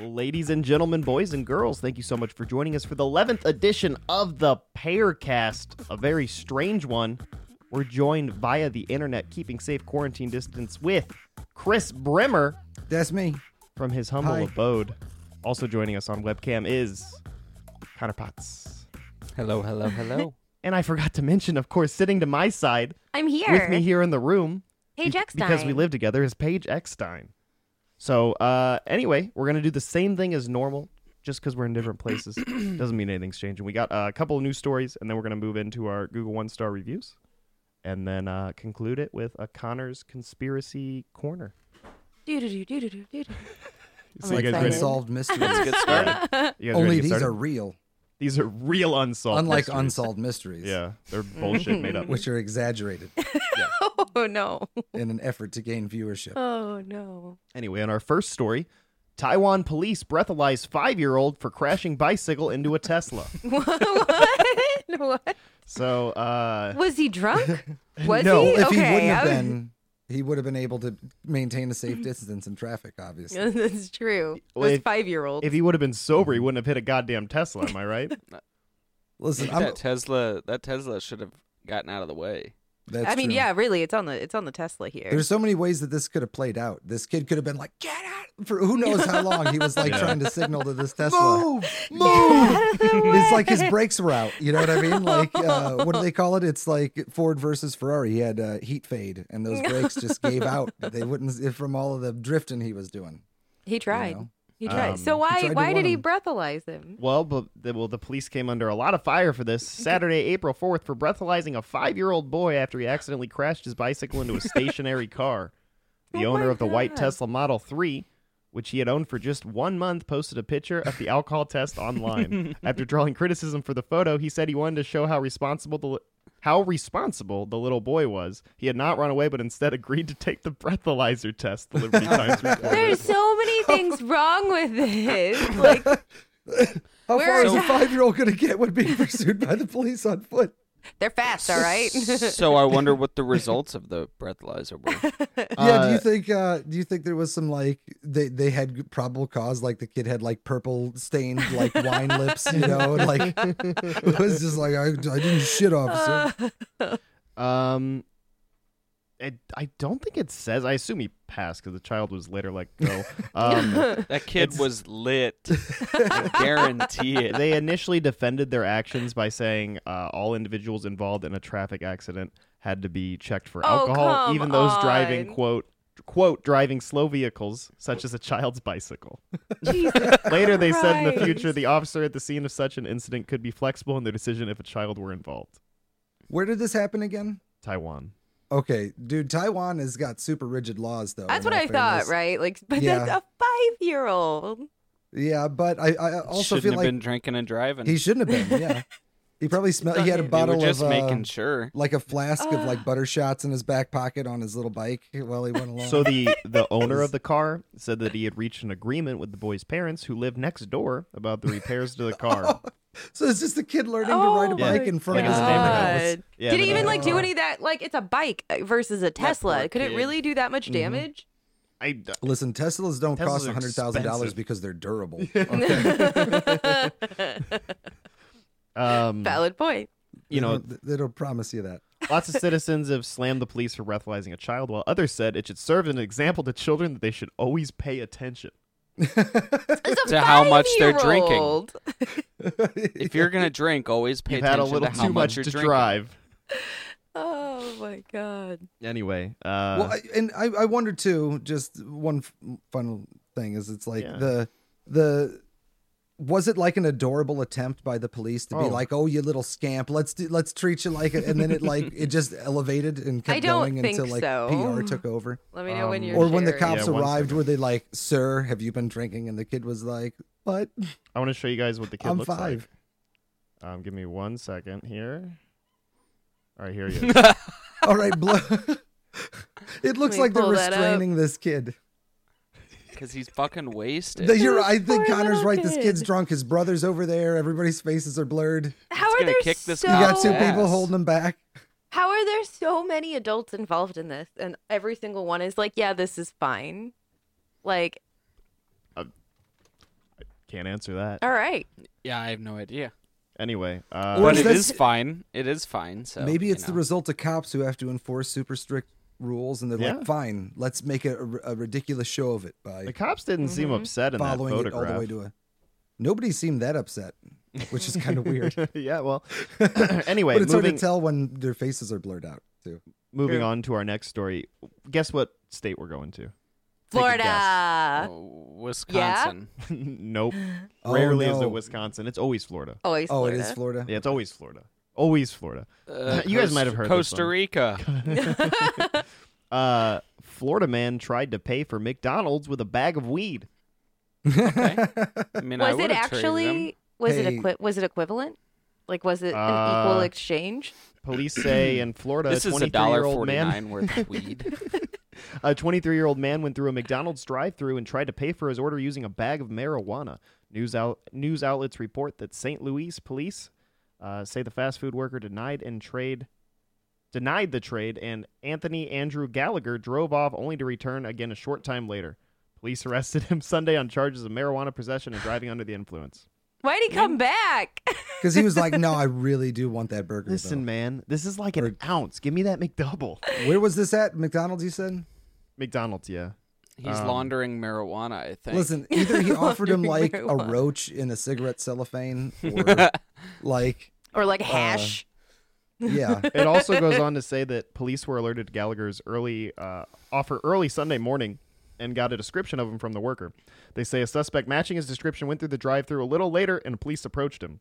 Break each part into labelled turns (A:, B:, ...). A: Ladies and gentlemen, boys and girls, thank you so much for joining us for the 11th edition of the Paircast, a very strange one. We're joined via the internet, keeping safe quarantine distance with Chris Bremer
B: That's me.
A: from his humble
B: Hi.
A: abode. Also joining us on webcam is Connor Potts.
C: Hello, hello, hello.
A: And I forgot to mention, of course, sitting to my side
D: I'm here.
A: with me here in the room
D: Paige
A: be-
D: Eckstein.
A: Because we live together is Paige Eckstein. So uh, anyway, we're gonna do the same thing as normal. Just because we're in different places doesn't mean anything's changing. We got uh, a couple of news stories, and then we're gonna move into our Google one star reviews, and then uh, conclude it with a Connor's conspiracy corner.
D: Doo-doo-doo-doo-doo-doo.
A: So
D: I'm
A: you guys
D: excited.
A: ready?
B: unsolved mysteries.
C: Let's get started.
A: You guys ready
B: Only
A: to get
B: these
A: started?
B: are real,
A: these are real unsolved.
B: unlike
A: mysteries.
B: unsolved mysteries,
A: Yeah, they're bullshit made up.
B: which are exaggerated
D: Oh no.
B: in an effort to gain viewership.
D: Oh no.
A: Anyway, on our first story, Taiwan police breathalyze five year old for crashing bicycle into a Tesla.
D: What? what?
A: So uh,
D: Was he drunk? Was
B: no,
D: he?
B: if
D: okay.
B: he wouldn't have
D: I was-
B: been, he would have been able to maintain a safe distance in traffic. Obviously,
D: That's true.
A: Well,
D: Those
A: if-
D: five year old.
A: If he would have been sober, he wouldn't have hit a goddamn Tesla. Am I right?
B: listen, I'm,
C: that Tesla, that Tesla should have gotten out of the way.
B: that's
D: I mean,
B: true.
D: yeah, really, it's on the it's on the Tesla here.
B: There's so many ways that this could have played out. This kid could have been like, "Get out!" For who knows how long he was like
A: Yeah.
B: trying to signal to this Tesla.
D: Get out of the
B: It's like
D: way.
B: his brakes were out. You know what I mean? Like, uh, what do they call it? It's like Ford versus Ferrari. He had uh, heat fade, and those brakes just gave out. They wouldn't from all of the drifting he was doing.
D: He tried.
B: know.
D: He tried.
A: Um,
D: so why
B: tried to
D: why did
B: warn
D: he
B: him.
D: breathalyze him?
A: Well, but the, well, the police came under a lot of fire for this Saturday, April fourth, for breathalyzing a five-year-old boy after he accidentally crashed his bicycle into a stationary car. The
D: Oh
A: owner
D: my
A: of the white
D: God.
A: Tesla Model Three, which he had owned for just one month, posted a picture of the alcohol test online. after drawing criticism for the photo, he said he wanted to show how responsible the li- how responsible the little boy was. He had not run away, but instead agreed to take the breathalyzer test. The Liberty Times reported.
D: There's so many things wrong with this. Like
B: How
D: Where
B: far
D: is
B: is a
D: that?
B: five-year-old going to get when being pursued by the police on foot?
D: they're fast, all right?
C: so I wonder what the results of the breathalyzer were.
B: yeah. Do
A: Uh,
B: you think? Uh, do you think there was some like they they had probable cause? Like the kid had like purple stained like wine lips. You know, and, like it was just like I, I didn't shit, officer.
D: Uh.
A: Um, it, I don't think it says. I assume he passed because the child was later let go.
D: Uh,
A: Um,
C: That kid
A: It's-
C: was lit. I guarantee it.
A: they initially defended their actions by saying uh, all individuals involved in a traffic accident had to be checked for
D: Oh,
A: alcohol,
D: come
A: even those driving
D: on.
A: quote quote driving slow vehicles such as a child's bicycle.
D: Jesus.
A: Later, they said in the future
D: Christ.
A: the officer at the scene of such an incident could be flexible in their decision if a child were involved.
B: Where did this happen again?
A: Taiwan.
B: Okay, dude, Taiwan has got super rigid laws, though.
D: That's
B: in
D: what
B: all
D: I thought,
B: fairness.
D: right? Like, but that's
B: Yeah.
D: a five-year-old.
B: Yeah, but I, I also
C: Shouldn't
B: feel
C: have
B: like
C: been drinking and driving.
B: he shouldn't have been. Yeah, he probably smelled. He had a
D: They were
C: they were
B: bottle
C: just
B: of uh,
C: making sure.
B: like a flask of like butter shots in his back pocket on his little bike while he went along.
A: So the the owner of the car said that he had reached an agreement with the boy's parents, who lived next door, about the repairs to the car.
B: So it's just the kid learning to ride a
D: Oh
A: Yeah.
B: bike in front of his
A: Like his neighborhood.
B: neighborhood.
D: God.
A: Yeah,
D: Did
A: the
D: he even like do
B: neighborhood.
D: any of that? Like, it's a bike uh, versus a Tesla.
C: poor
D: Could it
C: kid.
D: really do that much
B: Mm-hmm.
D: damage?
A: I
B: Listen, Teslas don't
A: Teslas
B: cost
A: are
B: cost hundred thousand dollars
A: expensive.
B: because they're durable.
A: um,
D: Valid point.
A: you know,
B: they don't, they don't promise you that.
A: lots of citizens have slammed the police for breathalyzing a child, while others said it should serve as an example to children that they should always pay attention.
D: It's a
C: To how much they're drinking.
D: five-year-old.
C: If you're gonna drink, always pay
A: You've had
C: attention
A: a little
C: to how
A: too much
C: much
A: to
C: you're drinking.
A: drive.
D: Oh my god.
A: Anyway, uh,
B: well, I, and I, I wonder too. Just one f- final thing is, it's like
A: Yeah.
B: the the was it like an adorable attempt by the police to be
A: Oh.
B: like, "Oh, you little scamp, let's do, let's treat you like," it, and then it like it just elevated and kept
D: I don't
B: going
D: think
B: until like
D: so.
B: PR took over,
D: Let me know when
A: Um,
D: you're.
B: or when the
D: sharing.
B: cops
A: Yeah, one
B: arrived,
A: second.
B: were they like, "Sir, have you been drinking?" And the kid was like, "What?
A: I want to show you guys what the kid
B: I'm
A: looks
B: five.
A: like. Um, give me one second here. All right, here he is.
B: All right, blow." it looks
D: me
B: like they're
D: pull that up.
B: restraining this kid.
C: Because he's fucking wasted.
B: The, you're,
D: This
B: I think
D: poor
B: Connor's
D: little
B: right. This
D: kid.
B: kid's drunk. His brother's over there. Everybody's faces are blurred.
D: How
C: It's
D: are
C: gonna
D: there
C: kick this
D: so?
B: You got two
C: Yes.
B: people holding him back.
D: How are there so many adults involved in this, and every single one is like, "Yeah, this is fine." Like,
A: Can't answer that.
D: All right.
C: Yeah, I have no idea.
A: Anyway, uh,
B: Or
C: but
B: is
C: it
B: that-
C: is fine. It is fine. So
B: Maybe
C: you
B: it's the
C: know.
B: result of cops who have to enforce super strict rules, and they're
A: Yeah.
B: like, "Fine, let's make a, a ridiculous show of it by
A: the cops didn't seem
D: Mhm.
A: upset in that
B: mm-hmm. following it
A: photograph.
B: all the way to a." Nobody seemed that upset, which is kind of weird.
A: yeah, well. anyway,
B: but it's hard
A: moving,
B: to tell when their faces are blurred out too.
A: moving
C: True.
A: on to our next story. Guess what state we're going to? Take a guess.
D: Florida.
C: Oh, Wisconsin.
A: nope.
B: Oh,
A: Rarely is
B: no.
A: it Wisconsin. It's always Florida.
D: Always
B: Oh,
D: Florida.
B: it is Florida.
A: Yeah, it's always Florida. Always Florida.
C: Uh,
A: You guys might have heard this
C: Costa
A: one.
C: Rica.
A: Uh, Florida man tried to pay for McDonald's with a bag of weed.
C: Okay. I mean, I
D: was it
C: would've traded them.
D: actually was it
B: Hey.
D: equi- was it equivalent? Like was it an
A: Uh,
D: equal exchange?
A: Police say in Florida,
C: This
A: a
C: is a
A: 23 year
C: dollar
A: old
C: forty
A: man,
C: nine worth of weed.
A: a 23 year old man went through a McDonald's drive through and tried to pay for his order using a bag of marijuana. News out news outlets report that St. Louis police uh, say the fast food worker denied and trade denied the trade, and Anthony Andrew Gallagher drove off only to return again a short time later. Police arrested him Sunday on charges of marijuana possession and driving under the influence.
D: Why'd he come back?
B: Because he was like, "No, I really do want that burger."
A: Listen, man, this is like an ounce. Give me that McDouble.
B: though. where was this at? McDonald's, you said.
A: McDonald's, yeah.
C: He's
A: Um,
C: laundering marijuana. I think.
B: Listen, either he offered him
D: Wondering
B: like
D: where it
B: a
D: was.
B: roach in a cigarette cellophane, or like,
D: or
B: Uh.
D: like hash?
B: yeah,
A: It also goes on to say that police were alerted to Gallagher's early uh, offer early Sunday morning and got a description of him from the worker. They say a suspect matching his description went through the drive-through a little later and police approached him.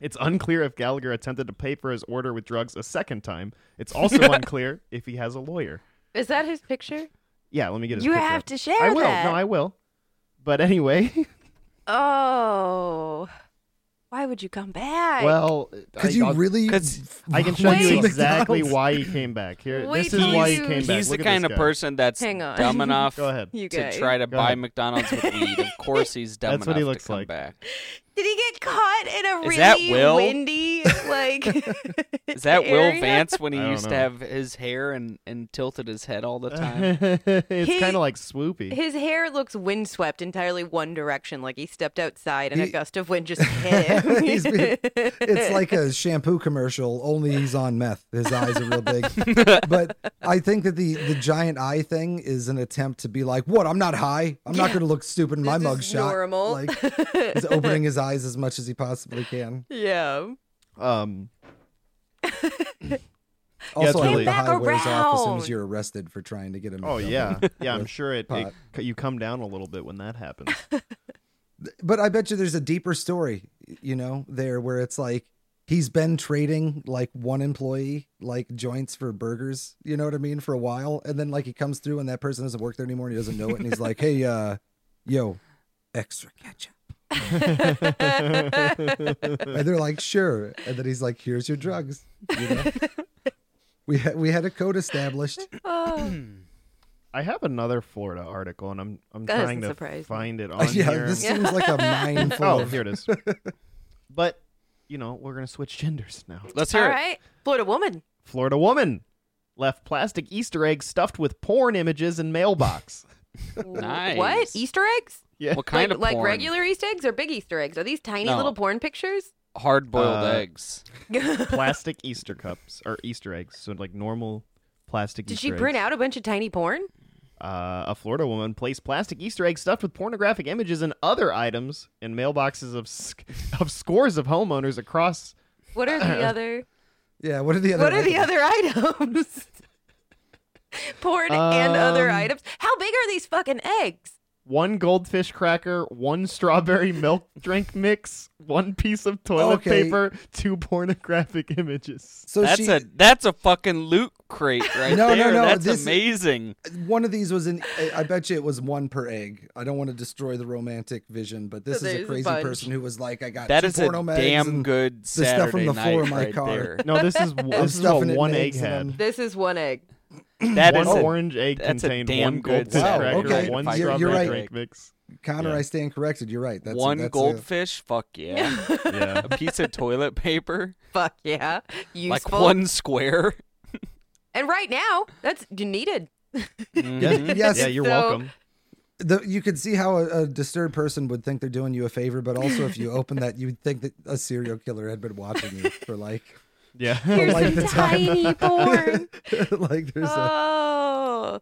A: It's unclear if Gallagher attempted to pay for his order with drugs a second time. It's also unclear if he has a lawyer.
D: Is that his picture?
A: Yeah, let me get his
D: You
A: picture
D: have
A: up.
D: to share
A: I will.
D: that.
A: No, I will. But anyway,
D: Oh. Why would you come back?
A: well, I,
B: Could you
A: I'll-
B: really?
C: 'cause
A: I can show
D: Wait.
A: you
D: Wait.
A: exactly
B: McDonald's?
A: why he came back. Here,
D: Wait
A: this is
D: till
A: why he
D: you-
A: came back.
C: He's
A: Look at this
C: the kind of
A: guy.
C: person that's
D: Hang on.
C: dumb enough
A: Go ahead.
D: You
C: to
D: guys.
C: try to
A: Go
C: buy
A: ahead.
C: McDonald's with weed. Of course, he's dumb
A: That's
C: enough
A: what he looks
C: to come
A: like.
C: back.
D: Did he get caught in a
C: Is
D: really
C: that Will?
D: windy like
C: Is that Will
D: area?
C: Vance when he
A: I don't
C: used to
A: know.
C: have his hair and, and tilted his head all the time?
A: it's
D: He-
A: kind of like swoopy.
D: His hair looks windswept entirely one direction, like he stepped outside and a
B: He-
D: gust of wind just hit him.
B: He's been- it's like a shampoo commercial. Only he's on meth. His eyes are real big. but I think that the the giant eye thing is an attempt to be like, "What? I'm not high. I'm not
D: Yeah.
B: going to look stupid in my
D: This
B: mug
D: is
B: shot."
D: normal.
B: Like, he's opening his eyes as much as he possibly can.
D: yeah.
A: Um, it's
B: Also, I
A: really-
B: think the
D: Came
B: high
D: back
B: wears off as soon
D: around.
B: as you're arrested for trying to get him.
A: oh yeah, yeah. I'm sure it, it
B: pot.
A: you come down a little bit when that happens.
B: but I bet you there's a deeper story, you know, there where it's like he's been trading like one employee like joints for burgers, you know what I mean, for a while, and then like he comes through and that person doesn't work there anymore and he doesn't know it, and he's like, hey, uh, yo, extra ketchup, and they're like, sure, and then he's like, here's your drugs, you know. We had, we had a code established.
D: Oh,
A: I have another Florida article, and I'm I'm
D: That
A: trying
D: doesn't
A: to
D: surprise me.
A: find it on
B: yeah,
A: here.
B: this seems like a mine full
A: oh,
B: of
A: here it is. But you know, we're gonna switch genders now.
C: Let's
D: all
C: hear it.
D: right. Florida woman.
A: Florida woman left plastic Easter eggs stuffed with porn images in mailbox.
C: Nice.
D: What? Easter eggs?
A: yeah,
C: What kind
D: like,
C: of
D: like
C: porn?
D: regular Easter eggs or big Easter eggs? Are these tiny
C: No.
D: little porn pictures?
C: hard-boiled
A: Uh,
C: eggs?
D: Did
A: plastic Easter cups or Easter eggs. So like normal plastic. Easter
D: she
A: eggs.
D: print out a bunch of tiny porn?
A: Uh, a Florida woman placed plastic Easter eggs stuffed with pornographic images and other items in mailboxes of sc- of scores of homeowners across.
D: What are the other?
B: yeah. What are the other?
D: What are the
B: items?
D: other items? porn and other
A: Um,
D: items. How big are these fucking eggs?
A: One goldfish cracker, one strawberry milk drink mix, one piece of toilet
B: Okay.
A: paper, two pornographic images.
B: So
C: that's
B: she,
C: a that's a fucking loot crate right
B: No, no,
C: there.
B: no,
C: That's
B: this-
C: amazing.
B: one of these was in I- i bet you it was one per egg i don't want to destroy the romantic vision but this
D: So
B: is a
D: there's a
B: crazy
D: bunch.
B: person who was like i got
C: That
B: two
C: is a
B: porno mags
C: damn
B: and
C: good
B: the stuff from
C: Saturday
B: the floor
C: night
B: of my
C: right
B: car.
C: there.
A: No, this is this is what
B: stuffing it in
A: one egg
B: eggs and
A: had.
B: then-
D: This is one egg.
C: That is
A: one
C: a-
A: orange egg
C: that's a
A: contained
C: damn
A: one
C: good
A: goldfish
B: Saturday
A: cracker,
B: night
A: one
B: You're- you're
A: strawberry
B: right.
A: drink mix.
B: connor
A: Yeah.
B: i stand corrected you're right that's
C: one
B: that's a-
C: goldfish. Fuck yeah.
A: Yeah.
C: a piece of toilet paper,
D: Fuck yeah. Useful.
C: like one square.
D: And right now, that's needed.
A: Yeah.
B: yes
C: Mm. Mhm.
A: yeah, you're
D: So-
A: welcome.
B: the, you could see how a, a disturbed person would think they're doing you a favor, but also if you open that, you'd think that a serial killer had been watching you for like,
A: Yeah.
D: Here's
B: like
D: some
B: the time.
D: tiny porn.
B: like there's a,
D: oh.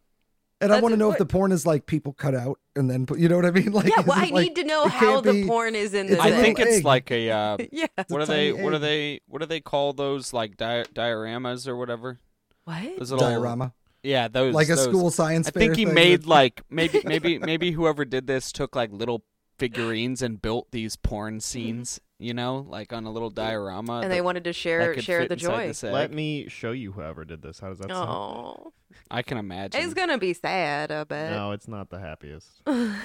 B: and I
D: that's
B: want to know if the porn is like people cut out and then put, you know what I mean? Like,
D: yeah,
B: is
D: well,
B: it,
D: I
B: like-
D: need to know
B: it
D: how
B: can't
D: the
B: be-
D: porn is in
B: it's
D: this.
C: I
B: a
C: think
B: little
C: it's
B: egg.
C: like a uh,
D: yeah.
B: a
C: what are they?
B: tiny
C: What are
B: egg.
C: they? What do they call those like di- dioramas or whatever?
D: What?
C: Those little
B: diorama,
C: Yeah, those
B: like a
C: those.
B: school science.
C: I think
B: fair
C: he
B: thing
C: made
B: with-
C: like maybe maybe maybe whoever did this took like little figurines and built these porn scenes. You know, like on a little diorama.
D: Mm-hmm. And they wanted to share share the joy.
A: Let me show you whoever did this. How does that sound?
D: Oh,
C: I can imagine.
D: it's gonna be sad. I bet.
A: No, it's not the happiest. there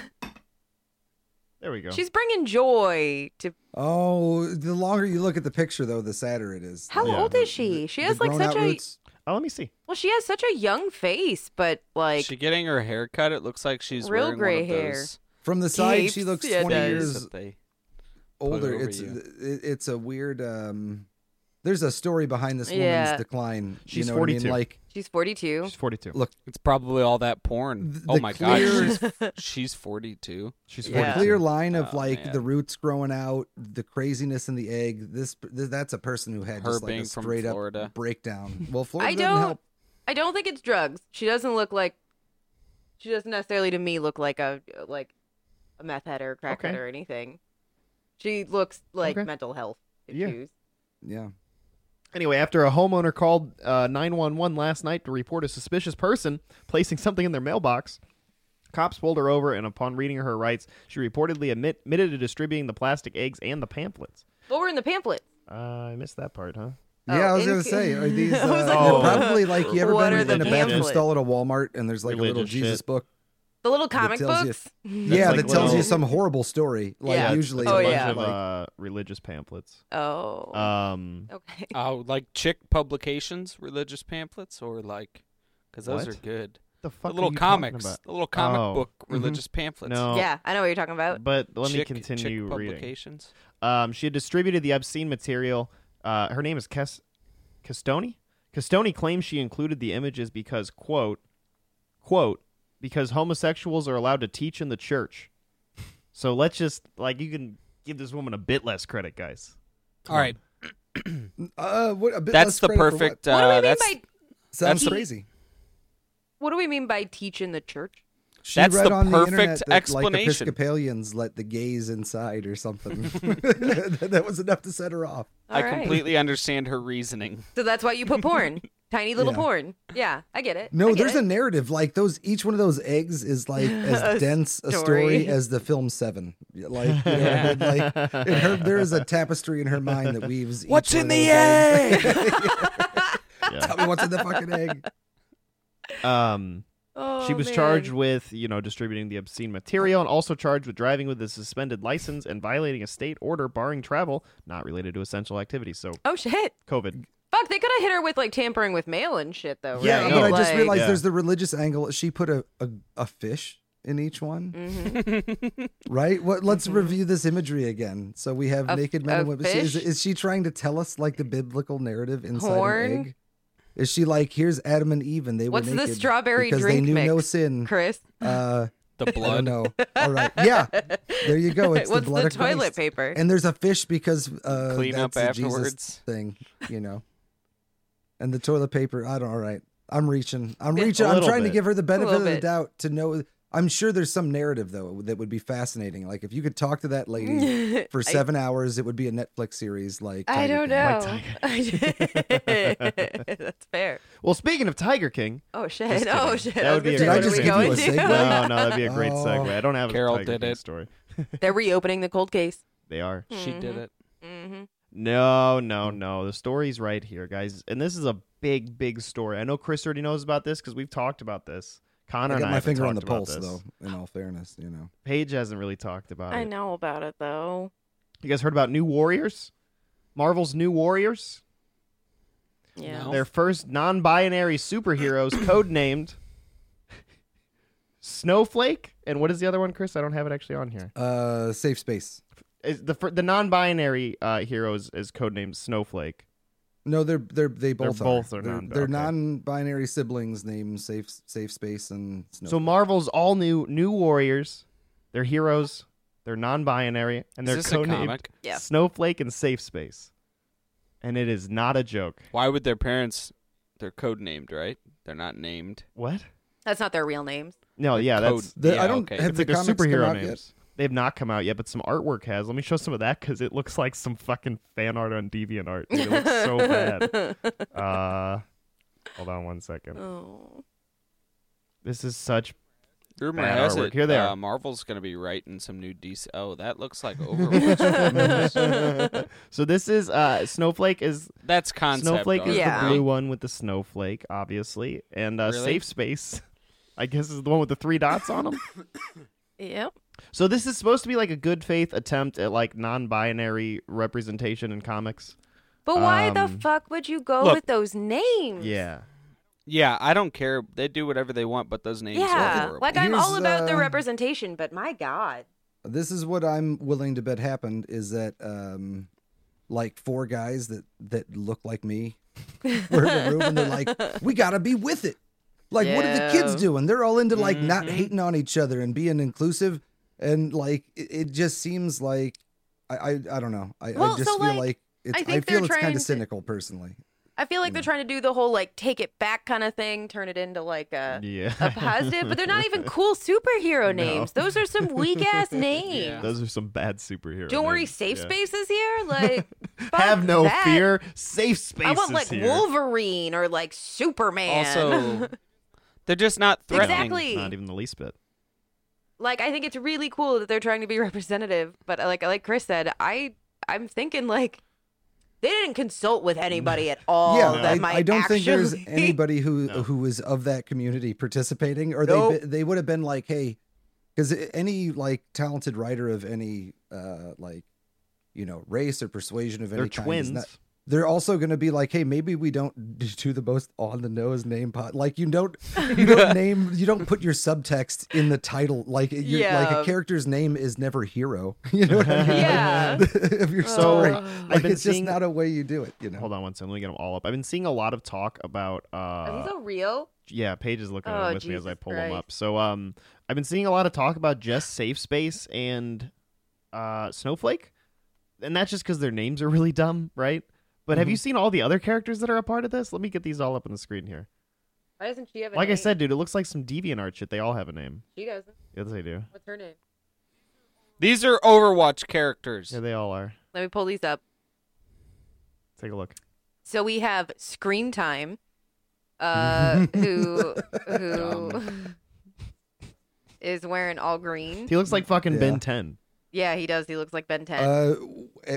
A: we go.
D: She's bringing joy to.
B: Oh, the longer you look at the picture, though, the sadder it is.
D: How
B: Like,
A: Yeah.
D: old is she? She
B: the
D: has like
B: grown-out
D: such a
B: roots-
A: Oh, let me see.
D: well. She has such a young face, but like
C: she getting her hair cut. It looks like she's
D: Real
C: wearing
D: gray
C: one of
D: hair.
C: those
B: From the side,
D: Peeps.
B: she looks
D: Yeah,
B: twenty
D: it
C: days
B: years
C: that they-
B: older.
C: over
B: It's
C: you.
B: it- it's a weird. um There's a story behind this woman's
D: Yeah.
B: decline.
A: She's
B: you know what I mean?
A: 42.
B: Like
D: she's forty two.
A: She's 42.
B: Look,
C: It's probably all that porn.
B: Th-
C: oh
B: the
C: my
B: clear-
C: gosh, she's, she's forty-two.
A: She's 42.
D: Yeah.
B: the clear line of
C: Oh,
B: like
C: man.
B: the roots growing out, the craziness in the egg. This, th- that's a person who had
C: Her
B: just like
C: being
B: a
C: from
B: straight
C: Florida.
B: up breakdown. Well, Florida
D: I
B: doesn't
D: don't.
B: help.
D: I don't think it's drugs. She doesn't look like. She doesn't necessarily to me look like a like a meth head or a crackhead
A: Okay.
D: or anything. She looks like
A: Okay.
D: mental health
A: Yeah.
D: issues.
B: Yeah,
A: Anyway, after a homeowner called uh, 911 last night to report a suspicious person placing something in their mailbox, cops pulled her over, and upon reading her rights, she reportedly admit, admitted to distributing the plastic eggs and the pamphlets.
D: But we're in the pamphlet.
A: Uh, I missed that part, huh?
D: Oh,
B: yeah. I was
D: in-
B: gonna say, are these
D: I was
B: uh,
D: like,
A: Oh.
B: they're probably like you ever
D: What
B: been
D: are
B: in
D: the
B: a bathroom
A: pamphlets?
B: stall at a Walmart and there's like a little
A: Religious
B: Jesus
A: shit.
B: book
D: The little comic
B: tells you-
D: books.
B: yeah,
A: like
B: that tells you
A: little-
B: some horrible story. Like
D: Yeah, it's-
B: usually,
A: it's
D: Oh,
A: a bunch
D: yeah.
A: of
B: like,
A: uh, religious pamphlets.
D: Oh.
A: Um,
D: okay.
C: Oh, like chick publications, religious pamphlets, or like, because those
A: What?
C: are good.
A: the fuck
C: the
A: are
C: little
A: you talking
C: comics,
A: about?
C: the little comic
A: Oh.
C: book religious pamphlets.
A: No,
D: Yeah, I know what you're talking about.
A: but let me
C: Chick-
A: continue
C: chick
A: reading.
C: publications.
A: Um, she had distributed the obscene material. Uh, her name is Kes- Castoni. Castoni claims she included the images because, quote, quote, because homosexuals are allowed to teach in the church. So let's just, like, you can give this woman a bit less credit, guys.
C: All right,
B: uh, what, a bit less
C: that's the
B: credit for what?
C: perfect.
D: what do we
C: Uh,
D: mean
C: that's
D: by
B: Sounds
C: that's the-
B: crazy.
D: what do we mean by teach in the church?
B: She
C: That's
B: read
C: the
B: on the internet
C: perfect
B: that, Like,
C: explanation.
B: Episcopalians let the gays inside or something. that, that was enough to set her off.
C: I
D: All right.
C: completely understand her reasoning.
D: So that's why you put porn. Tiny little
B: Yeah.
D: porn. Yeah, I get it. I
B: No,
D: get
B: there's
D: it.
B: a narrative. Like those, each one of those eggs is like as
D: A
B: dense a
D: story.
B: story as the film Seven. Like, you know, and, like in her, there is a tapestry in her mind that weaves. each
C: What's
B: one of
C: in the
B: those eggs.
A: Yeah.
B: Tell me what's in the fucking egg?
A: Um,
D: Oh,
A: she was
D: man.
A: charged with, you know, distributing the obscene material and also charged with driving with a suspended license and violating a state order barring travel not related to essential activities. So,
D: Oh shit.
A: COVID.
D: Fuck, they could have hit her with like tampering with mail and shit though, right?
B: Yeah, but I just
D: Like-
B: realized
A: Yeah.
B: there's the religious angle. She put a, a, a fish in each one,
D: Mhm.
B: right? What? Let's review this imagery again. So we have
D: A-
B: naked men
D: Mm-hmm. a
B: and women. She- Is,
D: fish?
B: is she trying to tell us like the biblical narrative inside an
D: Horn?
B: egg? Is she like, here's Adam and Eve, and they
D: What's
B: were
D: the
B: naked
D: strawberry
B: because
D: drink
B: they knew no
D: mix?
B: sin?
D: Chris.
B: Uh,
C: The
B: I don't
C: blood.
B: know. All right, yeah, there you go. It's
D: What's
B: the blood of
D: toilet
B: Christ.
D: paper?
B: And there's a fish because uh,
C: Clean up
B: that's a Jesus
C: afterwards.
B: thing, you know. And the toilet paper, I don't. All right, I'm reaching. I'm
D: Yeah.
B: reaching.
A: A
B: I'm
A: little
B: trying to
A: bit.
B: give her the benefit
D: little
B: of the
D: bit.
B: doubt to know. I'm sure there's some narrative though that would be fascinating. Like if you could talk to that lady for
D: Mm. I-
B: seven hours, it would be a Netflix series. Like
D: I,
B: Tiger
D: don't
B: King.
A: Like
D: know. That's fair.
A: Well, speaking of Tiger King,
D: Oh
A: Just
D: shit.
A: kidding.
D: Oh shit.
A: That
D: I was
A: would be
D: gonna
A: a
D: say,
A: great
D: what are
A: segue.
B: Did I
D: we going
B: just give you a segue?
D: to?
A: no, no, that'd be a great
B: Oh.
A: segue. I don't have a
C: Carol
A: Tiger
C: did
A: King
C: it.
A: story.
D: They're reopening the cold case.
A: They are.
C: She did it.
D: hmm
A: No, no, no. The story's right here, guys. And this is a big, big story. I know Chris already knows about this because we've talked about this. Connor
B: I
A: and
B: got
A: I
B: my
A: haven't
B: finger on the
A: talked
B: pulse
A: about this.
B: though. In all fairness, you know.
A: Paige hasn't really talked about
D: I
A: it.
D: know about it though.
A: You guys heard about New Warriors? Marvel's New Warriors?
D: Yeah.
C: No.
A: Their first non binary superheroes, codenamed Snowflake. And what is the other one, Chris? I don't have it actually on here.
B: Uh, safe space.
A: is the fir- the non-binary uh, hero is, is codenamed Snowflake,
B: No, they're they're they both
A: both are
B: They're-
A: non-
B: They're
A: okay.
B: non-binary siblings named Safe Safe Space and Snow.
A: So Marvel's all new New Warriors. They're heroes. They're non-binary, and
C: Is
A: they're
C: this a
A: codenamed
C: comic?
D: Yeah.
A: Snowflake and Safe Space. And it is not a joke.
C: Why would their parents? They're codenamed, right? They're not named.
A: What?
D: That's not their real names.
A: No, yeah, that's
B: The-
C: yeah,
B: I don't
C: okay.
B: have
A: it's
B: the
A: like their
B: comics come
A: superhero
B: out
A: names.
B: yet.
A: They have not come out yet, but some artwork has. Let me show some of that because it looks like some fucking fan art on DeviantArt. dude. It looks so bad. Uh, hold on one second.
D: Oh.
A: This is such
C: Rumor
A: Bad
C: has
A: artwork.
C: it
A: Here they
C: uh,
A: are.
C: Marvel's going to be writing some new DC. Oh, that looks like Overwatch.
A: So this is uh Snowflake is
C: That's concept.
A: Snowflake
C: art,
A: is the
D: Yeah.
C: right?
A: blue one with the snowflake, obviously, and uh,
C: Really?
A: Safe Space, I guess, is the one with the three dots on them.
D: Yep.
A: so this is supposed to be like a good faith attempt at like non-binary representation in comics.
D: But why
A: Um,
D: the fuck would you go
C: look.
D: with those names?
A: Yeah,
C: Yeah, I don't care. They do whatever they want, but those names are
D: Yeah.
C: horrible.
D: Like I'm
B: Here's,
D: all about the
B: uh,
D: representation, but my god.
B: This is what I'm willing to bet happened is that um, like four guys that that look like me were in the room and they're like, we gotta be with it. Like, what are the kids
D: Yeah. Mm-hmm.
B: doing? They're all into like not hating on each other and being inclusive, and like it, it just seems like I I, I don't know. I,
D: Well,
B: I just
D: so,
B: feel
D: like,
B: like it's,
D: I
B: I,
D: think they're
B: feel it's
D: trying
B: kind
D: to-
B: of cynical personally.
D: I feel
A: Mm.
D: like they're trying to do the whole like take it back kind of thing, turn it into like a
A: yeah.
D: Uh, a positive, but they're not even cool superhero names. Those are some weak ass names.
A: Those are some bad superheroes.
D: Don't worry, safe spaces here. Like, fuck
A: Have no
D: that.
A: fear. Safe space.
D: I want like
A: here.
D: Wolverine or like Superman.
C: Also, they're just not threatening.
D: exactly.
A: Not even the least bit.
D: Like, I think it's really cool that they're trying to be representative, but like like Chris said, I I'm thinking like they didn't consult with anybody at all.
B: yeah,
D: that
B: I,
D: might
B: I don't think there's
D: actually-
B: anybody who
A: No.
B: who is of that community participating, or they
A: Nope.
B: be- they would have been like, hey, because any like talented writer of any uh like you know race or persuasion of any
A: They're
B: kind is
A: twins.
B: not- they're also going to be like, hey, maybe we don't do the most on the nose name pot. Like you don't, you don't name, you don't put your subtext in the title. Like you're, like
D: Yeah.
B: a character's name is never hero. You know what I mean? Like,
D: Yeah. Oh.
B: if you're
A: So, uh,
B: sorry,
A: I've
B: like
A: been
B: it's
A: seeing-
B: just not a way you do it. You know.
A: Hold on one second. Let me get them all up. I've been seeing a lot of talk about. Uh,
D: Are these all real?
A: yeah, Paige is looking at
D: Oh,
A: them with me as I
D: Jesus
A: pull them
D: Christ.
A: up. So um, I've been seeing a lot of talk about just Safe Space and uh, Snowflake, and that's just because their names are really dumb, right? But
D: Mm-hmm.
A: have you seen all the other characters that are a part of this? Let me get these all up on the screen here.
D: Why doesn't she have a
A: Like I
D: name?
A: said, dude, it looks like some DeviantArt shit. They all have a name.
D: she doesn't.
A: Yes, they do.
D: What's her name?
C: These are Overwatch characters.
A: Yeah, they all are.
D: Let me pull these up.
A: Take a look.
D: So we have Screen Time, uh, who who is wearing all green.
A: He looks like fucking
B: Yeah.
A: Ben Ten,
D: Yeah, he does. He looks like Ben Ten.
B: Uh,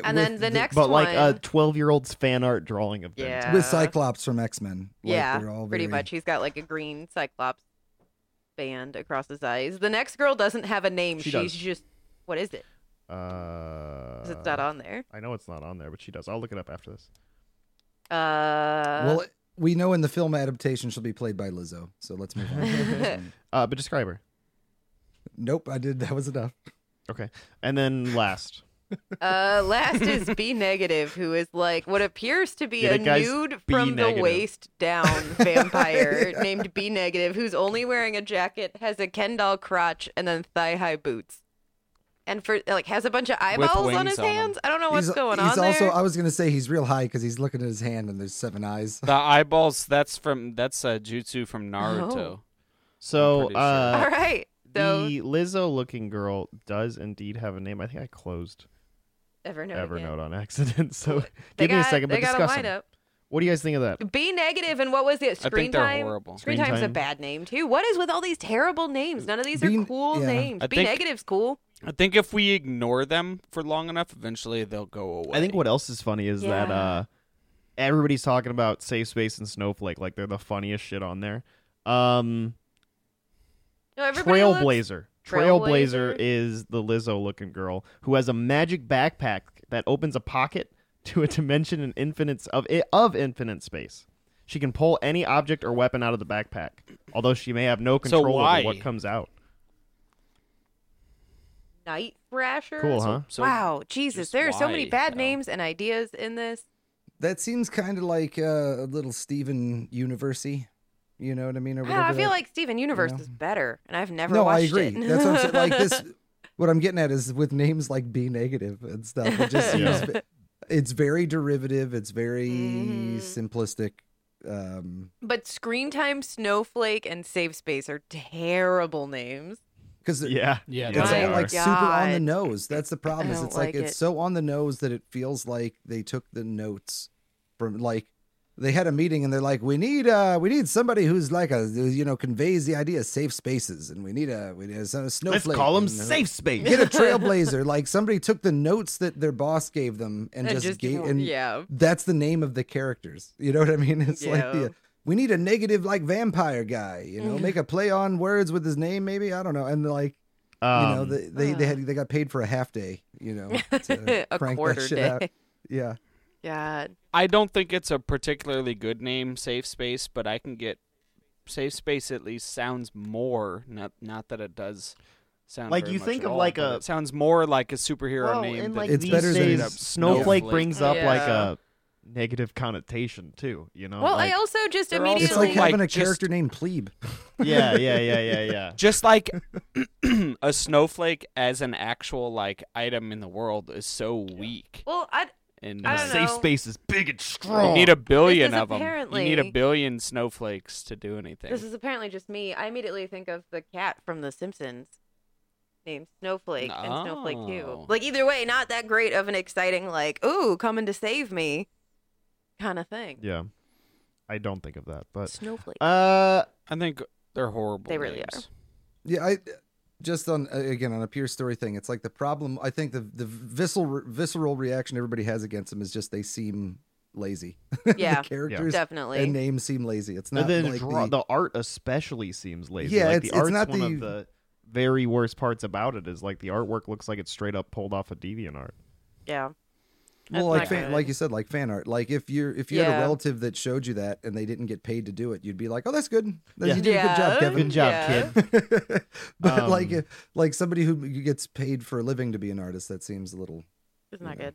D: and then the next
A: but like uh,
D: one,
A: a twelve-year-old's fan art drawing of Ben. 10.
D: yeah,
B: with Cyclops from X Men.
D: yeah, pretty much. He's got like a green Cyclops band across his eyes. The next girl doesn't have a name.
A: She does.
D: She's just what is it?
A: Uh,
D: 'Cause it's not on there.
A: I know it's not on there, but she does. I'll look it up after this.
D: Uh,
B: Well, we know in the film adaptation she'll be played by Lizzo. So let's move on.
A: Uh, but describe her.
B: nope, I did. That was enough.
A: Okay. And then last.
D: uh, last is B negative, who is like what appears to be
A: Yeah,
D: a
A: that guy's
D: nude
A: B
D: from
A: negative.
D: the waist down vampire named B negative, who's only wearing a jacket, has a Ken doll crotch, and then thigh high boots. And for like has a bunch of eyeballs on
C: wings
D: his
C: on 'em.
D: hands. I don't know what's
B: he's
D: going
B: he's
D: on
B: also.
D: there.
A: uh,
B: I was gonna say he's real high because he's looking at his hand and there's seven eyes.
C: The eyeballs. That's from that's uh, Jutsu from Naruto.
A: So
C: pretty sure.
A: uh,
D: All right. So
A: the Lizzo looking girl does indeed have a name. I think I closed
D: Evernote. again.
A: Evernote on accident. So
D: They
A: give me a
D: got-
A: second, but
D: they got a
A: discuss 'em.
D: lineup.
A: What do you guys think of that?
D: B negative and what was it?
C: think
D: Screen
C: they're
D: time.
C: horrible.
D: Screen,
A: Screen
D: time's
A: Time.
D: a bad name too. What is with all these terrible names? None of these
B: B-
D: are cool
B: yeah.
D: names.
C: I
D: B
C: think-
D: negative's cool.
C: I think if we ignore them for long enough, eventually they'll go away.
A: I think what else is funny is that
D: Yeah.
A: uh, everybody's talking about Safe Space and Snowflake. Like they're the funniest shit on there. Um,
D: No, everybody looks-
A: Trailblazer. Trailblazer
D: Trailblazer.
A: is the Lizzo looking girl who has a magic backpack that opens a pocket to a dimension in infinite of eh, of infinite space. She can pull any object or weapon out of the backpack, although she may have no control
C: why?
A: over what comes out.
D: Night Thrasher.
A: Cool, huh?
C: So-
D: wow, Jesus,
C: just
D: there are so many
C: why,
D: bad
C: though?
D: names and ideas in this.
B: That seems kind of like uh, a little Steven Universi. You know what I mean? Or
D: I, don't know, Ah, I
B: whatever
D: feel
B: that-
D: like Steven Universe is better, and I've never
B: no, I
D: watched
B: agree.
D: it.
B: That's what I'm saying. Like this, what I'm getting at is with names like B negative and stuff. It just seems
A: Yeah.
B: ve- it's very derivative. It's very
D: Mhm.
B: simplistic. Um,
D: But Screen Time, Snowflake, and Save Space are terrible names.
B: because
A: Yeah.
E: Yeah,
B: it's
A: they
D: My
B: all
A: are.
B: like super on the
D: God.
B: nose. That's the problem.
D: I
B: Is
D: don't
B: it's like,
D: like
B: it's
D: it.
B: so on the nose that it feels like they took the notes from like they had a meeting and they're like, we need uh we need somebody who's like a you know conveys the idea of safe spaces and we need a we need a, snowflake.
A: Let's call him
B: and, uh,
A: Safe Space.
B: Get a trailblazer. like somebody took the notes that their boss gave them and, just, gave and
D: yeah.
B: that's the name of the characters. You know what I mean? It's like
D: Yeah.
B: the, we need a negative like vampire guy, you know, make a play on words with his name maybe, I don't know. And like you know,
A: Um,
B: they they, they had
D: ugh.
B: they got paid for a half day, you know, to
D: uh. A
B: crank
D: quarter
B: that shit
D: day.
B: out. Yeah.
D: God.
C: I don't think it's a particularly good name, Safe Space, but I can get Safe Space at least sounds more not not that it does sound
A: Like,
C: very
A: you
C: much
A: think
C: at
A: of
C: all,
A: like
C: but
A: a-
C: it sounds more like a superhero
A: Well,
C: name.
A: and
C: than
A: like
B: It's
A: these
B: better than
A: days,
B: Straight up
A: Snowflake
C: Snowflake.
A: brings up like
D: Yeah.
A: a negative connotation too. You know.
D: well,
A: like,
D: I also just
C: Oh, they're all
B: It's
C: It's
B: like
D: immediately.
C: like
B: having a
C: just-
B: character named Plebe.
A: yeah, yeah, yeah, yeah, yeah.
C: just like a snowflake as an actual like item in the world is so weak
D: well, I,
C: and
D: I
A: A
D: don't
A: safe
D: know.
A: space is big and strong.
C: you need a billion
D: This is
C: of them you need a
D: apparently-
C: billion snowflakes to do anything
D: this is apparently just me. I immediately think of the cat from The Simpsons named Snowflake and Snowflake 2.
C: Oh.
D: Like, either way, not that great of an exciting, like, ooh, coming to save me kind of thing.
A: yeah. I don't think of that, but
D: Snowflake.
A: uh,
C: i think they're horrible
D: They really
C: names.
B: Yeah, I just on uh, again on a pure story thing. It's like the problem. I think the the visceral visceral reaction everybody has against them is just they seem lazy. The
D: Yeah.
B: characters
D: Definitely.
B: and names seem lazy. It's not
A: the,
B: like
A: draw,
B: the-
A: the art especially seems lazy.
B: Yeah,
A: like,
B: it's-
A: the
B: it's
A: art's
B: not
A: one
B: the-
A: of the very worst parts about it is like the artwork looks like it's straight up pulled off a deviant art.
D: yeah.
B: well,
D: That's
B: like
D: not
B: fan,
D: good.
B: like you said, like fan art. Like if you're if you had a
D: Yeah.
B: relative that showed you that and they didn't get paid to do it, you'd be like, oh, that's good. That-
A: Yeah.
B: You did a good job,
A: Good
B: Kevin.
A: job,
D: Yeah.
A: kid.
B: but
A: Um,
B: like if- like somebody who gets paid for a living to be an artist, that seems a little.
D: It's not
B: Yeah.
D: good.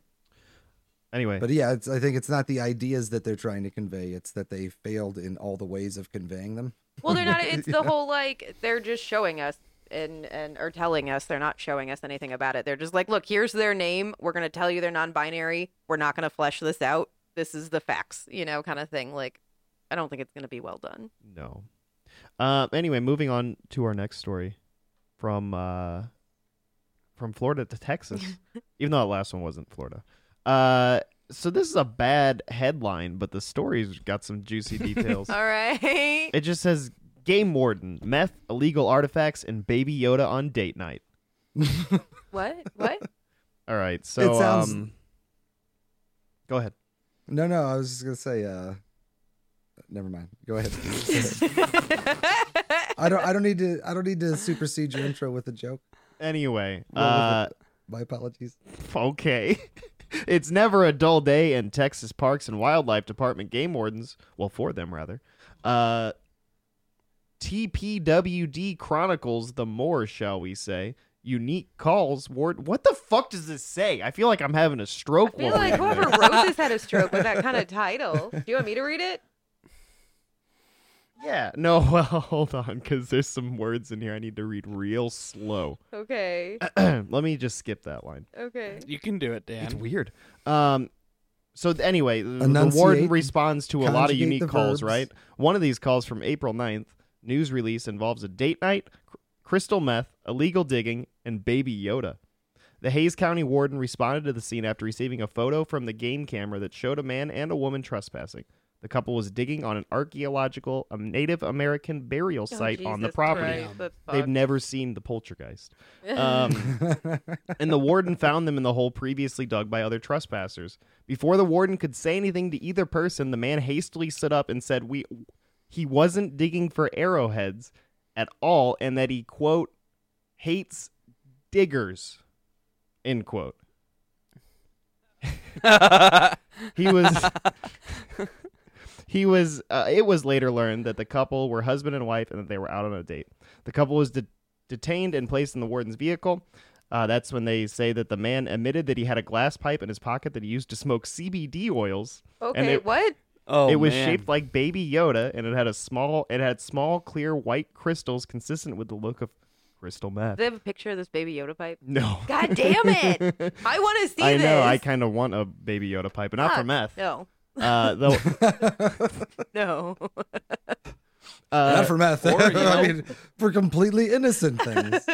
A: Anyway,
B: But yeah, it's, I think it's not the ideas that they're trying to convey; it's that they failed in all the ways of conveying them.
D: Well, they're not. It's the whole like they're just showing us and and or telling us. They're not showing us anything about it. They're just like, look, here's their name. We're gonna tell you they're non-binary. We're not gonna flesh this out. This is the facts, you know, kind of thing. Like, I don't think it's gonna be well done.
A: No. Uh, anyway, moving on to our next story from uh, from Florida to Texas, even though the last one wasn't Florida. Uh, so this is a bad headline, but the story's got some juicy details.
D: All right.
A: it just says game warden, meth, illegal artifacts, and Baby Yoda on date night.
D: what? What?
A: All right, so
B: It sounds-
A: um, go ahead.
B: No, no, I was just gonna say. uh Never mind. Go ahead. I don't. I don't need to. I don't need to supersede your intro with a joke.
A: Anyway,
B: What was
A: uh,
B: it? My apologies.
A: Okay. it's never a dull day, and Texas Parks and Wildlife Department game wardens, well, for them rather, uh, TPWD chronicles the more, shall we say. Unique calls ward. What the fuck does this say? I feel like I'm having a stroke.
D: I feel
A: while
D: like
A: reading
D: whoever
A: this.
D: wrote this had a stroke with that kind of title. Do you want me to read it?
A: Yeah. No. Well, hold on, because there's some words in here I need to read real slow.
D: Okay.
A: Let me just skip that line.
D: Okay.
C: you can do it
A: It's
C: dan
A: weird. Um, so th- anyway, th- the
B: Enunciate,
A: warden responds to a lot of
B: conjugate the
A: unique calls,
B: verbs.
A: right? One of these calls from April 9th, news release involves a date night, cr- crystal meth, illegal digging, and baby Yoda. The Hayes County warden responded to the scene after receiving a photo from the game camera that showed a man and a woman trespassing. The couple was digging on an archaeological um, Native American burial
D: Oh,
A: site on the
D: Jesus
A: property.
D: Christ, that's
A: They've
D: fucked.
A: never seen the poltergeist. Um, and the warden found them in the hole previously dug by other trespassers. Before the warden could say anything to either person, the man hastily stood up and said we he wasn't digging for arrowheads at all and that he quote hates diggers end quote. He was He was. Uh, it was later learned that the couple were husband and wife, and that they were out on a date. The couple was de- detained and placed in the warden's vehicle. Uh, that's when they say that the man admitted that he had a glass pipe in his pocket that he used to smoke CBD oils.
D: Okay,
A: And it-
D: what?
C: Oh,
A: it was
C: man.
A: shaped like Baby Yoda, and it had a small, it had small, clear white crystals consistent with the look of crystal meth.
D: Do they have a picture of this baby Yoda pipe?
A: no,
D: God damn it! I want to see
A: I
D: this.
A: know. I kind of want a Baby Yoda pipe, but not for
D: Fuck.
A: meth.
D: No,
A: Uh, though,
D: no.
A: uh,
B: Not for meth.
C: or, you know-
B: I mean, for completely innocent things.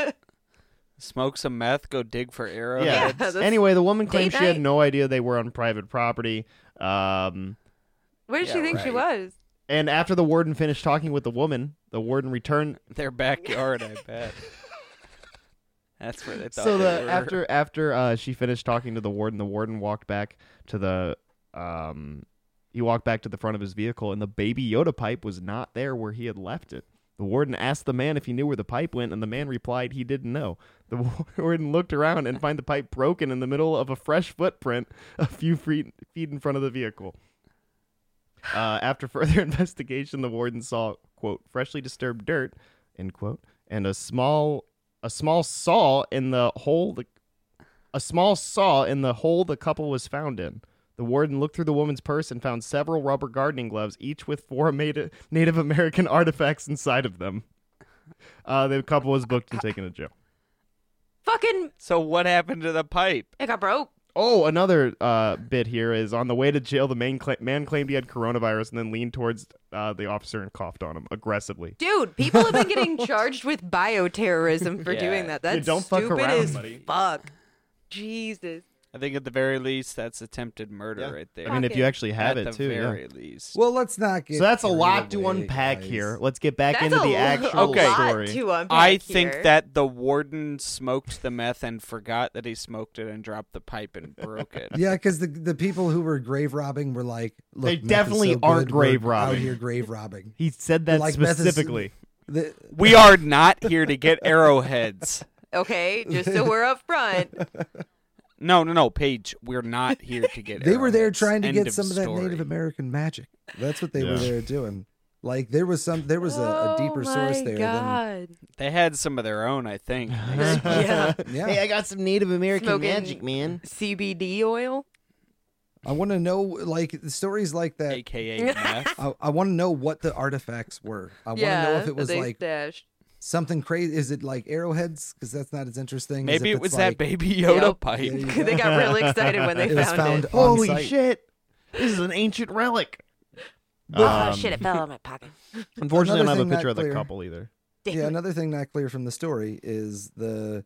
C: Smoke some meth. Go dig for arrowheads.
A: yeah.
D: that's-
A: anyway, the woman claimed she had
D: night.
A: no idea they were on private property. Um,
D: Where did she
C: Yeah,
D: think she was?
A: And after the warden finished talking with the woman, the warden returned.
C: Their backyard, I bet. That's where they thought.
A: So
C: they
A: the
C: were.
A: after after uh, she finished talking to the warden, the warden walked back to the um he walked back to the front of his vehicle, and the baby Yoda pipe was not there where he had left it. The warden asked the man if he knew where the pipe went, and the man replied he didn't know. The warden looked around and find the pipe broken in the middle of a fresh footprint a few feet, feet in front of the vehicle. Uh, after further investigation, the warden saw quote freshly disturbed dirt end quote and a small a small saw in the hole the a small saw in the hole the couple was found in. The warden looked through the woman's purse and found several rubber gardening gloves, each with four Mada- Native American artifacts inside of them. Uh, the couple was booked and taken to jail.
D: Fucking,
C: so what happened to the pipe?
D: it got broke.
A: Oh, another uh, bit here is on the way to jail, the man, cla- man claimed he had coronavirus and then leaned towards uh, the officer and coughed on him aggressively.
D: Dude, people have been getting charged with bioterrorism for
C: Yeah.
D: doing that.
A: Yeah,
D: That's
A: don't fuck
D: stupid
A: around,
D: as
A: buddy.
D: fuck. Jesus.
C: I think at the very least, that's attempted murder
A: Yeah.
C: right there.
A: I mean, if you actually have
C: at
A: it,
C: the
A: too. yeah.
C: very least.
B: Well, let's not get.
A: So that's a
B: carried
A: lot to
B: away,
A: unpack
B: guys.
A: here. Let's get back
D: That's
A: into
D: a
A: the
D: lo-
A: actual
D: a lot
A: story.
D: to unpack
C: I think
D: here.
C: that the warden smoked the meth and forgot that he smoked it and dropped the pipe and broke it.
B: Yeah, because the the people who were grave robbing were like, Look,
A: They
B: meth is
A: definitely
B: so
A: aren't
B: good, we're
A: grave
B: Out
A: robbing."
B: here, grave robbing.
A: He said that
B: Like meth is-
A: specifically.
B: The-
C: We are not here to get arrowheads.
D: Okay, just so we're up front.
C: No, no, no, Paige. We're not here to get.
B: they were there
C: arrowheads.
B: trying to
C: End
B: get some of that
C: story.
B: Native American magic. That's what they
A: Yeah.
B: were there doing. Like there was some, there was a, a
D: Oh
B: deeper source there
D: God.
C: They had some of their own, I think.
D: yeah.
B: than yeah.
A: I got some Native American
D: Smoking- magic,
A: man.
D: CBD oil.
B: I want to know like stories like that.
C: AKA meth.
B: I, I want to know what the artifacts were. I want to
D: yeah,
B: know if it was
D: they
B: like
D: stashed.
B: something crazy. Is it like arrowheads? Because that's not as interesting. as
C: Maybe
B: if
C: it was
B: it's
C: that
B: like,
C: baby Yoda
D: Yep.
C: pipe.
B: Yeah,
D: they got real excited when they
B: It was
D: found,
B: found
D: it.
B: on
A: Holy
B: site.
A: shit! This is an ancient relic.
D: Oh
A: Um,
D: shit! It fell out of my pocket.
A: Unfortunately, I don't have
B: Another
A: a
B: thing
A: picture
B: not
A: of the
B: clear.
A: couple either.
D: Damn
B: Yeah,
D: it.
B: another thing not clear from the story is the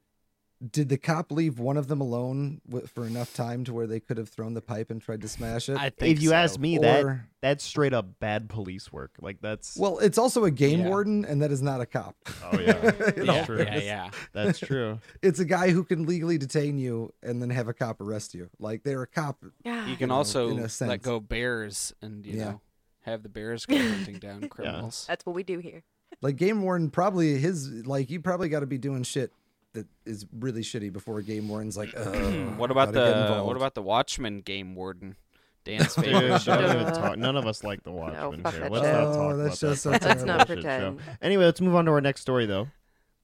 B: did the cop leave one of them alone wi- for enough time to where they could have thrown the pipe and tried to smash it?
C: I think
A: if you
C: so.
A: ask me, that
B: Or-
A: that's straight up bad police work. Like that's
B: Well, it's also a game
C: Yeah.
B: warden, and that is not a cop.
A: oh yeah,
B: In all
C: yeah,
A: true.
C: yeah,
B: fairness.
C: yeah.
A: that's true.
B: It's a guy who can legally detain you and then have a cop arrest you. Like they're a cop.
C: You
D: God.
C: can
B: know, in a
C: also let
B: sense.
C: go bears and you
B: Yeah.
C: know have the bears go hunting down criminals.
D: That's what we do here.
B: Like game warden, probably his like you probably got to be doing shit that is really shitty before a game warden's like. "Ugh,
C: What about
B: gotta get
C: the
B: involved."
C: what about the Watchmen game warden? Dan's
A: Dude, don't even
C: favorite show.
A: talk- None of us like the Watchmen
D: fuck
A: here.
D: that
A: Let's
D: shit.
A: not
B: Oh,
A: talk
B: that
A: about
B: show's so
A: that.
D: Let's not
A: bullshit
D: pretend.
A: show. Anyway, let's move on to our next story though.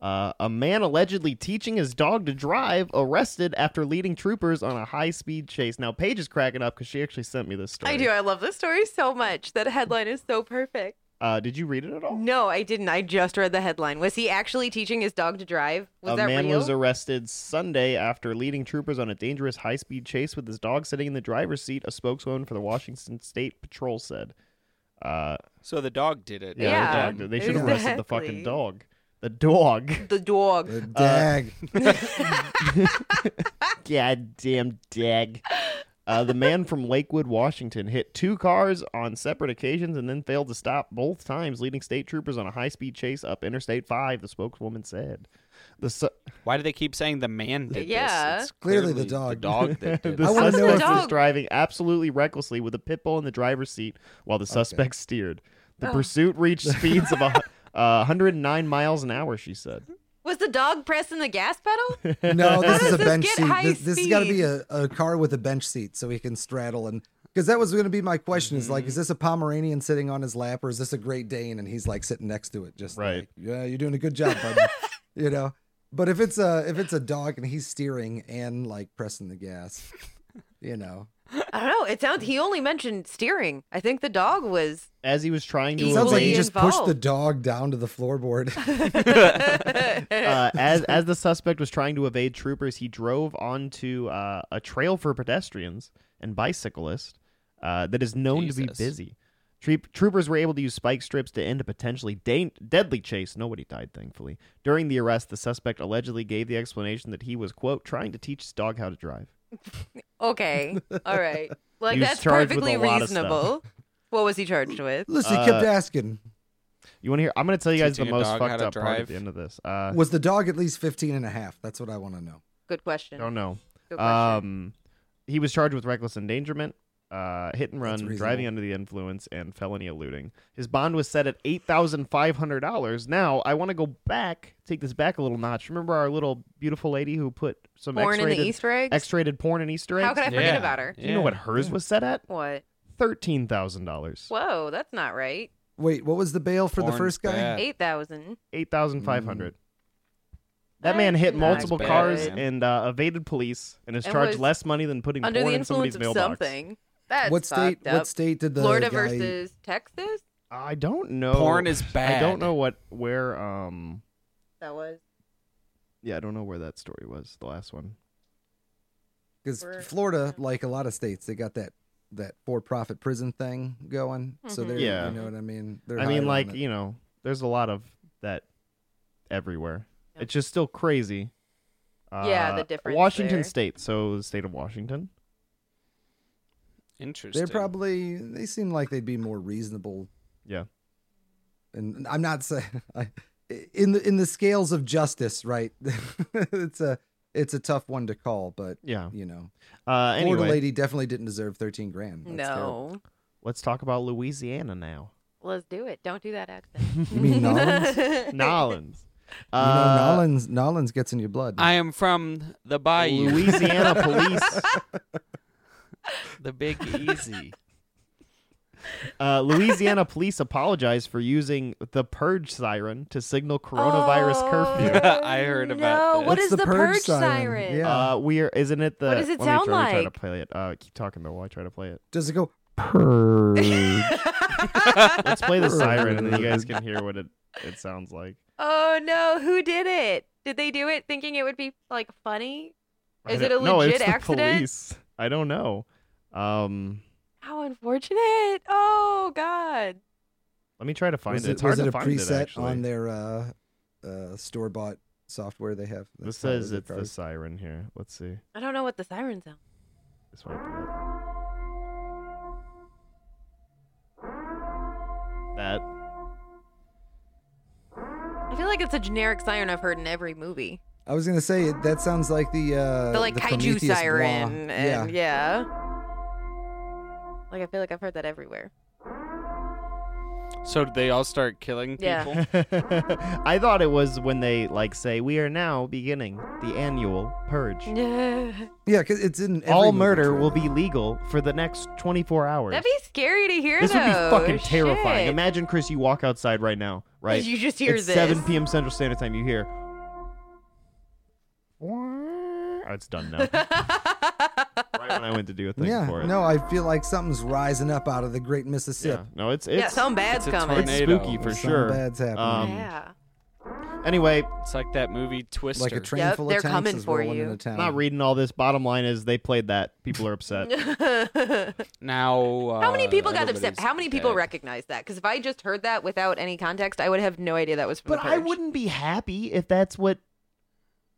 A: Uh, a man allegedly teaching his dog to drive arrested after leading troopers on a high-speed chase. Now Paige is cracking up because she actually sent me this story.
D: I do. I love this story so much. That headline is so perfect.
A: Uh, did you read it at
B: Oh.
A: all?
D: No, I didn't. I just read the headline. Was he actually teaching his dog to drive? Was
A: a
D: that
A: man
D: real?
A: was arrested Sunday after leading troopers on a dangerous high speed chase with his dog sitting in the driver's seat, a spokeswoman for the Washington State Patrol said. Uh,
C: So the dog did it.
A: the
D: Yeah,
A: dog did- they should have arrested the fucking
D: exactly.
A: dog. The dog.
D: the dog.
B: The Uh, dag.
A: Goddamn dag. Uh, the man from Lakewood, Washington, hit two cars on separate occasions and then failed to stop both times, leading state troopers on a high speed chase up Interstate 5, the spokeswoman said. The su-
C: Why do they keep saying the man did
D: Yeah.
C: this? It's
B: Clearly the
C: The
B: dog.
C: dog that did
A: the
B: I
C: it.
B: wanna know
A: suspect
D: if-
A: was driving absolutely recklessly with a pit bull in the driver's seat while the suspect steered. The pursuit reached speeds of a, hu- uh, 109 miles an hour, she said.
D: Was the dog pressing the gas pedal?
C: uh,
B: No, this
D: does
B: is a
D: this
B: bench
D: get
B: seat.
D: high
B: This, this has got to be a, a car with a bench seat so he can straddle and because that was going to be my question is like,
C: Mm-hmm.
B: is this a Pomeranian sitting on his lap or is this a Great Dane and he's like sitting next to it? Just
A: Right.
B: like, yeah, you're doing a good job, bud. you know, But if it's a if it's a dog and he's steering and like pressing the gas, you know,
D: I don't know. It sounds he only mentioned steering. I think the dog was
A: As he was trying to
D: It
B: it sounds like
A: evade,
B: he
D: Equally
B: just pushed the
D: involved.
B: dog down to the floorboard.
A: uh, as as the suspect was trying to evade troopers, he drove onto uh, a trail for pedestrians and bicyclists uh, that is known to be
C: Jesus.
A: busy. Troop- troopers were able to use spike strips to end a potentially da- deadly chase. Nobody died, thankfully. During the arrest, the suspect allegedly gave the explanation that he was quote trying to teach his dog how to drive.
D: okay. All right. Like
A: He was
D: that's
A: charged with
D: perfectly
A: a lot of stuff.
D: reasonable. What was he charged with?
B: Listen, he
A: Uh,
B: kept asking,
A: You want to hear? I'm going to tell you guys the
C: Teaching a
A: most
C: dog how
A: fucked
C: to
A: up part at
C: drive.
A: the end of this. Uh,
B: was the dog at least 15 and a half? That's what I want to know.
D: Good question.
A: don't know.
D: Good question.
A: Um, he was charged with reckless endangerment, uh, hit and run, driving
B: reasonable.
A: under the influence, and felony eluding. His bond was set at eight thousand five hundred dollars. Now I want to go back, take this back a little notch. Remember our little beautiful lady who put some
D: Born in
A: X-rated,
D: the Easter eggs?
A: X-rated porn and Easter eggs?
D: How could I forget
C: Yeah.
D: about her?
A: Do you know what hers was set at?
D: What?
A: Thirteen thousand dollars.
D: Whoa, that's not right.
B: Wait, what was the bail for the
C: Porn's
B: first guy?
C: bad.
D: Eight thousand.
A: Eight thousand five hundred.
D: Mm.
A: That
D: That's
A: man hit
D: not
A: multiple
C: bad.
A: cars
C: Man.
A: and uh, evaded police, and is
D: And
A: charged
D: was
A: less money than putting
D: Under
A: porn
D: the
A: in somebody's
D: influence of
A: mailbox.
D: something. That's
B: what state?
D: fucked up.
B: What state did the
D: Florida
B: guy-
D: versus Texas?
A: I don't know.
C: Porn is bad.
A: I don't know what where um
D: That was
A: yeah, I don't know where that story was, the last one.
B: because
D: We're-
B: Florida, like a lot of states, they got that that for-profit prison thing going. So
D: Mhm.
B: they're,
A: Yeah.
B: you know what I mean. They're
A: I
B: higher
A: mean
B: on
A: like,
B: it.
A: you know, there's a lot of that everywhere.
D: Yep.
A: It's just still crazy.
D: Yeah,
A: Uh,
D: the difference
A: Washington
D: there.
A: State, so the state of Washington.
C: Interesting.
B: they're probably they seem like they'd be more reasonable.
A: Yeah.
B: And I'm not saying I, in the in the scales of justice, right? it's a it's a tough one to call, but
A: Yeah.
B: you know,
A: Uh
B: Florida
A: anyway,
B: lady definitely didn't deserve 13 grand. That's terrible.
D: no.
A: let's talk about Louisiana now.
D: Let's do it. Don't do that accent.
B: You mean Nolans?
A: Nolans.
B: you
A: Uh,
B: know, Nolans Nolans gets in your blood.
C: I am from the bayou,
A: Louisiana police
C: the Big Easy.
A: uh, Louisiana police apologized for using the purge siren to signal coronavirus
D: Oh,
A: curfew.
C: I heard about
D: no.
C: this.
D: What
B: It's
D: is
B: the
D: the,
B: purge
D: purge,
B: siren.
D: siren?
B: Yeah.
A: Uh, we are. Isn't it the?
D: What does it
A: let me
D: sound
A: try, let me try to
D: like?
A: play it. Uh, keep talking though. While I try to play it.
B: Does it go?
A: Let's play the siren, and then you guys can hear what it it sounds like.
D: Oh no, who did it? Did they do it thinking it would be like funny?
A: I
D: Is it
A: don't-
D: a
A: no? It's
D: legit
A: the
D: accident?
A: police. I don't know. Um,
D: How unfortunate. Oh god.
A: let me try to find
B: was
A: it.
B: it,
A: It's hard
B: was
A: to
B: it a
A: find
B: preset
A: it actually.
B: on their uh, uh, store bought software they have?
A: It
B: That's
A: says
B: probably
A: it's the
B: probably-
A: siren here. Let's see.
D: I don't know what the siren sounds.
A: This one. That.
D: I feel like it's a generic siren I've heard in every movie.
B: I was gonna say it- that sounds like the uh,
D: the like
B: the
D: kaiju
B: Prometheus blah.
D: siren and
B: yeah.
D: yeah. Like I feel like I've heard that everywhere.
C: So did they all start killing
D: Yeah.
C: people?
A: I thought it was when they like say we are now beginning the annual purge.
D: That'd
B: yeah, 'cause it's in every
A: All
B: movie
A: murder
B: trailer.
A: will be legal for the next 24 hours.
D: be scary to hear
A: this
D: though.
A: would be fucking terrifying.
D: Shit.
A: Imagine, Chris, you walk outside right now, right?
D: You just hear
A: it's
D: this.
A: 7 p.m. Central Standard Time. You hear. Oh, it's done now. right when I went to do a thing
B: Yeah,
A: for it.
B: no, I feel like something's rising up out of the Great Mississippi.
A: yeah. No, it's it's,
D: yeah, some bad's
C: it's a
D: coming.
A: it's
C: tornado.
A: spooky for
B: Something
A: sure.
B: bad's happening.
A: Um,
D: yeah.
A: Anyway,
C: It's like that movie Twister.
B: Like a train
D: Yep,
B: full
D: they're
B: of tanks
D: coming
B: is
D: for
B: rolling
D: you.
B: into town.
A: not reading all this. Bottom line is they played that. People are upset.
C: now, uh,
D: How many people got upset?
C: everybody's
D: How many people
C: dead.
D: recognized that? Because if I just heard that without any context, I would have no idea that was from
A: But
D: the
A: I
D: purge.
A: wouldn't be happy if that's what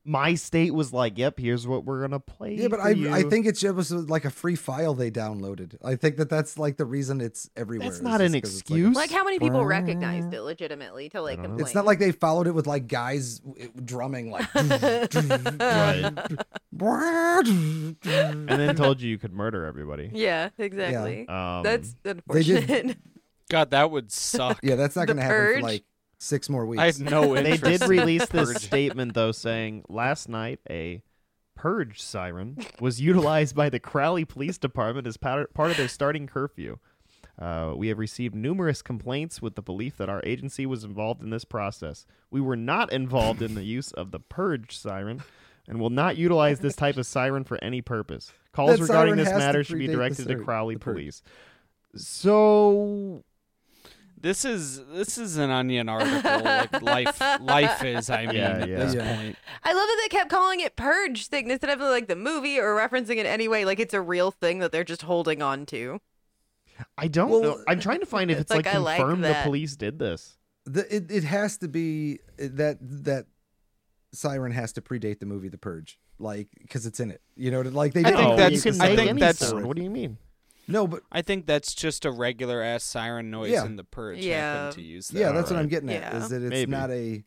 A: my state was like. Yep, here's what we're gonna play.
B: Yeah, but
A: for
B: I
A: you.
B: I think it's- it was like a free file they downloaded. I think that that's like the reason it's everywhere.
A: That's
B: is
A: not
B: just
A: an
B: 'cause it's
A: excuse.
B: Like
D: Like how many people recognized it legitimately to
A: I
D: like
A: don't know.
D: complain?
B: a- it's not like they followed it with like guys w- drumming like.
A: and then told you you could murder everybody.
D: yeah, exactly.
A: Um,
D: That's
B: They
D: unfortunate.
B: did-
C: God, that would suck.
B: Yeah, that's not
D: The
B: going to happen for
D: Purge?
B: like six more weeks.
C: I have no
A: they
C: interest.
A: did
C: in
A: release this
C: purging.
A: statement though, saying last night a purge siren was utilized by the Crowley Police Department as part part of their starting curfew. Uh, we have received numerous complaints with the belief that our agency was involved in this process. We were not involved in the use of the purge siren and will not utilize this type of siren for any purpose. Calls
B: That
A: regarding
B: siren
A: this
B: has to
A: matter should be
B: predate the
A: directed to
B: siren-
A: Crowley
B: the purge.
A: Police. So
C: This is this is an onion article. like life, life is. I mean,
A: Yeah,
C: at
A: yeah.
C: this
B: Yeah.
C: point,
D: I love that they kept calling it purge thing instead of like the movie or referencing it anyway. Like it's a real thing that they're just holding on to.
A: I don't
B: Well-
A: know. I'm trying to find if it's like,
D: Like, I like
A: confirmed the
D: that.
A: police did this.
B: The, it, it has to be eh, that that siren has to predate the movie The Purge, like because it's in it. You know, like they
C: I
B: didn't
C: think
A: no,
B: really
C: that's-
A: you can
B: use the
C: I
A: make
C: think
A: any
C: that's-
A: sound. What do you mean?
B: no, but
C: I think that's just a regular ass siren noise
B: Yeah.
C: in the purge.
D: Yeah.
C: Happen to use that.
B: yeah, that's what
A: Alright.
B: I'm getting at.
D: Yeah.
B: Is that it's
A: Maybe.
B: not a.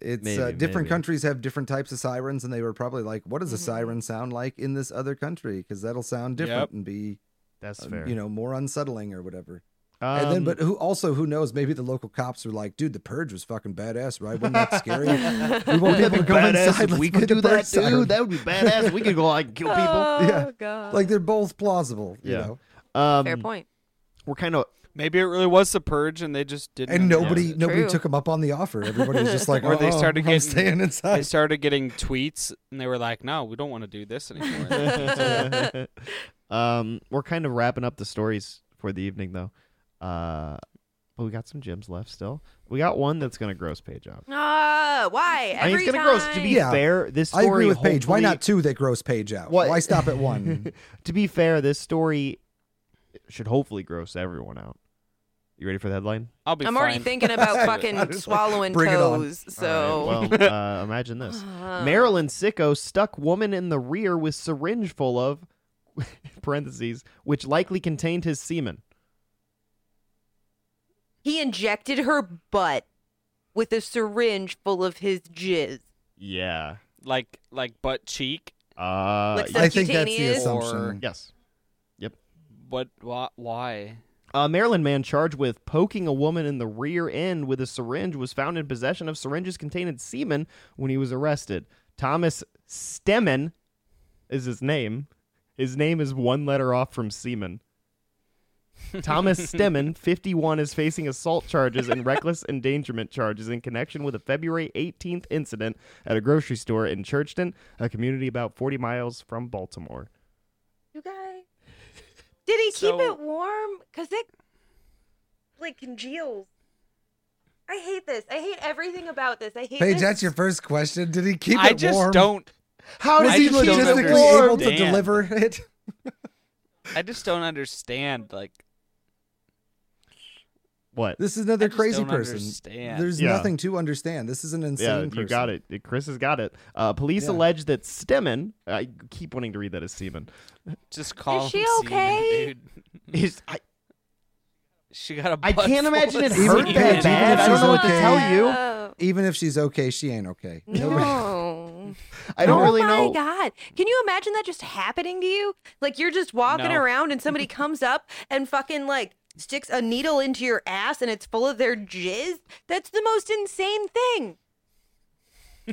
B: It's uh,
A: Maybe,
B: different
A: maybe.
B: countries have different types of sirens, and they were probably like, "What does a
D: Mhm.
B: siren sound like in this other country? Because that'll sound different
C: Yep.
B: and be,
A: That's
B: uh,
A: fair.
B: you know, more unsettling or whatever."
A: um,
B: and then, but who also who knows? Maybe the local cops are like, "Dude, the purge was fucking badass, right? Wasn't that scary? we won't
A: Wouldn't
B: be
A: that
B: able
A: be
B: to go
A: badass
B: inside.
A: if
B: Let's
A: we
B: play
A: could
B: the
A: do
B: purge
A: that,
B: siren."
A: dude? That would be badass. We could go out and kill people.
D: Oh,
B: Yeah.
D: God.
B: Like they're both plausible, you
A: Yeah.
B: know.
A: Um,
D: fair point.
A: We're kind of
C: Maybe it really was the purge, and they just didn't.
B: And
C: announce
B: nobody
C: it.
B: nobody
D: True.
B: took them up on the offer. Everybody was just like,
C: Or they
B: "Oh,
C: started
B: I'm
C: getting-
B: staying
C: They
B: inside."
C: started getting tweets, and they were like, "No, we don't want to do this anymore."
A: um, we're kind of wrapping up the stories for the evening though. Uh, but we got some gems left still. We got one that's gonna gross Paige out.
D: Ah, why?
A: I mean,
D: Every
A: it's gonna
D: time.
A: gross. To be
B: Yeah.
A: fair, this
B: I
A: story.
B: agree with Paige. Why
A: hopefully-
B: not two that gross Paige out?
A: What-
B: Why stop at one?
A: to be fair, this story should hopefully gross everyone out. You ready for the headline?
C: I'll be.
D: I'm already
C: fine.
D: thinking about fucking
B: Honestly,
D: swallowing
B: bring it on.
D: toes. So Uh-huh.
A: All right, well, uh, imagine this:
D: Um,
A: Maryland sicko stuck woman in the rear with syringe full of (parentheses) which likely contained his semen.
D: he injected her butt with a syringe full of his jizz.
A: Yeah.
C: like like butt cheek,
A: Uh.
D: Like
A: y-
D: so-
B: I think that's the
D: Subcutaneous?
B: assumption.
A: yes.
C: but wh- why?
A: A Maryland man charged with poking a woman in the rear end with a syringe was found in possession of syringes containing semen when he was arrested. Thomas Stemmen is his name. His name is one letter off from semen. Thomas Stemmen, 51, is facing assault charges and reckless endangerment charges in connection with a February 18th incident at a grocery store in Churchton, a community about 40 miles from Baltimore.
D: You guys, did he
C: So-
D: keep it warm? Cause it like congeals. I hate this. I hate everything about this. I hate.
B: Paige,
D: this.
B: that's your first question. Did he keep
C: I
B: it
C: just
B: warm?
C: don't.
B: How
C: I
B: was he
C: just don't
B: logistically
C: understand.
B: able to
C: Damn.
B: deliver it?
C: I just don't understand. Like
A: What?
B: This is another
C: I just
B: crazy
C: don't
B: person.
C: understand.
B: There's
A: Yeah.
B: nothing to understand. This is an insane
A: Yeah,
B: person.
A: you got it. Uh, Chris has got it. Uh, police
B: Yeah.
A: allege that Stemmen, I keep wanting to read that as Seaman,
C: just call.
D: Is she
C: him Seaman,
D: okay?
C: dude.
A: is I,
C: She got a.
A: I
C: butt
A: can't
C: full
A: imagine
C: of
A: it
B: Even-
A: hurt
B: even
A: that
B: if
A: bad. I
B: she's
A: don't know what to
B: okay.
A: tell you.
D: Oh,
B: Even if she's okay, she ain't okay.
D: no.
A: I don't
D: oh
A: really
D: my
A: know.
D: god. Can you imagine that just happening to you? Like you're just walking
C: No.
D: around and somebody comes up and fucking like sticks a needle into your ass and it's full of their jizz? That's the most insane thing.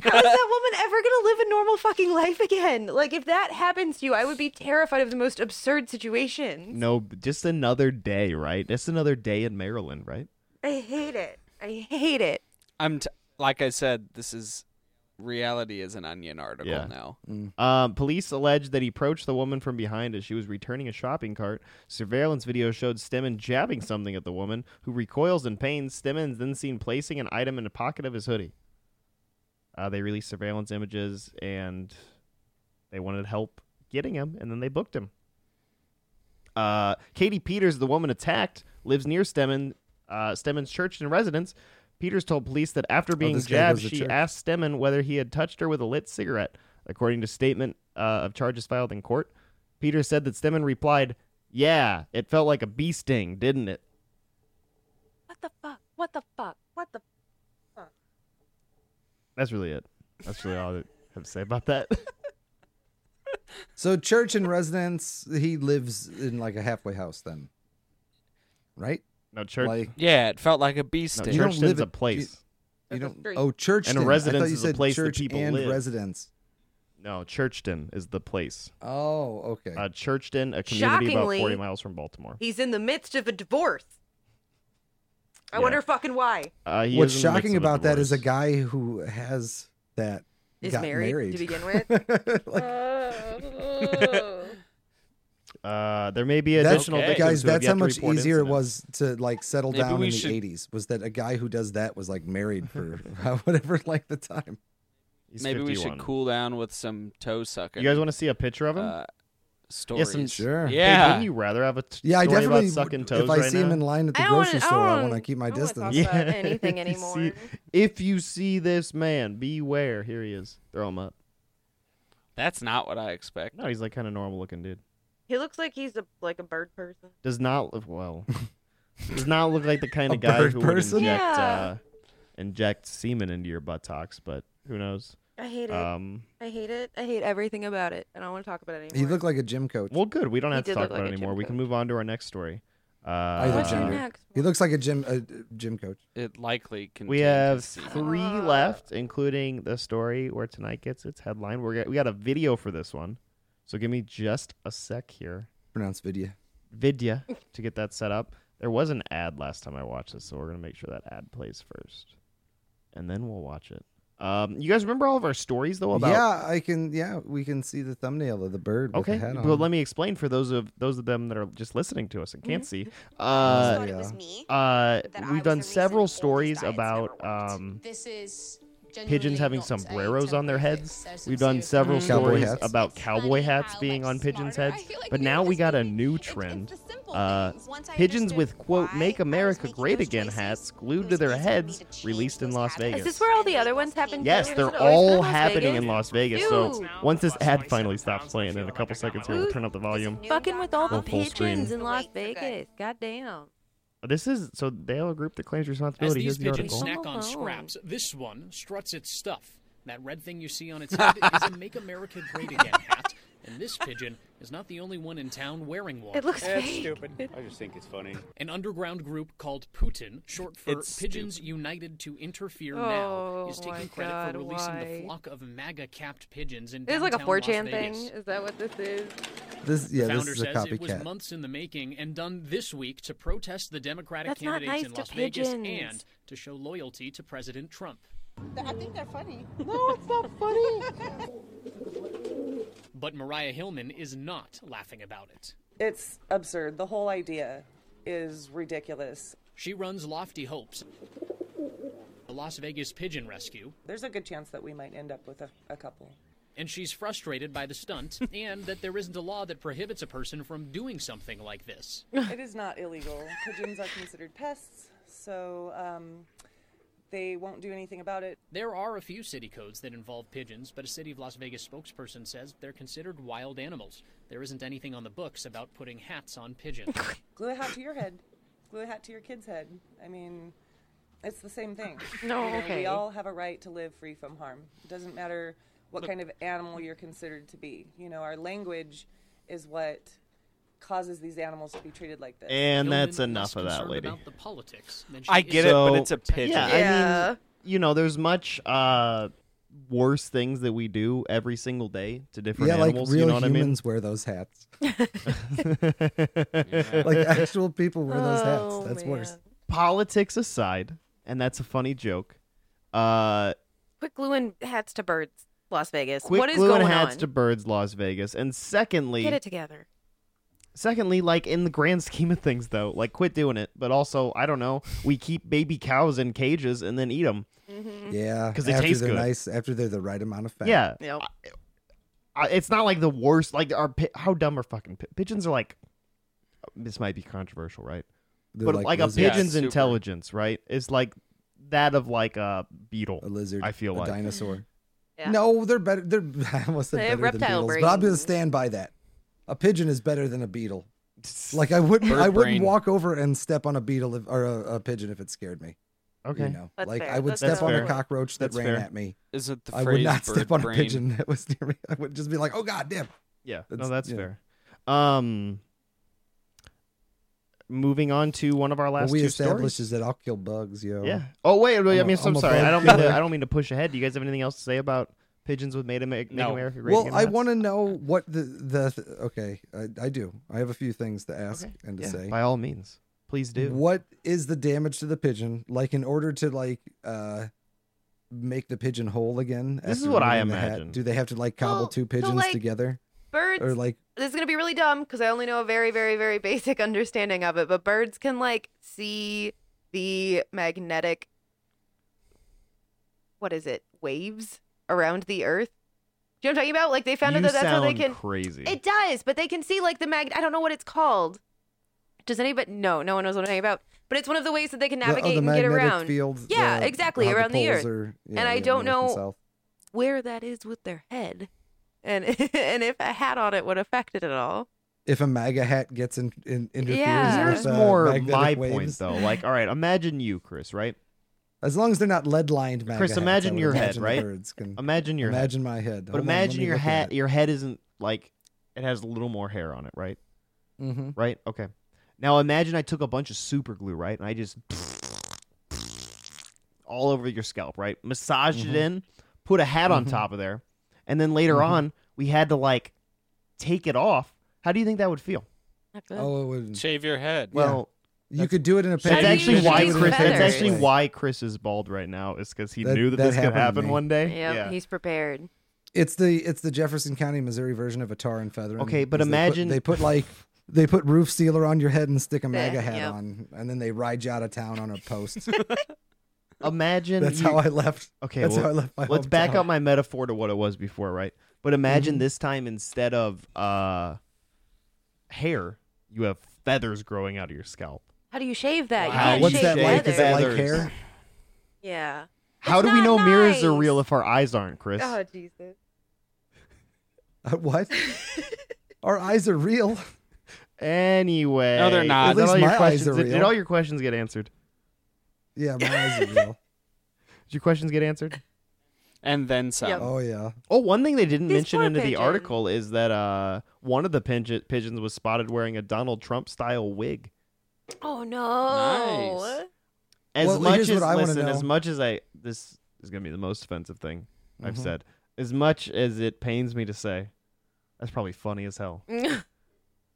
D: How is that woman ever gonna live a normal fucking life again? Like if that happens to you, I would be terrified of the most absurd situations.
A: No, just another day, right? Just another day in Maryland, right?
D: I hate it. I hate it.
C: I'm t- like I said. This is reality is an onion article
A: Yeah.
C: now.
A: Um, police allege that he approached the woman from behind as she was returning a shopping cart. Surveillance video showed Stemmen jabbing something at the woman, who recoils in pain. Stemmen is then seen placing an item in the pocket of his hoodie. Uh, they released surveillance images and they wanted help getting him, and then they booked him. Uh, Katie Peters, the woman attacked, lives near Stemmen, uh, Stemmen's church and residence. Peters told police that after being
B: Oh, this guy
A: jabbed,
B: goes to
A: she
B: church.
A: asked Stemmen whether he had touched her with a lit cigarette. According to statement uh, of charges filed in court, Peters said that Stemmen replied, "Yeah, it felt like a bee sting, didn't it?"
D: What the fuck? What the fuck? What the
A: That's really it. That's really all I have to say about that.
B: So church and residence, he lives in like a halfway house then. Right?
A: no church.
B: Like
C: Yeah, it felt like a bee
A: no,
C: sting.
B: You don't
A: Churchton's
B: live
A: a
B: at-
A: place.
B: you
D: That's a
B: don't
D: street.
B: Oh, church
A: And a
B: thing. I
A: residence
B: thought you
A: is a
B: said
A: place that
B: church
A: people
B: and
A: live.
B: residence.
A: No, Churchton is the place.
B: Oh, okay.
A: Uh, Churchton, a community
D: Shockingly-
A: about 40 miles from Baltimore.
D: He's in the midst of a divorce. I
A: Yeah.
D: wonder fucking why.
A: Uh, he
B: What's
A: is in the midst
B: shocking
A: of a
B: about that is a
A: divorce.
B: guy who has that
D: Is
B: got
D: married,
B: married
D: to begin with.
B: Like,
A: Uh, there may be
B: that's,
A: additional
C: Okay.
A: victims
B: guys,
A: who have
B: that's
A: yet
B: how
A: to
B: much
A: report
B: easier it
A: incidents.
B: was to like settle
C: Maybe
B: down in
C: we
B: the
C: should-
B: 80s was that a guy who does that was like married for whatever like the time.
A: He's
C: Maybe we
A: 51.
C: should cool down with some toe sucking.
A: You guys want to see a picture of him?
C: uh,
A: Yeah,
C: stories?
A: some-
B: Sure.
A: Hey,
C: Yeah.
A: wouldn't you rather have a t-
B: Yeah, I
A: story
B: definitely
A: about sucking
B: would-
A: toes
B: if I
A: right
B: see
A: now?
B: him in line at the
D: I don't wanna-
B: grocery
D: I
B: store, I
D: don't-
B: want to keep my
D: I don't wanna talk
B: distance.
D: about anything
A: If you see-
D: anymore.
A: if you see this man, beware. Here he is. Throw him up.
C: That's not what I expect.
A: No, he's like kind of normal looking dude.
D: He looks like he's a like a bird person.
A: Does not look well. does not look like the kind
B: A
A: of guy
B: bird
A: who
B: person?
A: would inject
D: Yeah.
A: uh, inject semen into your buttocks, but who knows?
D: I hate it.
A: Um,
D: I hate it. I hate everything about it. I don't want to talk about it anymore.
B: He looked like a gym coach.
A: well, good. We don't
D: He
A: have to
D: did
A: talk
D: look
A: about
D: like
A: it
D: a gym
A: anymore. We can
D: coach.
A: move on to our next story. Uh,
B: Either
D: What's your
B: gender.
D: next?
B: He
D: one?
B: looks like a gym a uh, gym coach.
C: It likely contains.
A: We have
C: semen.
A: three
D: Ah.
A: left, including the story where tonight gets its headline. We're got, we got a video for this one, so give me just a sec here,
B: Pronounced Vidya.
A: Vidya, to get that set up. There was an ad last time I watched this, so we're gonna make sure that ad plays first, and then we'll watch it. Um, you guys remember all of our stories though about
B: yeah, I can. Yeah, we can see the thumbnail of the bird. With
A: Okay,
B: the head
A: well
B: on.
A: let me explain for those of those of them that are just listening to us and can't see.
E: Mm-hmm. I just
A: Uh,
E: thought it
B: yeah.
E: was me.
A: uh,
E: that I
A: we've
E: was the
A: done
E: reason all
A: several
E: these
A: stories
E: diets never
A: about
E: worked.
A: um,
E: This is
A: pigeons
E: genuinely
A: having
E: not
A: sombreros
E: a
A: on their
E: template.
A: heads.
E: There's some
A: We've done
E: serious
A: several
E: problems.
B: Cowboy
A: stories
B: hats.
A: about
E: It's
A: cowboy
E: funny
A: hats
E: how
A: being
E: much
A: on pigeons'
E: smarter I
A: heads,
E: feel like
A: but
E: we
A: now
E: were
A: we
E: just
A: got a
E: being-
A: new
E: it's- it's the
A: trend.
E: simple
A: Uh,
E: things. Once I
A: Pigeons
E: understood
A: with quote
E: why
A: "Make
E: I was
A: America
E: making
A: Great
E: those
A: Again"
E: choices,
A: hats
E: it
A: glued to
E: was
A: their
E: easy for me
A: heads,
E: to change
A: released in
E: those
A: Las
E: habits.
A: Vegas.
D: Is this where all the other ones happen?
A: Yes,
D: too? Is
A: they're
D: it always
A: all
D: Las
A: happening
D: Vegas?
A: in Las Vegas.
D: Dude.
A: So once this ad finally stops playing in a couple seconds here, we'll turn up the volume.
D: Fucking with all the
A: Go full screen.
D: pigeons in Las
E: Wait for good.
D: Vegas. God damn.
A: This is so they have a group that claims
F: As
A: responsibility.
F: these
A: Here's the
F: pigeons
A: article.
D: snap-
F: snack
D: Come
F: on
D: alone.
F: scraps, this one struts its stuff. That red thing you see on its head is a Make America Great Again hat, and this pigeon is not the only one in town wearing one.
D: It looks
G: That's
D: fake.
G: stupid. I just think it's funny.
F: An underground group called Putin, short for
C: It's
F: Pigeons United to Interfere
D: Oh,
F: Now, is
D: my
F: taking credit
D: God,
F: for releasing
D: why?
F: the flock of MAGA-capped pigeons in
D: It's like a
F: downtown
D: 4chan
F: Las Vegas.
D: thing. Is that what this is?
B: This yeah, this
F: Founder
B: is a
F: says it was
B: copycat.
F: months in the making and done this week to protest the Democratic
D: That's not
F: candidates
D: nice
F: in
D: to
F: Las Vegas
D: pigeons.
F: and to show loyalty to President Trump.
H: I think they're funny.
F: But Mariah Hillman is not laughing about it.
H: It's absurd. The whole idea is ridiculous.
F: She runs lofty hopes. The Las Vegas Pigeon Rescue,
H: There's a good chance that we might end up with a, a couple.
F: and she's frustrated by the stunt and that there isn't a law that prohibits a person from doing something like this.
H: it is not illegal. Pigeons are considered pests, so um, they won't do anything about it.
F: There are a few city codes that involve pigeons, but a City of Las Vegas spokesperson says they're considered wild animals. There isn't anything on the books about putting hats on pigeons.
H: Glue a hat to your head. Glue a hat to your kid's head. I mean, it's the same thing.
D: No,
H: You know,
D: okay.
H: We all have a right to live free from harm. It doesn't matter what kind of animal you're considered to be. You know, our language is what causes these animals to be treated like this.
A: And
F: Hillman
A: that's
F: less
A: enough of that,
F: concerned
A: lady.
F: about the politics than she
C: I
F: is
C: get it,
A: So-
C: but it's a pigeon.
A: Yeah, I
D: Yeah.
A: mean, you know, there's much uh, worse things that we do every single day to different
B: Yeah, like
A: animals.
B: real
A: you know what
B: humans wear those hats.
A: I mean?
B: like actual people wear those
D: Oh,
B: hats. That's
D: man.
B: worse.
A: Politics aside, and that's a funny joke. Uh,
D: Quit gluing hats to birds, Las Vegas.
A: quick
D: what is
A: gluing
D: going
A: hats
D: on?
A: to birds, Las Vegas. And secondly,
D: Get it together.
A: Secondly, like in the grand scheme of things, though, like quit doing it. But also, I don't know, we keep baby cows in cages and then eat them.
D: Mm-hmm.
B: Yeah,
A: 'Cause they
B: after
A: taste
B: they're
A: good.
B: nice, after they're the right amount of fat.
A: Yeah,
D: Yep.
A: I, it's not like the worst. Like our pi- how dumb are fucking pi- pigeons are like. This might be controversial, right?
B: They're
A: but like, a
B: lizards,
C: Yeah,
A: pigeon's
C: super.
A: intelligence, right, is like that of like a beetle.
B: a lizard.
A: I feel
B: a
A: like.
B: dinosaur.
D: Yeah.
B: No, they're better. They're I almost said
D: They have
B: better than
D: reptile
B: beetles, but I'm gonna
D: brains.
B: stand by that. A pigeon is better than a beetle. Like I wouldn't,
C: Bird
B: I wouldn't
C: brain.
B: walk over and step on a beetle if, or a, a pigeon if it scared me.
A: okay,
B: You know,
D: That's
B: like
D: fair.
B: I would
D: That's
B: step
A: fair.
B: on a
A: That's fair.
B: cockroach that
A: That's
B: ran
A: fair.
B: at me.
C: Is it the
B: I
C: phrase
B: would not
C: bird
B: step on
C: brain?
B: a pigeon that was near me. I would just be like, "Oh god damn!"
A: yeah, no,
B: That's-
A: that's
B: yeah.
A: fair. Um, moving on to one of our last
B: What we
A: two
B: established
A: stories.
B: is that I'll kill bugs, yo.
A: Yeah. Oh wait, wait,
B: I'm
A: I
B: a-
A: mean, so
B: I'm
A: I'm
B: a
A: sorry.
B: bug
A: I don't mean to.
B: killer.
A: I don't mean to push ahead. Do you guys have anything else to say about Pigeons with made in make,
C: No.
A: America great
B: Well,
A: again
B: I
A: hats?
B: want to know what the the okay. I, I do. I have a few things to ask and to
A: Yeah,
B: say.
A: by all means, please do.
B: What is the damage to the pigeon? Like in order to like uh make the pigeon whole again?
A: This is
B: after
A: what I
B: removing the hat,
A: imagine.
B: do they have to like cobble
D: Well,
B: two
D: so,
B: pigeons
D: like,
B: together,
D: Birds
B: or like
D: this is gonna be really dumb because I only know a very, very, very basic understanding of it. But birds can like see the magnetic, what is it, waves around the Earth. Do you know what I'm talking about? Like they found out
A: you
D: that that's how they
A: sound
D: can.
A: crazy.
D: It does, but they can see like the mag. I don't know what it's called. Does anybody? No, no one knows what I'm talking about. But it's one of the ways that they can
B: the- oh,
D: navigate
B: the
D: and get
B: magnetic
D: around
B: Field,
D: Yeah,
B: the-
D: exactly,
B: how
D: around the
B: poles
D: Earth.
B: are- yeah,
D: And I
B: yeah,
D: don't
B: north and
D: know-
B: south.
D: where that is with their head, and and if a hat on it would affect it at all.
B: if a MAGA hat gets in, in interferes
D: Yeah.
B: with
A: Here's
B: uh,
A: more
B: magnetic
A: my
B: waves.
A: point though. Like, all right, imagine you, Chris, right?
B: As long as they're not lead lined MAGA
A: Chris,
B: hats, I
A: imagine
B: would
A: your head,
B: imagine the
A: right?
B: birds can-
A: Imagine your head.
B: imagine my head.
A: But imagine your hat. Your head isn't like it has a little more hair on it, right?
B: Mm-hmm.
A: Right? Okay. Now imagine I took a bunch of super glue, right? And I just all over your scalp, right? Massaged it in, put a hat on
B: Mhm.
A: top of there, and then later
B: Mhm.
A: on we had to like take it off. How do you think that would feel?
D: Not good.
B: Oh, it would.
C: Shave your head.
A: Well,
B: you could do it in a.
A: that's
D: Shaggy
A: actually
D: usually
A: why
D: uses
A: Chris. That's
D: feathers.
A: actually why Chris is bald right now. Is because he
B: That-
A: knew that,
B: that
A: this could
B: happened to
A: happen
B: me.
A: one day.
D: Yep,
A: yeah.
D: he's prepared.
B: It's the it's the Jefferson County, Missouri version of a tar and feather.
A: Okay, but
B: is they put-
A: imagine-
B: they put, like they put roof sealer on your head and stick a MAGA
D: Yeah.
B: hat
D: Yep.
B: on, and then they ride you out of town on a post.
A: Imagine
B: That's
A: you-
B: how I left.
A: Okay,
B: that's
A: well,
B: how I left my.
A: Let's back
B: hometown.
A: up my metaphor to what it was before, right? But
B: Mm-hmm.
A: imagine this time instead of uh, hair, you have feathers growing out of your scalp.
D: How do you shave that?
A: Wow.
D: You can't
B: What's
D: shave
B: that like?
D: feathers.
B: Is it like
A: Feathers.
B: hair?
D: Yeah.
A: How
D: It's
A: do we
D: not
A: know mirrors are
D: nice.
A: real if our eyes aren't, Chris?
D: Oh Jesus.
B: Uh, what? Our eyes are real.
A: Anyway,
C: No, they're
A: Is
C: not.
B: At
A: that
B: least
A: all your
B: my eyes
A: questions-
B: are
A: did, did
B: real.
A: all your questions get answered?
B: Yeah, my eyes are real.
A: Did your questions get answered?
C: And then some.
D: Yep.
B: Oh yeah.
A: Oh, one thing they didn't
D: These
A: mention
D: poor
A: into
D: pigeons.
A: the article is that uh, one of the pigeon- pigeons was spotted wearing a Donald Trump style wig.
D: Oh no.
C: Nice.
A: as
B: Well,
A: much
B: here's
A: as
B: what I wanna
A: listen, as
B: know.
A: much as I this is gonna be the most offensive thing I've
B: Mm-hmm.
A: said. As much as it pains me to say, that's probably funny as hell.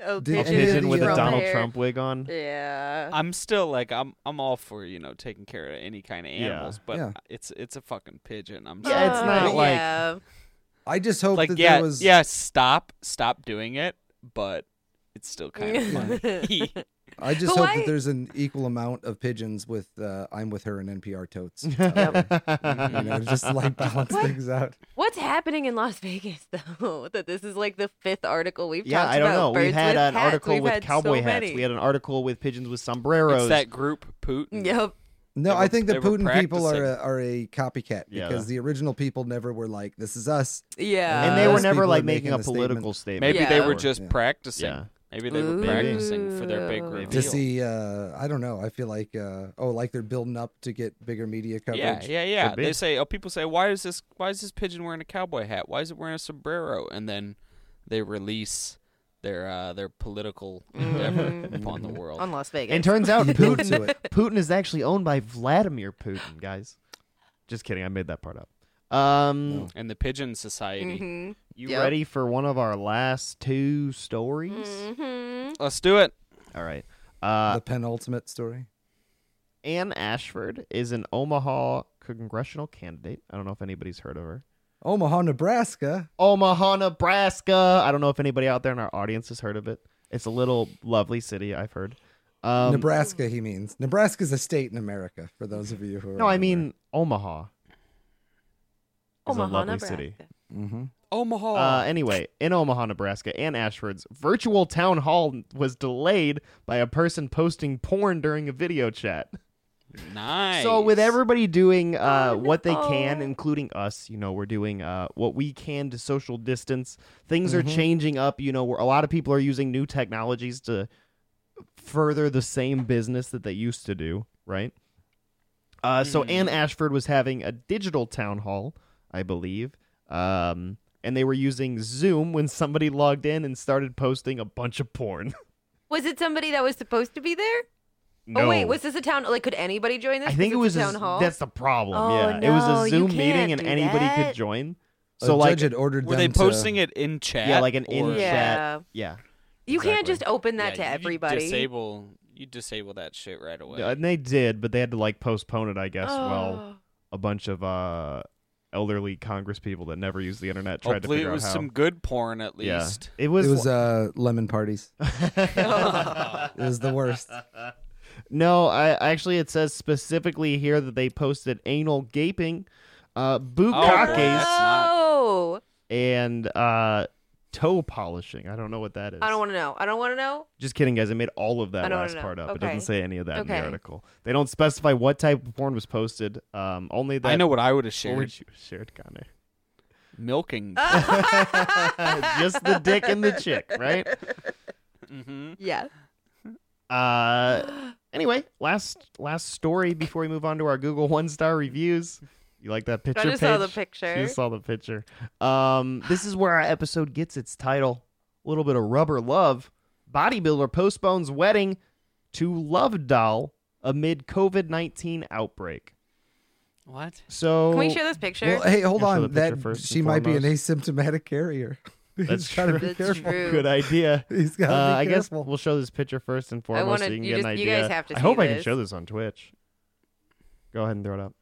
D: oh,
B: Did
A: A
B: Pigeon
A: pigeon
B: with
A: with
B: the,
A: a
B: uh,
A: Donald
D: hair.
A: Trump wig on.
D: Yeah.
C: I'm still like I'm I'm all for you know taking care of any kind of
A: Yeah.
C: animals, but
B: Yeah.
C: it's it's a fucking pigeon. I'm
A: Yeah, it's
C: sorry.
A: not
D: Uh,
A: like-
D: yeah.
B: I just hope
C: like
B: that
C: yeah
B: there was
C: yeah stop stop doing it, but it's still kind of funny.
B: I just
D: But
B: hope
D: why-
B: that there's an equal amount of pigeons with uh, I'm with her and NPR totes. you know, just to, like balance
D: What?
B: things out.
D: What's happening in Las Vegas though? That this is like the fifth article we've
A: yeah,
D: talked
A: I don't
D: about.
A: know. We
D: Birds
A: had
D: with
A: an
D: hats.
A: article
D: We've
A: with
D: had
A: cowboy
D: so
A: hats.
D: Many.
A: We had an article with pigeons with sombreros.
C: it's that group Putin.
D: Yep.
B: No,
C: They
B: I
C: were-
B: think the
C: they were
B: Putin people are a,
C: practicing.
B: are a copycat
A: Yeah.
B: because the original people never were like, "This is us."
D: Yeah.
A: and they
B: Uh,
A: were
B: those
A: never
B: people
A: like
B: are
A: making,
B: making
A: a
B: the
A: political statement.
C: Maybe they
D: Yeah.
C: were just
B: Yeah.
C: practicing.
A: Yeah.
C: Maybe they
D: Ooh.
C: were practicing for their big
D: To
C: reveal.
B: To see, uh, I don't know. I feel like, uh, oh, like they're building up to get bigger media coverage.
C: Yeah, yeah, yeah.
A: Could be.
C: They say, oh, people say, why is this? Why is this pigeon wearing a cowboy hat? Why is it wearing a sombrero? And then they release their uh, their political
D: Mm-hmm.
C: endeavor upon the world.
D: on Las Vegas.
A: And turns out
B: Build to
A: Putin
B: it.
A: Putin is actually owned by Vladimir Putin, guys. Just kidding, I made that part up. Um
C: and the pigeon society.
D: Mhm.
A: You
D: Yep.
A: ready for one of our last two stories?
D: Mhm.
C: Let's do it.
A: All right. Uh,
B: the penultimate story.
A: Anne Ashford is an Omaha congressional candidate. I don't know if anybody's heard of her.
B: Omaha, Nebraska.
A: Omaha, Nebraska. I don't know if anybody out there in our audience has heard of it. It's a little lovely city, I've heard. Um,
B: Nebraska, he means. Nebraska's a state in America, for those of you who are.
A: No, I mean Omaha. is
D: Omaha,
A: a lovely
D: Nebraska.
A: city.
B: hmm
C: Omaha.
A: Uh, anyway, in Omaha, Nebraska, Ann Ashford's virtual town hall was delayed by a person posting porn during a video chat.
C: nice.
A: So with everybody doing uh,
D: Oh,
A: what they can,
D: no.
A: including us, you know, we're doing uh, what we can to social distance. Things are changing up. You know, where a lot of people are using new technologies to further the same business that they used to do, right? Uh, So
D: Mm-hmm.
A: Anne Ashford was having a digital town hall, I believe, um, and they were using Zoom when somebody logged in and started posting a bunch of porn.
D: Was it somebody that was supposed to be there?
A: no.
D: Oh wait, was this a town? Like, could anybody join this?
A: I think it
D: 'Cause
A: was
D: it's a
A: a
D: town
A: z-
D: hall.
A: That's the problem.
D: Oh,
A: yeah, it was
D: no,
A: a
D: you
A: Zoom
D: can't
A: meeting and
D: do
A: anybody
D: that.
A: could join. So
B: a
A: like,
B: judge had ordered
C: Were
B: them
C: they posting
B: to,
C: it in chat?
A: yeah, like an in
D: or- Yeah.
A: chat. Yeah.
D: You can't
C: Exactly.
D: just open that
C: Yeah,
D: to
C: you
D: everybody.
C: Disable. You disable that shit right away.
A: And they did, but they had to like postpone it, I guess, while
D: Oh.
A: a bunch of uh, elderly Congress people that never use the internet tried
C: Hopefully,
A: to
C: Oh, it
A: figure
C: was
A: out how.
C: some good porn at
A: yeah,
C: least.
A: it was.
B: It was uh, lemon parties. it was the worst.
A: no, I actually it says specifically here that they posted anal gaping, uh, boot
C: Oh, boy.
A: cocking,
C: That's not-
D: Oh,
A: and uh, toe polishing. I don't know what that is.
D: I don't want to know. I don't want to know.
A: Just kidding, guys. I made all of that
D: I don't
A: last
D: know.
A: part up. It
D: Okay.
A: doesn't say any of that in
D: Okay.
A: the article. They don't specify what type of porn was posted. Um, only that.
C: I know what I would have
A: What
C: shared.
A: would you have shared, Connor?
C: Milking.
D: Ah!
A: Uh, Just the dick and the chick, right?
C: hmm
D: Yeah.
A: Uh, anyway, last last story before we move on to our Google one star reviews. You like that picture?
D: I just saw the
A: page?
D: picture.
A: You saw the picture. Um, this is where our episode gets its title. A little bit of rubber love. Bodybuilder postpones wedding to love doll amid COVID nineteen outbreak.
C: What?
A: So
D: Can we share this picture?
B: Well, hey,
A: Here's for
B: hold
A: the
B: on.
A: picture
B: That
A: first
B: she
A: and
B: might be an
A: foremost.
B: asymptomatic carrier.
A: That's
B: He's gotta
A: true.
B: be
D: That's
B: careful.
D: true.
A: good idea.
B: He's got to
A: Uh, I
B: be
A: guess
B: careful.
A: we'll show this picture first and foremost
D: wanna-
A: so you can
D: you
A: get an
D: just-
A: idea.
D: you guys have to
A: I
D: see
A: hope I can
D: this.
A: show this on Twitch. Go ahead and throw it up.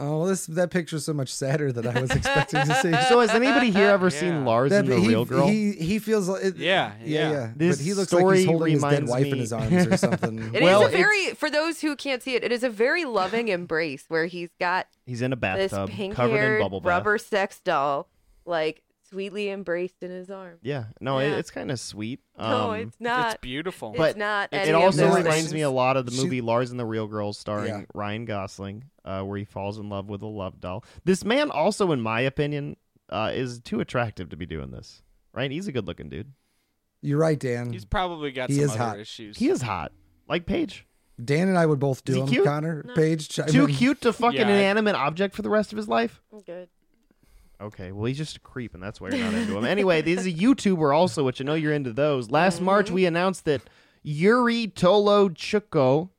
B: Oh, well, this that picture's so much sadder than I was expecting to see.
A: So has anybody here ever
C: Yeah.
A: seen Lars
B: That-
A: and the
B: he,
A: Real Girl?
B: He he feels like it,
C: Yeah,
B: yeah
C: yeah.
A: This
B: but he looks like
A: story
B: he's holding his dead
A: reminds
B: wife in
A: me-
B: his arms or something.
D: It is
A: Well,
D: a very, for those who can't see it, it is a very loving embrace where he's got
A: He's in a
D: this
A: bathtub
D: pink
A: covered in
D: haired
A: bubble bath.
D: rubber sex doll, like sweetly embraced in his arm.
A: Yeah, no,
D: Yeah.
A: It, it's kind of sweet.
D: no,
A: Um,
D: it's not.
C: it's beautiful.
D: it's
A: but
D: not.
A: It,
D: any
A: it
D: of
A: also
D: those
A: reminds
D: things.
A: me a lot of the
B: She-
A: movie Lars and the Real Girl starring
B: Yeah.
A: Ryan Gosling, uh, where he falls in love with a love doll. This man also, in my opinion, uh, is too attractive to be doing this. Right? He's a good looking dude.
B: You're right, Dan.
C: He's probably got
B: Mm. He
C: some
B: is
C: other
B: hot.
C: issues.
A: He is hot. Like Paige.
B: Dan and I would both
A: Is
B: do
A: he
B: him.
A: cute?
B: Connor, Paige, chime
A: Too
B: in.
A: cute to fucking
C: Yeah, I-
A: inanimate object for the rest of his life?
D: I'm good.
A: Okay, well, he's just a creep, and that's why you're not into him. Anyway, this is a YouTuber also, which I know you're into those. Last
D: Mm-hmm.
A: March, we announced that Yuri Tolo Chuko,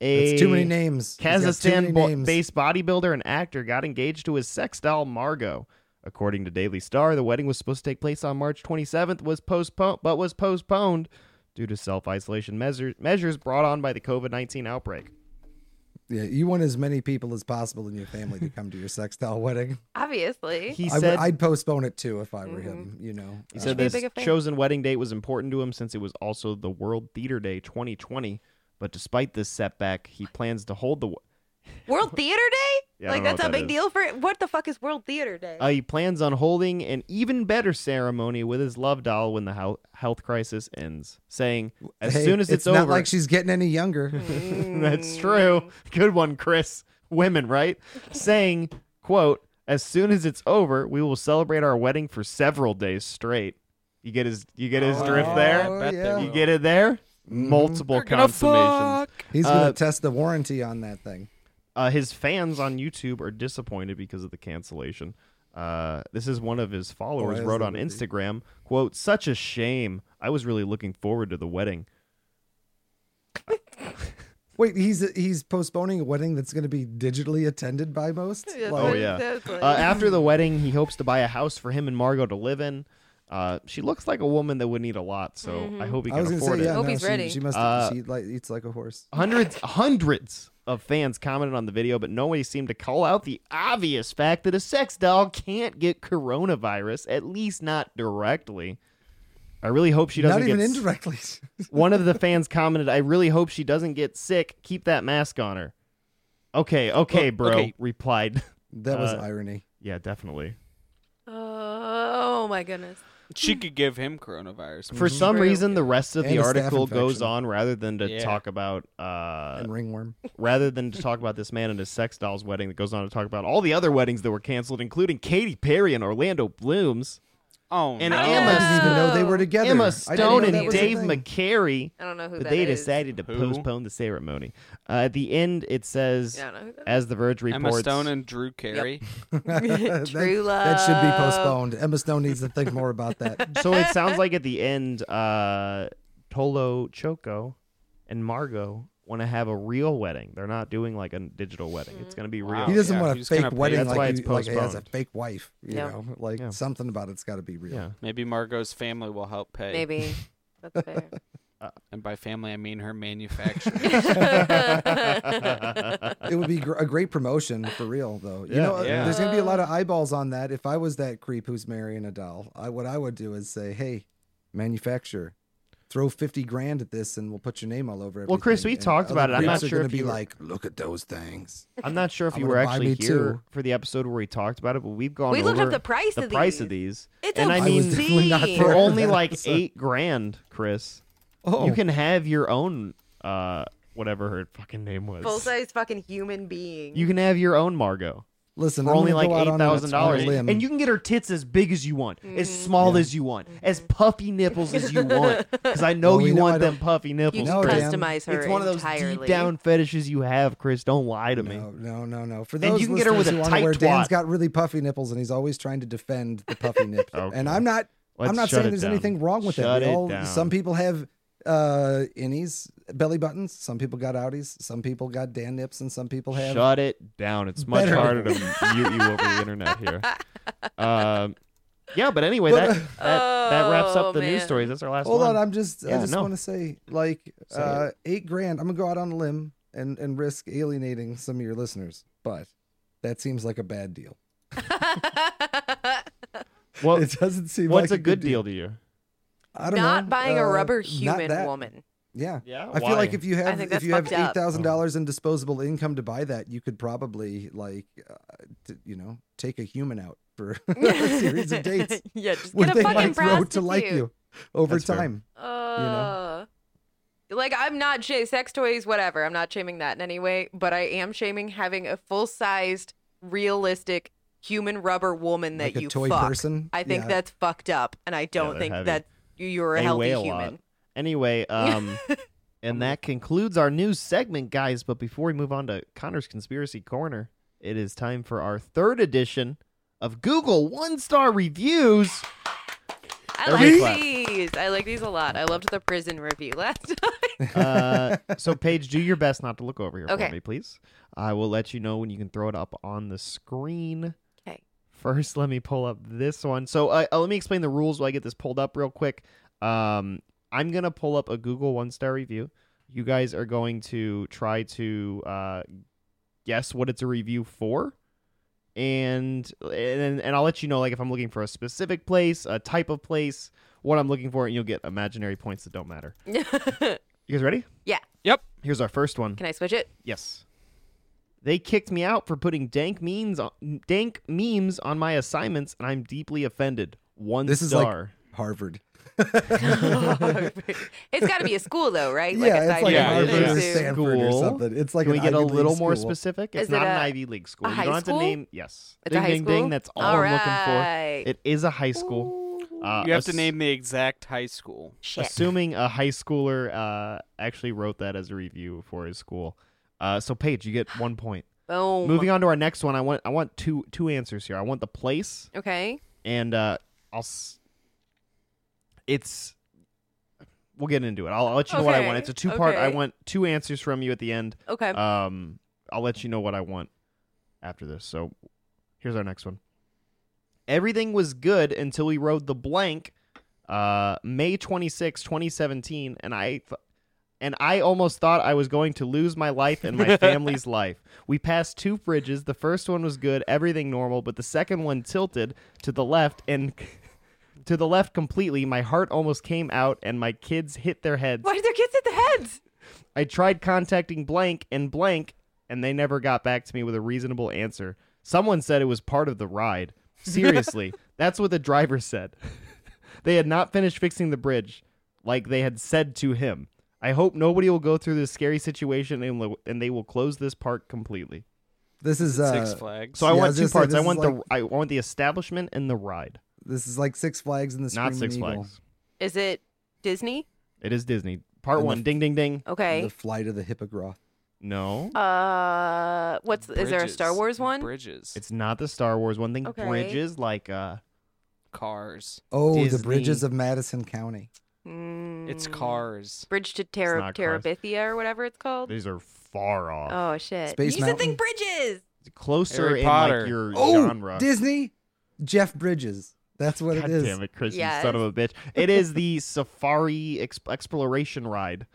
A: a
B: That's too many names. He's got too many names.
A: Kazakhstan-based bodybuilder and actor, got engaged to his sex doll Margot. According to Daily Star, the wedding was supposed to take place on March 27th, was postponed, but was postponed due to self-isolation measures measures brought on by the COVID-19 outbreak.
B: Yeah, you want as many people as possible in your family to come to your sextile wedding.
D: Obviously.
A: He
B: I would-
A: said
B: I'd postpone it too if I were him. You know,
A: He
B: Uh,
A: said
D: be a
A: this
D: bigger fan.
A: chosen wedding date was important to him since it was also the World Theater Day 2020. But despite this setback, he plans to hold the.
D: World Theater Day?
A: Yeah, I
D: like
A: don't know
D: that's
A: what
D: a
A: that
D: big
A: is.
D: deal for it. What the fuck is World Theater Day?
A: Uh, he plans on holding an even better ceremony with his love doll when the hou- health crisis ends, saying, "As
B: hey,
A: soon as it's,
B: it's not
A: over." Mm.
B: like she's getting any younger.
A: That's true. Good one, Chris. Women, right? saying, "Quote: As soon as it's over, we will celebrate our wedding for several days straight." You get his, you get his drift
B: Oh,
A: there.
C: bet they
B: yeah.
C: will.
A: You get it there.
B: Mm-hmm.
A: Multiple consummations.
B: He's gonna
A: Uh,
B: test the warranty on that thing.
A: Uh, his fans on YouTube are disappointed because of the cancellation. Uh, this is one of his followers
B: as
A: wrote
B: they
A: on
B: would be.
A: Instagram, "quote Such a shame. I was really looking forward to the wedding.
B: Wait, he's he's postponing a wedding that's gonna be digitally attended by most. Like,
A: Oh yeah.
D: Exactly.
A: Uh, after the wedding, he hopes to buy a house for him and Margot to live in. Uh, she looks like a woman that would need a lot, so I hope he
B: I
A: can
B: was gonna
A: afford
B: say,
A: it.
B: yeah,
D: Hope
B: no,
D: he's
B: she,
D: ready.
B: she must.
A: Uh,
B: she like eats like a horse.
A: Hundreds, hundreds of fans commented on the video, but nobody seemed to call out the obvious fact that a sex doll can't get coronavirus, at least not directly. I really hope she doesn't
B: Not even
A: get
B: indirectly.
A: One of the fans commented, "I really hope she doesn't get sick. Keep that mask on her." Okay, okay,
C: Well,
A: bro.
C: okay.
A: Replied.
B: that was
A: Uh,
B: irony.
A: yeah, definitely.
D: oh my goodness.
C: She could give him coronavirus. Mm-hmm.
A: For some
D: True.
A: reason, the rest of
B: And
A: the
B: a staph
A: article goes
B: infection.
A: on rather than to
C: Yeah.
A: talk about uh,
B: and ringworm.
A: rather than to talk about this man and his sex doll's wedding. That goes on to talk about all the other weddings that were canceled, including Katy Perry and Orlando Bloom's,
C: oh,
A: and Emma-
C: no.
B: I didn't even know they
D: Oh.
B: were together. I
A: Emma
B: didn't
A: Stone,
B: know
D: that
A: and
B: was a
A: Dave
B: thing.
A: McCary.
D: I don't know who
A: But
D: that
A: they
D: is.
A: decided to
C: Who?
A: postpone the ceremony. Uh, at the end, it says,
D: Yeah, I don't know who that
A: as The Verge reports,
C: Emma Stone and Drew Carey.
B: That-
D: True
B: That should be
D: love.
B: postponed. Emma Stone needs to think more about that.
A: so it sounds like at the end, uh, Tolo Choco and Margot want to have a real wedding. They're not doing like a digital wedding. It's
D: Mm.
A: going to be real.
C: Wow.
B: He doesn't
C: yeah,
B: want a
C: he's gonna
B: fake
C: pay-
B: wedding
A: That's why
B: like,
A: it's
B: he, like he has a
A: postponed.
B: fake wife. You
D: Yeah.
B: know, like
A: Yeah.
B: something about it's got to be real.
A: Yeah.
C: Maybe Margot's family will help pay.
D: Maybe. That's fair.
C: And by family, I mean her manufacturer.
A: Uh,
B: It would be gr- a great promotion for real, though. You
A: Yeah.
B: know,
C: Yeah.
B: there's gonna be a lot of eyeballs on that. If I was that creep who's marrying a doll, I what I would do is say, "Hey, manufacturer, throw fifty grand at this, and we'll put your name all over it."
A: Well, Chris, we talked about it. I'm not sure
B: Gonna
A: if
B: be
A: you were-
B: like, look at those things.
A: I'm not sure if
B: I'm
A: you
B: gonna
A: were
B: buy
A: actually
B: me
A: here
B: two.
A: for the episode where we talked about it, but we've gone
D: We looked up
A: over
D: the price
A: the
D: of
A: price of these.
D: It's
A: and
D: a
A: I
B: I was
A: mean,
B: definitely not
D: Obscene.
B: there
A: for
B: for
A: only
B: that
A: like
B: episode.
A: eight grand, Chris,
B: Oh,
A: you can have your own uh whatever her fucking name was.
D: Full size fucking human being.
A: You can have your own Margot.
B: listen,
A: for
B: I'm
A: only like
B: gonna go out
A: eight
B: on a- on a
A: thousand dollars,
B: limb.
A: and you can get her tits as big as you want,
D: Mm.
A: as small as you want, as puffy nipples as you want. Because I know
B: Well, we
A: you
B: know I
A: want
B: don't-
A: them puffy
D: You
A: nipples.
D: can
B: No,
A: Chris.
B: Dan.
D: customize her
A: It's one of those
D: entirely.
A: deep down fetishes you have, Chris. Don't lie to me.
B: No, no, no, no. For
A: you
B: those
A: can get her
B: listeners
A: with a
B: who aren't aware,
A: tight
B: Dan's
A: twat.
B: got really puffy nipples, and he's always trying to defend the puffy nipples.
A: Okay.
B: And I'm not,
A: Let's
B: I'm not
A: shut
B: saying
A: it
B: there's
A: down.
B: anything wrong with
A: Shut
B: it.
A: it
B: We all,
A: down.
B: some people have uh innies, belly buttons. Some people got outies. Some people got Dan nips, and some people have.
A: Shut it down. It's much
B: Better.
A: harder to mute you over the internet here. Um, yeah, but anyway, that that, that wraps up the
D: Oh,
A: news
D: man.
A: stories. That's our last
B: Hold
A: one.
B: on, I'm just,
A: Yeah,
B: I just
A: no.
B: want to say, like,
A: Say
B: uh eight grand. I'm gonna go out on a limb and and risk alienating some of your listeners, but that seems like a bad deal.
A: Well,
B: it doesn't seem.
A: what's
B: like
A: a good deal to you?
B: I don't
D: Not
B: know,
D: buying
B: uh,
D: a rubber
B: not
D: human
B: that.
D: woman.
B: Yeah.
A: Yeah?
B: I feel like
A: Why?
B: if you
D: I
B: have
D: think
B: if
D: that's
B: you have eight
D: fucked up.
B: thousand dollars in disposable income to buy that, you could probably like, uh, t- you know, take a human out for a series of dates
D: yeah, just
B: where
D: get
B: they
D: a fucking
B: might grow to
D: prostitute.
B: like you over
A: That's fair.
B: time.
D: Uh, Like I'm not sh- sex toys, whatever. I'm not shaming that in any way, but I am shaming having a full sized, realistic human rubber woman that
B: Like a
D: you
B: toy
D: fuck.
B: person?
D: I think
B: Yeah.
D: that's fucked up, and I don't
A: they're
D: think
A: heavy.
D: that you- you're a
A: They
D: healthy
A: weigh a
D: human.
A: lot. Anyway, um, and that concludes our news segment, guys. But before we move on to Connor's Conspiracy Corner, it is time for our third edition of Google One Star Reviews.
D: I
A: Everybody
D: like
A: clap.
D: these. I like these a lot. I loved the prison review last time.
A: Uh, so, Paige, do your best not to look over here
D: Okay.
A: for me, please. I will let you know when you can throw it up on the screen.
D: okay.
A: First, let me pull up this one. So, uh, uh, let me explain the rules while I get this pulled up real quick. Um, I'm going to pull up a Google one star review. You guys are going to try to uh, guess what it's a review for. And, and and I'll let you know like if I'm looking for a specific place, a type of place, what I'm looking for, and you'll get imaginary points that don't matter. You guys ready?
D: yeah.
C: yep.
A: Here's our first one.
D: Can I switch it?
A: Yes. They kicked me out for putting dank memes on, dank memes on my assignments, and I'm deeply offended. One
B: This is
A: star.
B: like Harvard.
D: it's got to be a school though, right?
B: yeah, it's
D: side
B: like
C: Yeah,
D: note
B: Harvard
A: yeah.
B: or
D: to-
B: Stanford or
A: School.
B: something. It's like
A: Can we
B: an
A: get a
B: Ivy League
A: little more
B: school.
A: specific?
D: Is
A: It's not
D: it
A: an
D: a-
A: Ivy League school.
D: a
A: you
D: high
A: don't have to
D: school?
A: name. Yes.
D: It's a
A: ding,
D: high
A: ding, ding.
D: school?
A: That's all,
D: All
A: I'm looking
D: right.
A: for. It is a high school. Uh,
C: You have to
A: ass-
C: name the exact high school.
D: Shit.
A: Assuming a high schooler uh, actually wrote that as a review for his school. Uh, so, Paige, you get one point.
D: Boom.
A: Moving on to our next one, I want I want two two answers here. I want the place
D: Okay.
A: and uh, I'll. S- it's. We'll get into it. I'll, I'll let you know what I want.
D: Okay,
A: It's a two part. I
D: okay.
A: want two answers from you at the end.
D: Okay.
A: Um, I'll let you know what I want after this. So, here's our next one. Everything was good until we rode the blank, uh, May 26, 2017, and I. Th- and I almost thought I was going to lose my life and my family's life. We passed two fridges. The first one was good, everything normal, but the second one tilted to the left and to the left completely. My heart almost came out, and my kids hit their heads.
D: Why did their kids hit the heads?
A: I tried contacting blank and blank, and they never got back to me with a reasonable answer. Someone said it was part of the ride. Seriously, that's what the driver said. they had not finished fixing the bridge, like they had said to him. I hope nobody will go through this scary situation and, lo- and they will close this park completely.
B: This is uh,
C: Six Flags.
A: So
B: Yeah,
A: I
B: I
A: want
B: was
A: two
B: gonna say,
A: parts. I
B: this is
A: want the I want the establishment and the ride,
B: this is like Six Flags in the
A: not
B: Screaming
A: Six
B: Eagle.
A: Flags.
D: Is it Disney?
A: It is Disney. Part
B: And the
A: one.
B: f-
A: ding ding ding.
D: Okay.
B: The flight of the hippogriff.
A: No,
D: Uh, what's is there a Star
C: Bridges.
D: Wars one?
C: Bridges. It's
A: it's not the Star Wars one. Thing
D: Okay.
A: bridges like uh.
C: cars.
B: Oh,
A: Disney.
B: the bridges of Madison County.
C: It's cars.
D: Mm, Bridge to Terra
A: not cars.
D: Terabithia or whatever it's called.
A: These are far off.
D: Oh shit!
B: Space
D: you said think bridges.
A: Closer
C: Harry
A: in
C: Potter.
A: like your
B: Oh,
A: genre.
B: Disney, Jeff Bridges. That's what
A: God
B: it is.
A: damn it, Chris,
D: Yes.
A: you son of a bitch. It is the safari ex- exploration ride.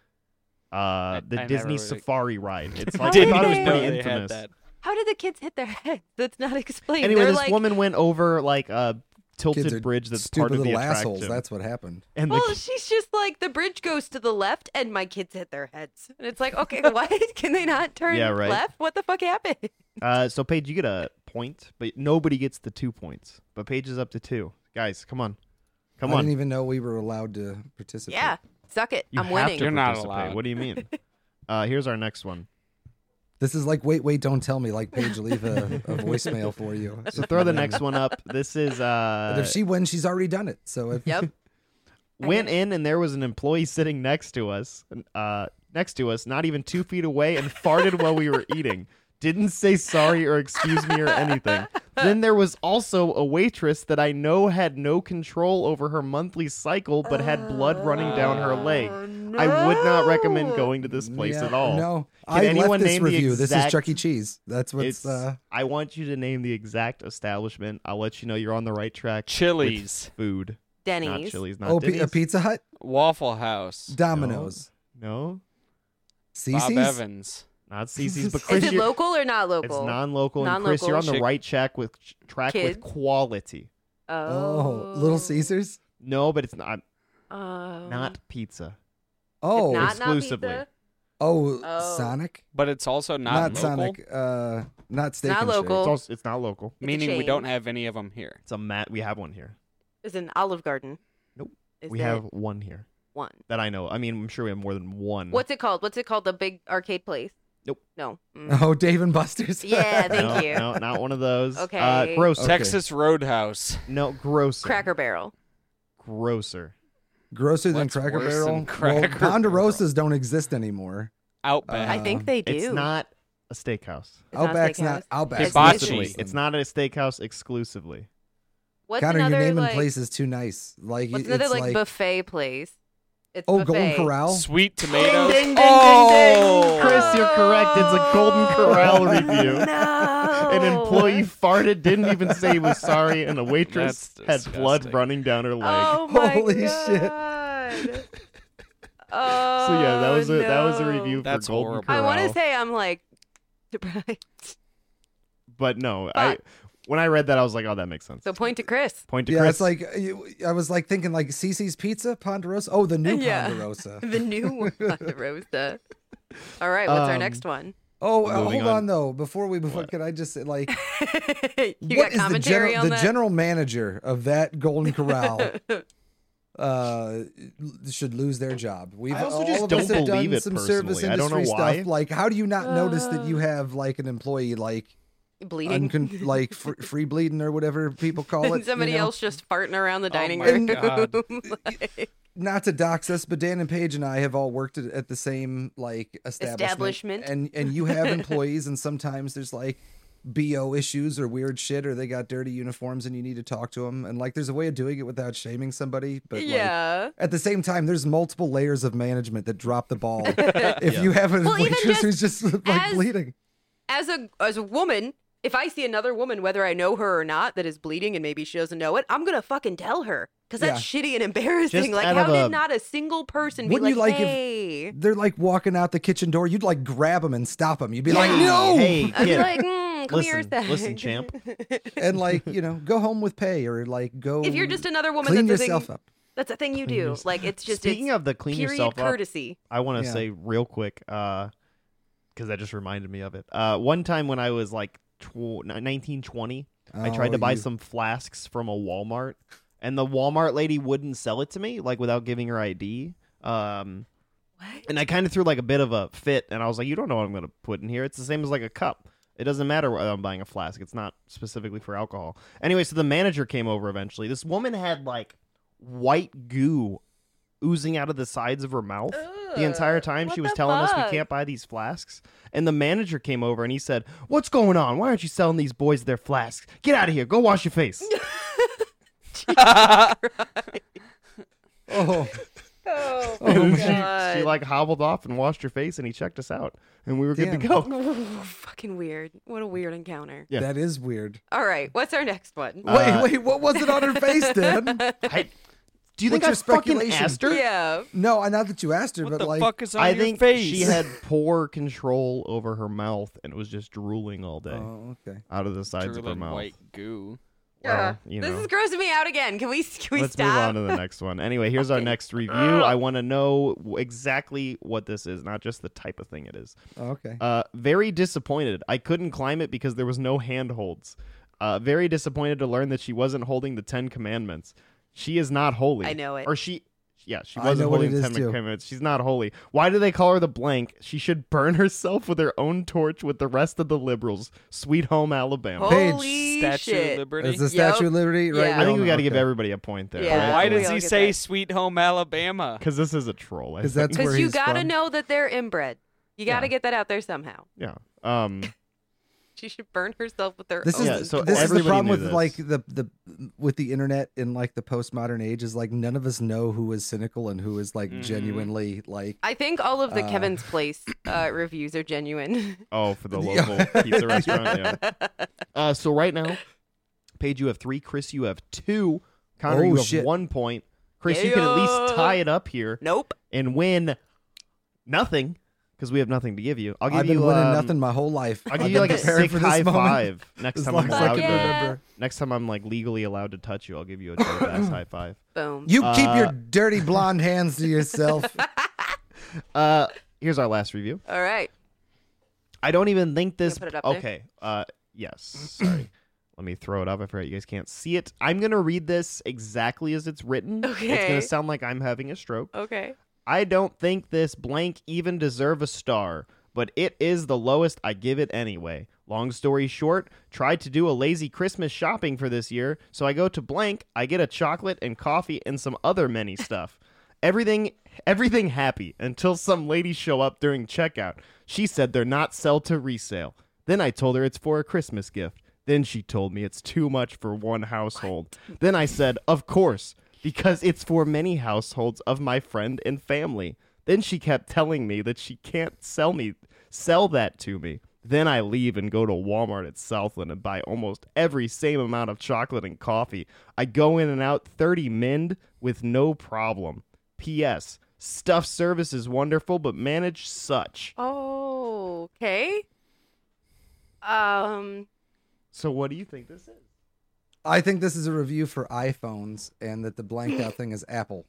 A: Uh, the
C: I never
A: Disney
C: really-
A: safari ride. It's
D: How
A: like I
D: did
A: thought it was
D: they-
A: pretty
D: No,
A: infamous.
D: How did the kids hit their heads? That's not explained.
A: Anyway,
D: They're
A: this
D: like,
A: woman went over like a
B: Kids are
A: tilted bridge that's
B: stupid
A: part of the
B: little
A: attraction.
B: assholes. That's what happened.
A: and the
D: Well, "Oh, she's just like the bridge goes to the left, and my kids hit their heads, and it's like, okay, what? Can they not turn
A: Yeah, right.
D: left? What the fuck happened?
A: Uh, so Paige, you get a point, but nobody gets the two points. But Paige is up to two. Guys, come on, come
B: I
A: on.
B: didn't even know we were allowed to participate.
D: Yeah, suck it.
A: you
D: I'm
A: have
D: winning.
A: To
C: You're not
A: participate.
C: allowed.
A: What do you mean? uh, here's our next one.
B: This is like, wait, wait, don't tell me. Like, Paige, leave a, a voicemail for you.
A: So throw the next one up. This is
B: But
A: uh,
B: if she wins, she's already done it. So if,
D: Yep.
A: went in and there was an employee sitting next to us, uh, next to us, not even two feet away, and farted while we were eating. Didn't say sorry or excuse me or anything. Then there was also a waitress that I know had no control over her monthly cycle, but had blood running down her leg. I would not recommend going to this place
B: Oh, Yeah,
A: at all.
B: No,
A: Can
B: I
A: anyone
B: left this
A: name the
B: review. This is
A: exact-
B: Chuck E. Cheese. That's what's.
A: It's,
B: uh,
A: I want you to name the exact establishment. I'll let you know you're on the right track. with
C: Chili's,
A: food, not
D: Denny's.
A: Chili's, not
B: oh, P-
A: Denny's.
B: a Pizza Hut,
C: Waffle House,
B: Domino's,
A: No,
B: Cece's.
C: Bob Evans.
A: not CC's. But Chris,
D: Is it
A: you're-
D: local or not
A: It's
D: local?
A: non-local, and Chris,
D: Non-local.
A: you're on the
C: Chick-
A: right track with track
D: Kid.
A: with quality.
B: Oh,
D: Oh,
B: Little Caesars.
A: No, but it's not
D: Oh.
A: not pizza.
B: Oh,
D: It's not,
A: exclusively.
D: Not pizza?
B: oh,
D: Oh.
B: Sonic.
C: But it's also not,
B: Not,
C: local,
B: Sonic. Uh, not Steak
D: Not
B: and Shake.
D: local.
A: It's also, it's not local.
D: a
C: meaning we
D: chain.
C: don't have any of them here.
A: It's a mat. We have one here.
D: Is an Olive Garden.
A: Nope.
D: Is
A: we
D: it
A: have one here
D: one.
A: that I know. I mean, I'm sure we have more than one.
D: What's it called? What's it called? The big arcade place?
A: Nope.
D: No. Mm.
B: Oh, Dave and Buster's.
D: Yeah, thank
A: no,
D: you.
A: No, not one of those.
D: Okay.
A: Uh, gross.
B: Okay.
C: Texas Roadhouse.
A: No, grosser.
D: Cracker Barrel.
A: Grosser.
B: Grosser than
C: What's
B: Cracker
C: worse
B: Barrel.
C: than Cracker
B: well, Ponderosas don't exist anymore.
C: Outback.
D: I think
B: Um,
D: they do.
A: It's not a steakhouse.
D: It's not
B: Outback's not.
D: steakhouse.
B: Outback's
C: Hibachi.
B: Exclusively.
A: It's not a steakhouse exclusively.
D: What's
B: Connor,
D: another
B: your name
D: like?
B: and place is too nice. Like
D: what's
B: it's
D: another like,
B: like,
D: buffet place? It's
B: oh,
D: buffet.
B: Golden Corral.
C: Sweet
D: Ding, ding,
C: tomatoes.
D: ding, ding, ding,
C: oh,
A: Chris, you're correct. It's a Golden Corral review.
D: No.
A: An employee farted, didn't even say he was sorry, and a waitress
C: That's
A: had blood
C: disgusting.
A: running down her leg.
D: Oh my
B: Holy shit.
D: God.
A: so
D: Oh.
A: yeah, that was a that was a
D: no.
A: review
C: That's
A: for Golden
C: horrible.
D: I
A: Corral.
D: want to say I'm like surprised.
A: but no, I when I read that I was like, oh, that makes sense.
D: So point to Chris.
A: Point to
B: Yeah,
A: Chris.
B: it's like uh, you- I was like thinking like Cece's Pizza, Ponderosa. Oh, the new
D: Yeah.
B: Ponderosa.
D: The new one, Rosa. All right, what's our
A: Um,
D: next one?
B: Oh, uh,
A: Moving
B: hold on.
A: on.
B: though. Before we before, could I just say like
D: you
B: what
D: got
B: is the
D: commentary
B: general
D: on
B: the
D: that?
B: general manager of that Golden Corral? uh, should lose their job. We've
A: I also
B: all
A: just
B: of
A: don't
B: us have done
A: believe it
B: some service
A: personally. I don't know
B: industry
A: why.
B: stuff. Like, how do you not notice that
D: Uh.
B: you have like an employee like
D: Bleeding.
B: uncon- like fr- free bleeding or whatever people call it?
D: and
B: you
D: somebody
B: know? Oh
D: else just farting around the dining
C: my
D: room.
C: God.
D: Like,
B: not to dox us, but Dan and Paige and I have all worked at, at the same like establishment,
D: Establishment.
B: and and you have employees, and sometimes there's like bo issues or weird shit, or they got dirty uniforms, and you need to talk to them, and like there's a way of doing it without shaming somebody, but like,
D: yeah.
B: At the same time, there's multiple layers of management that drop the ball. if you have an
D: Well, even
B: waitress who's just like
D: as-
B: bleeding,
D: as a as a woman, if I see another woman, whether I know her or not, that is bleeding and maybe she doesn't know it, I'm gonna fucking tell her because that's shitty and embarrassing.
A: Just
D: like,
A: out
D: how
A: of
D: did
A: a-
D: not a single person be
B: Wouldn't
D: like,
B: you like if-
D: "Hey"?
B: they're like walking out the kitchen door. You'd like grab them and stop them. You'd be like,
A: Hey,
B: no,
A: Hey,
D: I'd be
A: kid.
D: like, mm, "Come here, a
A: listen,
D: sec."
A: listen, champ.
B: and like you know, go home with pay or like go.
D: If you're just another woman,
B: clean
D: that's a
B: yourself
D: thing.
B: up.
D: That's a thing you do. Like, it's just
A: Speaking
D: it's
A: of the clean
D: period
A: yourself up,
D: courtesy.
A: I want to
B: Yeah.
A: say real quick, because that just reminded me of it. Uh, one time when I was like tw- 19, 20, I tried
B: Oh,
A: to buy
B: you-
A: some flasks from a Walmart, and the Walmart lady wouldn't sell it to me, like without giving her ID. Um,
D: What?
A: and I kind of threw like a bit of a fit, and I was like, "You don't know what I'm going to put in here. It's the same as like a cup. It doesn't matter whether I'm buying a flask. It's not specifically for alcohol." Anyway, so the manager came over eventually. This woman had like white goo oozing out of the sides of her mouth the entire time
D: what
A: she was
D: the
A: telling us
D: fuck?
A: we can't buy these flasks. And the manager came over and he said, "What's going on? Why aren't you selling these boys their flasks? Get out of here. Go wash your face."
B: Oh,
H: Oh,
A: And
H: my
A: she-
H: God.
A: She, like hobbled off and washed her face, and he checked us out, and we were good to
B: Damn.
A: go.
D: fucking weird. What a weird encounter.
A: Yeah.
B: That is weird.
D: All right, what's our next one?
A: Uh,
B: wait, wait, what was it on her face, Dad?
A: I- do you think
B: What's
A: I
B: your
A: fucking
B: speculation?
A: asked her?
D: Yeah.
B: No, I not that you asked her,
C: What
B: but
C: the
B: like,
C: fuck is on
A: I
C: your
A: think
C: face?
A: she had poor control over her mouth and was just drooling all day
B: oh, okay.
A: out of the sides of her
C: Drooling
A: mouth.
C: white goo.
A: Well,
D: Yeah.
A: you
D: this
A: know.
D: is grossing me out again. Can we can we
A: Let's
D: stop?
A: move on to the next one. Anyway, here's our next review. I want to know w- exactly what this is, not just the type of thing it is.
B: Oh, okay.
A: Uh, very disappointed. I couldn't climb it because there was no handholds. Uh, very disappointed to learn that she wasn't holding the Ten Commandments. She is not holy.
D: I know it.
A: Or she, yeah, she
B: I
A: wasn't
B: know what
A: holding
B: it
A: the Ten
B: is too.
A: Commandments. She's not holy. Why do they call her the blank? She should burn herself with her own torch with the rest of the liberals. Sweet home
D: Oh.
A: Alabama.
B: Page
D: Holy
C: Statue
D: shit.
C: of Liberty.
B: Is the Statue of Liberty right?
D: Yeah.
A: I think
B: now?
A: we got to give
B: Okay.
A: everybody a point there.
D: Yeah.
A: right?
C: Why
D: we
C: does
D: all
C: he
D: get
C: say
D: that.
C: "Sweet Home Alabama"?
A: Because this is a troll. I
B: Because
A: think.
B: that's where
D: Because you
B: he's
D: gotta
B: from.
D: know that they're inbred. You gotta
A: Yeah.
D: get that out there somehow.
A: yeah. Um,
D: She should burn herself with her
B: This is
D: own.
A: Yeah, so
B: this is the
A: everybody
B: problem
A: knew
B: with
A: this.
B: like the the with the internet in like the postmodern age is like none of us know who is cynical and who is like
D: Mm-hmm.
B: genuinely like
D: I think all of the
B: Uh,
D: Kevin's Place uh, reviews are genuine.
A: oh, for the
B: Yeah.
A: local pizza restaurant. Yeah. Uh, so right now, Paige, you have three. Chris, you have two. Connor,
B: Oh,
A: you have
B: shit.
A: one point. Chris, you can at least
D: Yeah.
A: tie it up here
D: nope.
A: and win nothing because we have nothing to give you. I'll give
B: I've been
A: you
B: winning
A: um,
B: nothing my whole life.
A: I'll give
B: I've
A: you
B: been
A: like a
B: preparing
A: sick
B: for this
A: high
B: moment
A: five next
B: as
A: time
B: long
A: I'm
B: as I
A: allowed
B: can
A: to.
D: Yeah.
B: remember.
A: Next time I'm like legally allowed to touch you, I'll give you a dope ass high five.
D: Boom.
B: You keep your
A: Uh,
B: dirty blonde hands to yourself.
A: Uh, here's our last review.
D: all right.
A: I don't even think this.
D: put it up there?
A: okay. Uh, yes. Sorry. Let me throw it up. I forgot you guys can't see it. I'm gonna read this exactly as it's written. It's
D: Okay.
A: gonna sound like I'm having a stroke.
D: Okay.
A: I don't think this blank even deserve a star, but it is the lowest I give it anyway. Long story short, tried to do a lazy Christmas shopping for this year, so I go to blank, I get a chocolate and coffee and some other many stuff. Everything everything happy until some ladies show up during checkout. She said they're not sell to resale. Then I told her it's for a Christmas gift. Then she told me it's too much for one household. Then I said, "Of course, because it's for many households of my friend and family." Then she kept telling me that she can't sell me sell that to me. Then I leave and go to Walmart at Southland and buy almost every same amount of chocolate and coffee. I go in and out 30 mend with no problem. P.S. Stuff service is wonderful, but manage such.
D: Oh, okay. Um,
A: So, what do you think this is?
B: I think this is a review for iPhones and that the blanked out thing is Apple.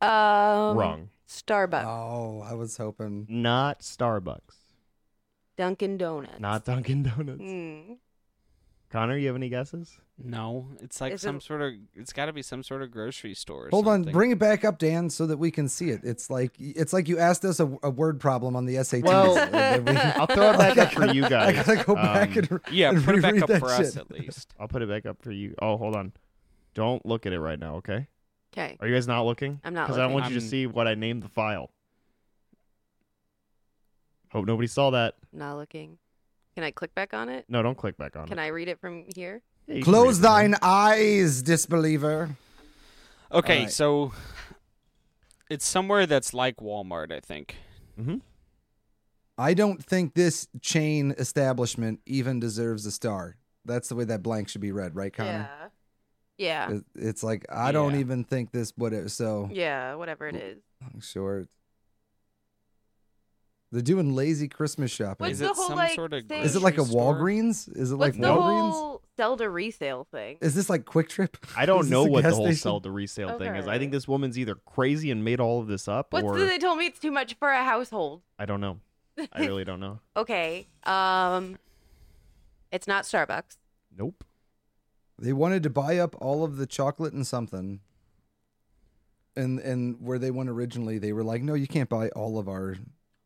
D: um,
A: Wrong.
D: Starbucks,
B: Oh, I was hoping.
A: Not Starbucks.
D: Dunkin' Donuts.
A: Not Dunkin' Donuts.
D: Mm.
A: Connor, you have any guesses?
C: No, it's like
D: Is it-
C: some sort of. It's got to be some sort of grocery store. Or
B: Hold on,
C: something.
B: bring it back up, Dan, so that we can see it. It's like it's like you asked us a, a word problem on the SAT.
A: Well-
B: I
A: I'll throw it back up for you guys.
B: gotta go back
A: Um,
B: and
C: Yeah,
B: and
C: put it back
B: reread
C: up
B: that
C: for
B: shit.
C: us at least.
A: I'll put it back up for you. Oh, hold on. Don't look at it right now, okay?
D: Okay.
A: Are you guys not looking?
D: I'm not
A: Because I don't
D: looking.
A: want you to
C: I'm-
A: see what I named the file. Hope nobody saw that.
D: Not looking. Can I click back on it?
A: No, don't click back on
D: Can
A: it.
D: I read it from here?
A: Yeah, you can read
B: Close
A: it.
B: thine eyes, disbeliever.
C: Okay,
B: Alright.
C: so it's somewhere that's like Walmart, I think.
A: Mm-hmm.
B: I don't think this chain establishment even deserves a star. That's the way that blank should be read, right, Connor?
D: Yeah. Yeah.
B: It- It's like I don't
C: Yeah.
B: even think this would. have- So
D: Yeah. Whatever it is.
B: long short. They're doing lazy Christmas shopping.
D: What's
C: Is
B: Is
D: the
B: it,
C: it
D: whole,
C: some
D: like,
C: sort of
D: thing-
B: is it like a
C: grocery store?
B: Walgreens? Is it like
D: What's the
B: Walgreens?
D: whole sell to resale thing?
B: Is this like Quick Trip?
A: I don't
B: Is this
A: know
B: a
A: what the
B: gas
A: whole
B: station?
A: sell to resale thing is. I
D: Okay.
A: think this woman's either crazy and made all of this up,
D: What's
A: or
D: the, they told me it's too much for a household.
A: I don't know. I really don't know.
D: Okay. Um, it's not Starbucks.
A: Nope.
B: They wanted to buy up all of the chocolate and something. And and where they went originally, they were like, no, you can't buy all of our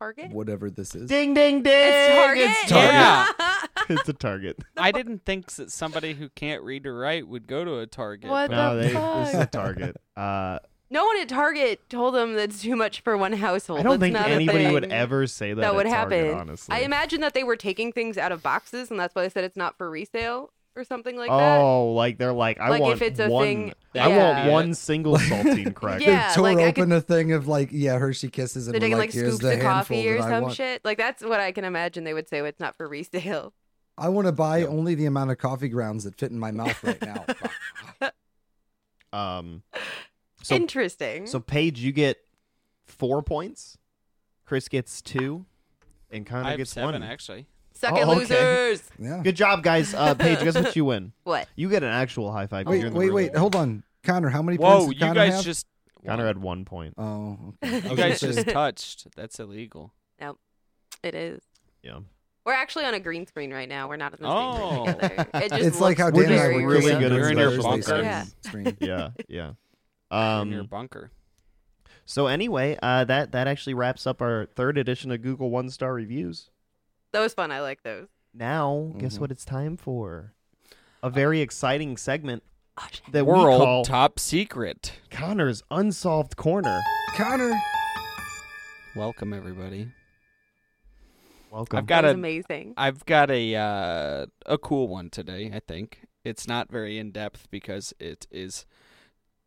D: Target.
B: whatever this is.
A: Ding ding ding!
D: It's Target.
C: Target.
A: it's a target.
C: I didn't think that somebody who can't read or write would go to a Target.
D: What
C: but-
A: No,
D: the
A: they,
D: fuck?
A: this is a target. Uh,
D: No one at Target told them that's too much for one household.
A: I don't
D: That's
A: think
D: not a
A: anybody
D: thing
A: would ever say that.
D: that would
A: at Target,
D: happen.
A: Honestly,
D: I imagine that they were taking things out of boxes, and that's why they said it's not for resale. or something like that.
A: oh, like they're like, I
D: Like, if
A: want
D: it's a
A: one.
D: thing-
A: I
D: Yeah.
A: want one single saltine crack.
D: Yeah.
B: they tore
D: like, I
B: open a thing of like, yeah, Hershey kisses, and were
D: They're taking
B: like,
D: like,
B: here's
D: scoops
B: the
D: of
B: handful
D: coffee or
B: that I
D: some
B: want.
D: shit. Like that's what I can imagine they would say. It's not for resale.
B: I want to buy only the amount of coffee grounds that fit in my mouth right now.
A: Um, so
D: Interesting.
A: so Paige, you get four points. Chris gets two, and
C: I
A: Connor
C: have
A: gets
C: seven
A: one.
C: actually.
D: Suck
A: Oh,
D: it,
A: okay.
D: losers.
B: yeah.
A: Good job, guys. Uh, Paige, guess what you win?
D: What?
A: You get an actual high five. 'cause
B: Wait,
A: you're in the
B: wait,
A: room.
B: wait. Hold on, Connor. How many
C: Whoa,
B: points did
C: you
B: Connor
C: guys
B: have?
C: just
A: Connor had one point.
B: Oh, okay. I
C: you
B: was
C: guys
B: gonna
C: just
B: say,
C: touched. That's illegal.
D: It is.
A: Yeah.
D: We're actually on a green screen right now. We're not in the same
C: Oh.
D: room together. It just
B: it's like how
D: looks
A: We're
B: Dan and I
A: just
D: very
B: were
A: really
D: real.
B: kissing
A: good at
B: during
C: You're in your
B: Thursday's
C: bunker.
B: stream.
D: Yeah.
B: Stream.
A: Yeah, yeah.
C: in your
A: Um,
C: bunker.
A: so anyway, uh, that that actually wraps up our third edition of Google One Star Reviews.
D: That was fun. I like those.
A: Now, guess
B: Mhm.
A: what it's time for? A very exciting segment
D: Oh, shit.
A: that
C: World
A: we call
C: top secret.
A: Connor's Unsolved Corner.
B: Connor.
C: Welcome everybody.
A: Welcome.
C: I've got
D: that was
C: a
D: amazing.
C: I've got a uh, a cool one today. I think it's not very in depth because it is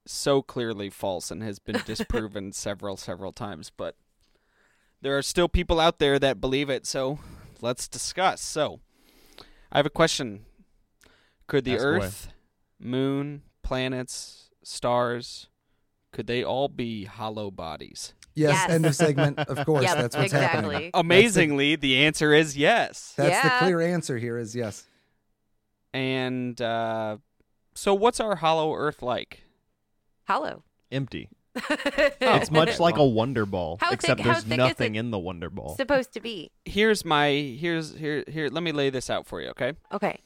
C: so clearly false and has been disproven several several times. But there are still people out there that believe it. So let's discuss. So I have a question: Could the
A: Ask away.
C: Earth, Moon, planets, stars, could they all be hollow bodies?
B: Yes,
D: Yes.
B: End of segment. Of course.
D: yeah,
B: that's what's
D: exactly.
B: happening.
C: Amazingly, the answer is yes.
B: That's
D: Yeah.
B: the clear answer here. Is yes.
C: And uh, so, what's our hollow Earth like?
D: Hollow.
A: Empty.
D: it's
A: It's much
C: okay,
A: like a
C: well.
A: Wonder Ball,
D: Oh. How thick-
A: except
D: how
A: there's
D: thick is
A: nothing
D: it?
A: in the Wonder Ball.
D: supposed to be.
C: Here's my here's here here. Let me lay this out for you, okay?
D: Okay.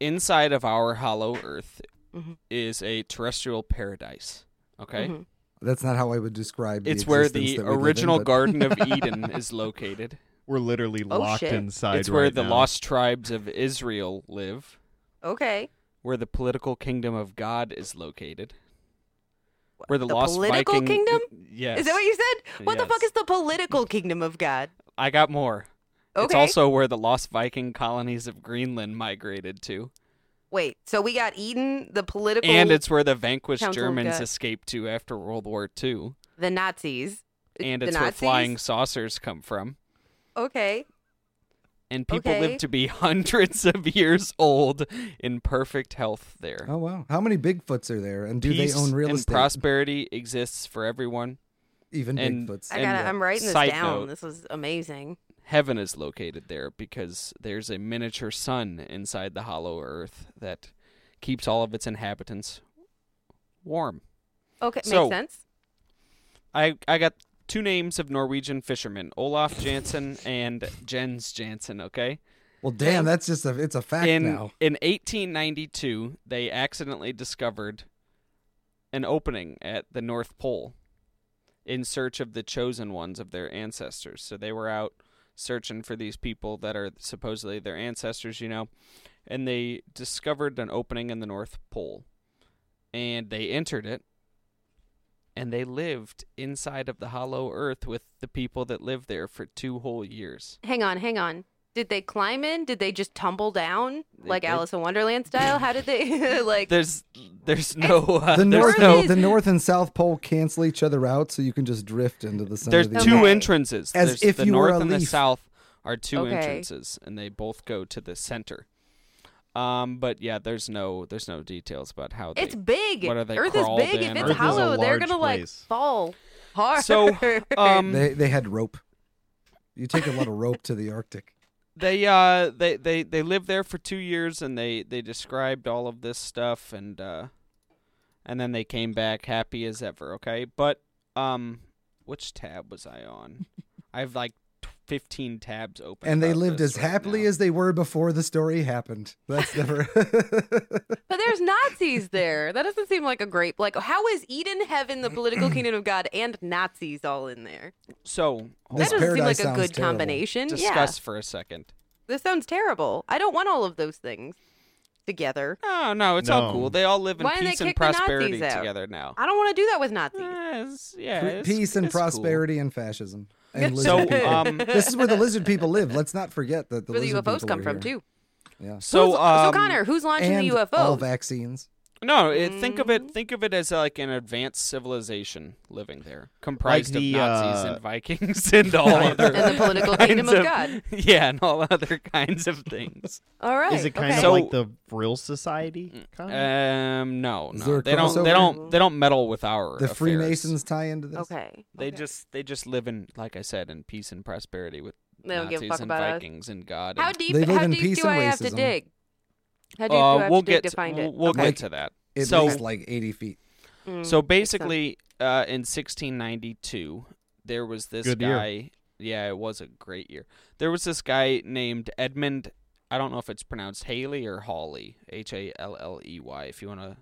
C: Inside of our hollow Earth
D: Mhm.
C: is a terrestrial paradise. Okay,
D: Mhm.
B: That's not how I would describe.
C: it's
B: the
C: where
B: existence
C: the
B: that we live in,
C: original
B: but-
C: Garden of Eden is located.
A: We're literally
D: Oh,
A: locked
D: shit.
A: inside.
C: it's where
A: right
C: the
A: now.
C: lost tribes of Israel live,
D: Okay.
C: where the political kingdom of God is located, where the,
D: The
C: lost
D: political
C: Viking
D: kingdom?
C: Yes,
D: Is that what you said? What the
C: Yes.
D: fuck is the political kingdom of God?
C: I got more. It's
D: Okay.
C: also where the lost Viking colonies of Greenland migrated to.
D: Wait. So we got Eden, the political,
C: And it's where the vanquished
D: Council of
C: Germans
D: God.
C: escaped to after World War II.
D: the Nazis,
C: And
D: the
C: it's where
D: Nazis?
C: flying saucers come from.
D: Okay.
C: And people
D: Okay.
C: live to be hundreds of years old in perfect health there.
B: Oh wow! How many Bigfoots are there, and do
C: Peace
B: they own real
C: and
B: estate?
C: prosperity exists for everyone.
B: Even
C: and-
B: Bigfoots.
D: I
C: And
D: gotta. I'm writing this
C: side
D: down.
C: note.
D: This was amazing.
C: Heaven is located there because there's a miniature sun inside the hollow earth that keeps all of its inhabitants warm.
D: Okay.
C: So-
D: makes sense.
C: I I got two names of Norwegian fishermen, Olaf Jansen and Jens Jansen, okay?
B: well, damn, that's just a it's a fact
C: in
B: now.
C: in 1892, they accidentally discovered an opening at the North Pole in search of the chosen ones of their ancestors. So they were out searching for these people that are supposedly their ancestors, you know, and they discovered an opening in the North Pole. And they entered it and they lived inside of the hollow earth with the people that lived there for two whole years.
D: Hang on. Hang on. Did they climb in? Did they just tumble down
C: They-
D: like
C: they-
D: Alice in Wonderland style? How did they like?
C: There's there's no uh,
B: The
C: there's
B: north,
C: no
D: is-
B: the north and south pole cancel each other out, so you can just drift into the center.
C: There's
B: of the
C: two
D: Okay.
C: entrances.
B: As
C: There's
B: if
C: the
B: you were
C: north
B: a
C: and the
B: leaf.
C: south are two
D: Okay.
C: entrances, and they both go to the center. Um, but yeah, there's no there's no details about how
D: It's
C: they.
D: big.
C: What are they,
D: Earth is
C: crawled
D: big.
C: in
D: If
A: Earth is
D: it's
C: or-
A: a
D: hollow, they're
A: large
D: gonna like
A: place.
D: fall hard.
C: So, um,
B: They they had rope. You take a lot of rope to the Arctic.
C: they uh they they they lived there for two years, and they they described all of this stuff, and uh, and then they came back happy as ever. Okay, but um, which tab was I on? I have like. t- 15 tabs open
B: And they
C: about
B: lived
C: this
B: as
C: right
B: happily
C: now.
B: as they were before the story happened. That's never.
D: but there's Nazis there. That doesn't seem like a great like. How is Eden, heaven, the political kingdom of God, and Nazis all in there?
C: so
B: This
D: that doesn't seem
B: paradise
D: like a
B: sounds
D: good
B: terrible.
D: combination.
C: discuss for a second
D: Yeah, this sounds terrible. I don't want all of those things together.
C: No, no, it's all
A: No.
C: cool. They all live in
D: Why didn't they
C: peace and
D: kick the Nazis
C: prosperity
D: out? Ah,
C: together now.
D: I don't want to do that with Nazis.
C: Eh, it's- yeah, it's-
B: Peace and
C: it's cool.
B: prosperity and fascism. And
C: So,
B: lizard people.
C: um,
B: this is where the lizard people live. Let's not forget that the
D: Where the
B: lizard
D: UFOs
B: people
D: come
B: were
D: from
B: here.
D: too.
B: Yeah.
C: So,
D: who's,
C: um,
D: so Connor, who's launching
B: and
D: the UFOs?
B: all vaccines.
C: no, it, think of
D: Mm.
C: it. Think of it as like an advanced civilization living there, comprised
A: the,
C: of Nazis
A: uh,
C: and Vikings and all other
D: and the political
C: kinds
D: kingdom of, God.
C: Yeah, and all other kinds of things.
D: All right.
A: Is it kind
D: okay. Mm.
A: of
C: So-
A: like the Brill Society?
D: Oh.
A: Kind of?
C: Um, no,
B: Is
C: no,
B: there a
C: they don't. They
B: crossover?
C: don't. They don't meddle with our
B: The
C: affairs.
B: Freemasons tie into this.
D: okay.
C: They just. They just live in, like I said, in peace and prosperity with
D: They don't
C: Nazis
D: give a fuck
C: and
D: about us.
C: Vikings and God.
D: How
C: and,
D: deep?
B: They live
D: How
B: in
D: deep
B: peace
D: do
B: and
D: I have to
B: racism.
D: dig? How deep
C: uh,
D: do I have
C: we'll
D: to dig
C: get
D: to
C: to-
D: find
C: we'll,
D: it?
C: we'll
B: Okay.
C: get to that.
B: At
C: so,
B: least like 80 feet.
D: Mm,
C: so
D: makes sense.
C: basically, uh, in 1692, there was this
A: Good year.
C: guy. Yeah, it was a great year. There was this guy named Edmund. I don't know if it's pronounced Haley or Hawley. H a l l e y. If you wanna,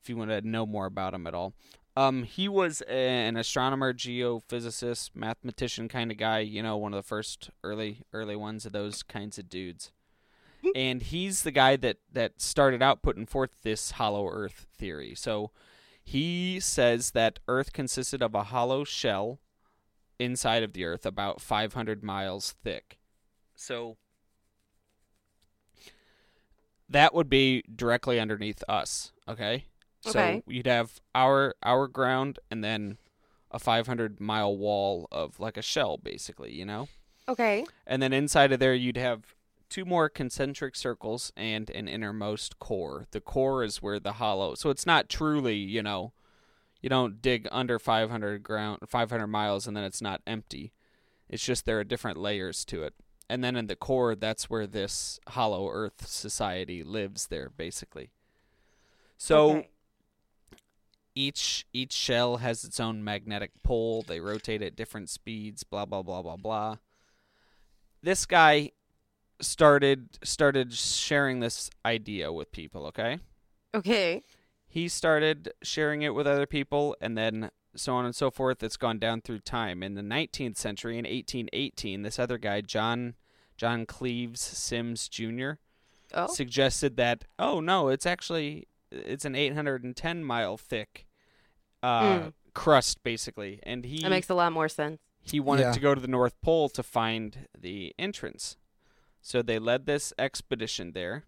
C: if you wanna know more about him at all, um, he was an astronomer, geophysicist, mathematician kind of guy. You know, one of the first early early ones of those kinds of dudes. and he's the guy that that started out putting forth this hollow Earth theory. So he says that Earth consisted of a hollow shell inside of the Earth about 500 miles thick. So that would be directly underneath us, okay? So
D: Okay.
C: you'd have our our ground and then a 500 mile wall of like a shell basically, you know?
D: okay.
C: And then inside of there, you'd have two more concentric circles and an innermost core. The core is where the hollow. So it's not truly, you know, you don't dig under 500 ground, 500 miles, and then it's not empty. It's just there are different layers to it. And then in the core, that's where this hollow Earth society lives. There, basically. So
D: Okay.
C: each each shell has its own magnetic pole. They rotate at different speeds. Blah blah blah blah blah. This guy started started sharing this idea with people. Okay,
D: Okay.
C: he started sharing it with other people, and then so on and so forth. It's gone down through time. In the 19th century, in 1818, this other guy, John John Cleves Sims Jr.,
D: Oh.
C: suggested that oh no it's actually it's an 810 mile thick uh,
D: Mm.
C: crust basically and he
D: That makes a lot more sense.
C: he wanted
B: Yeah.
C: to go to the north pole to find the entrance so they led this expedition there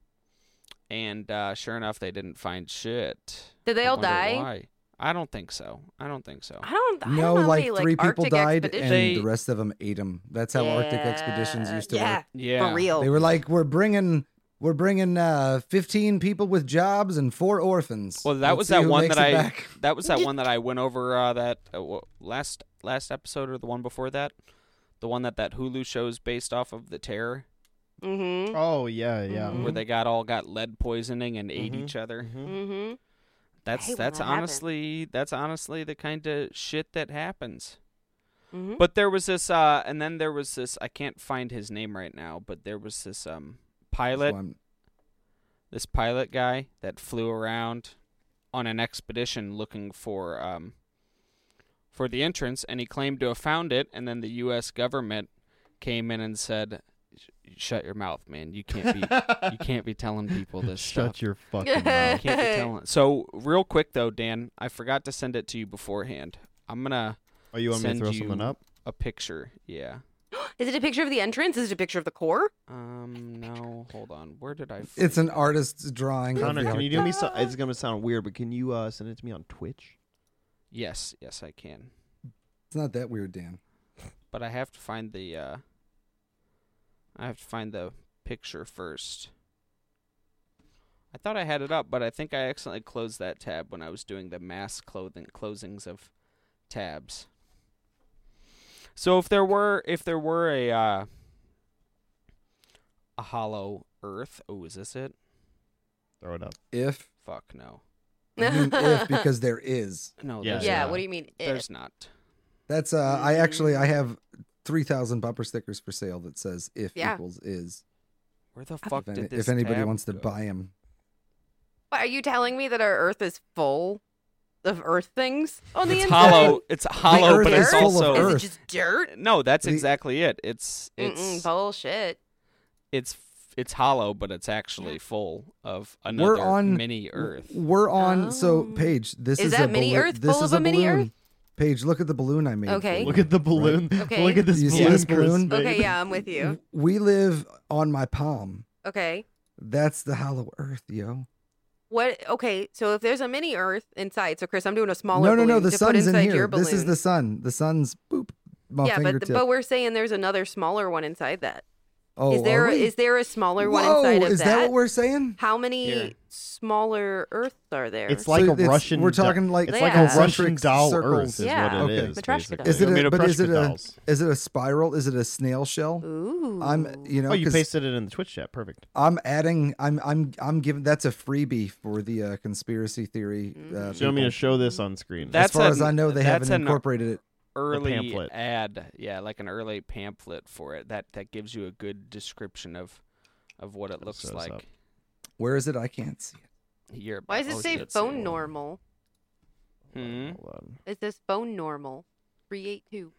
C: and uh, sure enough they didn't find shit
D: Did they
C: I
D: all
C: wonder
D: die?
C: why. i don't think so i don't think so
D: I don't. I
B: No,
D: don't know
B: like
D: how many,
B: three
D: like,
B: people
D: Arctic
B: died
D: expeditions.
B: and
C: They-
B: the rest of them ate them. That's how Arctic expeditions
D: Yeah,
B: used to
D: yeah,
B: work.
C: yeah
D: for
B: They
D: real.
B: were like, we're bringing, we're bringing uh, 15 people with jobs and four orphans.
C: Well, that
B: Let's
C: was
B: see
C: that
B: who
C: one
B: makes
C: that
B: it
C: I
B: back."
C: that was that one that I went over uh, that uh, wha- last last episode or the one before that, the one that that Hulu show is based off of, the Terror,
D: Mm-hmm.
A: Oh, yeah, yeah.
D: Mhm.
C: Uh,
B: Mm-hmm.
C: where they got all got lead poisoning and ate
A: Mhm.
C: each other.
A: Mhm.
D: Mm-hmm.
C: That's
D: hate when
C: that's
D: that happens.
C: honestly that's honestly the kind of shit that happens.
D: Mm-hmm.
C: But there was this, uh, and then there was this. I can't find his name right now, but there was this um pilot,
B: So I'm-
C: this pilot guy that flew around on an expedition looking for um for the entrance and he claimed to have found it and then the US government came in and said "Sh- shut your mouth man you can't be you can't be telling people this stuff
A: Shut your fucking mouth.
C: can't be telling so real quick though Dan I forgot to send it to you beforehand I'm gonna
A: Oh, you want me to
C: Send
A: throw
C: you-
A: something up?
C: a picture yeah
D: Is it a picture of the entrance? Is it a picture of the core?
C: um no hold on where did I
B: It's
C: find
B: an artist's drawing. of
A: Connor,
B: the
A: can you do
B: Arctic.
A: me so It's going to sound weird, but can you uh, send it to me on Twitch?
C: it? yes yes I can
B: It's not that weird, Dan.
C: but I have to find the uh I have to find the picture first. I thought I had it up, but I think I accidentally closed that tab when I was doing the mass clothing closings of tabs. So if there were if there were a uh a hollow earth, oh is this it?
A: Throw it up.
B: If
C: Fuck no.
B: you mean if because there is.
C: No,
A: Yeah,
C: there's
D: yeah.
C: not.
D: What do you mean? it?
C: There's not.
B: That's uh I actually I have 3000 bumper stickers for sale that says if
D: Yeah.
B: equals is.
C: Where the fuck
B: If,
C: did
B: any-
C: this
B: if anybody
C: tab
B: wants to
C: go?
B: buy them.
D: But Are you telling me that our Earth is full of Earth things on the
C: It's
D: inside?
C: hollow. It's hollow,
B: Earth
C: but it's
D: is full
B: of
C: also
D: Is it
B: Earth.
D: just dirt?
C: No, that's
B: The-
C: exactly it. It's it's
D: Mm-mm, bullshit.
C: it's f- it's hollow, but it's actually full of another
B: on-
C: mini Earth.
B: We're on so
D: Oh.
B: Paige, this is,
D: Is that
B: a
D: mini
B: balloon-
D: Earth
B: this
D: full
B: is
D: of
B: a
D: a mini
B: balloon.
D: Earth?
B: Paige, look at the balloon I made. for
D: Okay.
B: you.
A: Look at the
B: Right?
A: balloon.
D: Okay.
A: Look at this
B: You see
A: balloon.
B: this balloon?
A: Chris made.
D: Okay, yeah, I'm with you.
C: Mm-hmm.
B: We live on my palm.
D: Okay.
B: That's the hollow earth, yo.
D: What? Okay, so if there's a mini Earth inside, so Chris, I'm doing a smaller.
B: no, no, no.
D: balloon
B: The
D: to put
B: sun's in
D: inside
B: here.
D: Your balloon.
B: This is the sun. The sun's boop. My
D: yeah, but
B: fingertip.
D: but we're saying there's another smaller one inside that.
B: oh,
D: Is there
B: are
D: is
B: we?
D: there a smaller one
B: Whoa,
D: inside of
B: is that?
D: that?
B: what we're saying?
D: How many
C: Here.
D: smaller Earths are there?
A: It's like
B: So
A: a
B: it's-
A: Russian.
B: we're
A: do-
B: talking like
A: it's like
D: Yeah.
A: a Russian
B: concentric
A: doll
B: circles.
A: Earth is
D: Yeah.
A: what it
D: Okay.
A: is.
D: Matryoshka
A: basically.
D: dolls.
B: Is it
A: I mean,
B: a, but is
A: Matryoshka
B: it a
A: dolls.
B: is it a spiral? Is it a snail shell?
D: Ooh.
B: I'm you know
A: Oh, you
B: 'cause
A: pasted it in the Twitch chat. Perfect.
B: I'm adding I'm I'm I'm giving that's a freebie for the uh, conspiracy theory.
D: Mm.
B: Uh,
A: So you want me
B: people.
A: to show this on screen?
C: That-
B: as
C: That's
B: far as
C: an-
B: I know, they
C: that's
B: haven't
C: an-
B: incorporated it.
C: early
A: pamphlet.
C: ad, yeah, like an early pamphlet for it that that gives you a good description of of what it looks
A: shows
C: like.
A: up.
B: Where is it? I can't see it.
C: Here,
D: Why does it
C: oh,
D: say
C: shit.
D: phone normal?
C: Hmm?
A: Hold on.
D: It says phone normal. Three eight two.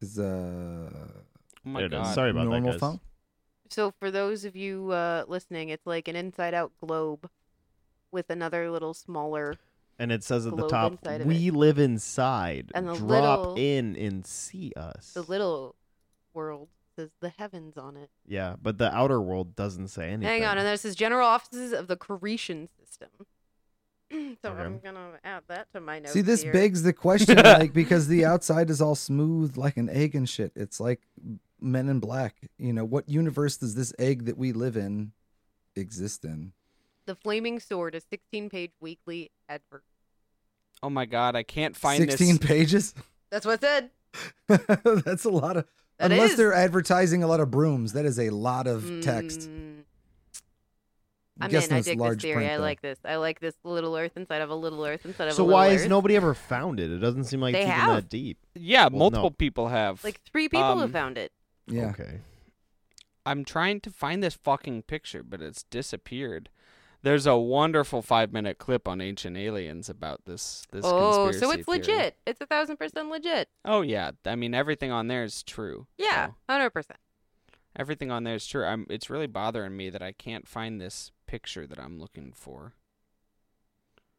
B: Is uh
C: Oh my
A: there it
C: god!
A: is. Sorry about that,
B: normal
A: guys.
B: phone?
D: So for those of you uh, listening, it's like an inside out globe with another little smaller.
A: And it says at the
D: Globe
A: top,
D: inside of
A: "We live inside.
D: And the
A: Drop
D: little-
A: in and see us."
D: The little world says the heavens on it.
A: yeah, but the outer world doesn't say anything.
D: Hang on, and this is general offices of the Creation system. so
A: Okay.
D: I'm gonna add that to my notes.
B: See, this
D: here.
B: begs the question, like because the outside is all smooth like an egg and shit. It's like Men in Black. You know, what universe does this egg that we live in exist in?
D: The Flaming Sword, a 16-page weekly advert.
C: Oh my god! I can't find
B: Sixteen
C: this.
B: pages.
D: That's what it said.
B: that's a lot of.
D: That
B: unless
D: is.
B: they're advertising a lot of brooms, that is a lot of text.
D: Mm, I'm
B: Guess
D: in. I
B: that's
D: dig this
B: large
D: theory.
B: print,
D: I
B: though.
D: like this. I like this little Earth inside of a little Earth inside of
A: So
D: a little
A: why
D: Earth.
A: has nobody ever found it? It doesn't seem like
D: They
A: it's even
D: have.
A: that deep.
C: Yeah,
A: Well,
C: multiple
A: no.
C: people have.
D: Like three people have
C: Um,
D: found it.
B: Yeah.
A: Okay.
C: I'm trying to find this fucking picture, but it's disappeared. There's a wonderful five minute clip on Ancient Aliens about this. This
D: Oh, so
C: conspiracy
D: it's
C: theory.
D: legit. It's a thousand percent legit.
C: Oh yeah, I mean everything on there is true.
D: Yeah,
C: so
D: hundred percent.
C: everything on there is true. I'm. It's really bothering me that I can't find this picture that I'm looking for.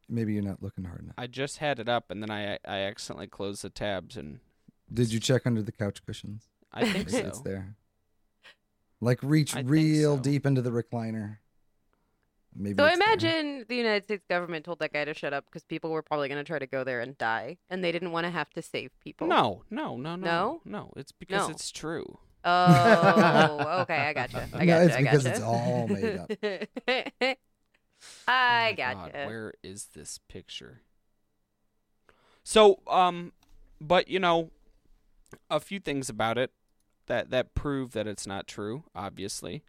B: Maybe you're not looking hard enough.
C: I just had it up and then I I accidentally closed the tabs and
B: Did you check under the couch cushions?
C: I think
B: It's,
C: so.
B: it's there. Like reach
C: I think
B: real
C: so.
B: deep into the recliner. Maybe.
D: So I
B: it's there.
D: imagine the United States government told that guy to shut up because people were probably going to try to go there and die, and they didn't want to have to save people.
C: No, no, no, no,
D: No?
C: no. It's because
D: No.
C: it's true.
D: Oh, okay. I gotcha. I gotcha.
B: No, it's
D: I
B: because
D: gotcha.
B: it's all made up.
D: up.
C: Oh
D: I
C: my God,
D: gotcha.
C: where is this picture? So, um, but you know, a few things about it that that prove that it's not true. Obviously,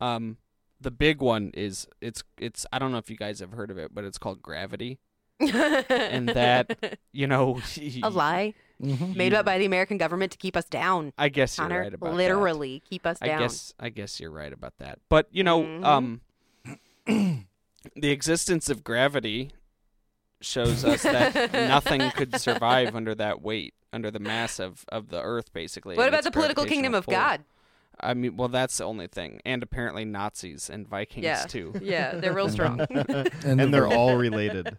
C: um, the big one is it's it's I don't know if you guys have heard of it, but it's called gravity.
D: and
C: that- You know,
D: a lie
B: Mhm.
D: made up by the American government to keep us down,
C: I guess you're
D: Connor.
C: right about that.
D: literally keep us down.
C: I guess I guess you're right about that. But you know,
D: Mhm.
C: um, the existence of gravity shows us that nothing could survive under that weight, under the mass of, of the Earth, basically.
D: what
C: and
D: about
C: its
D: the political
C: gravitational
D: kingdom of
C: pull.
D: God?
C: I mean, well, that's the only thing, and apparently Nazis and Vikings
D: Yeah.
C: too.
D: Yeah, they're real strong.
A: and,
B: And
A: they're all related.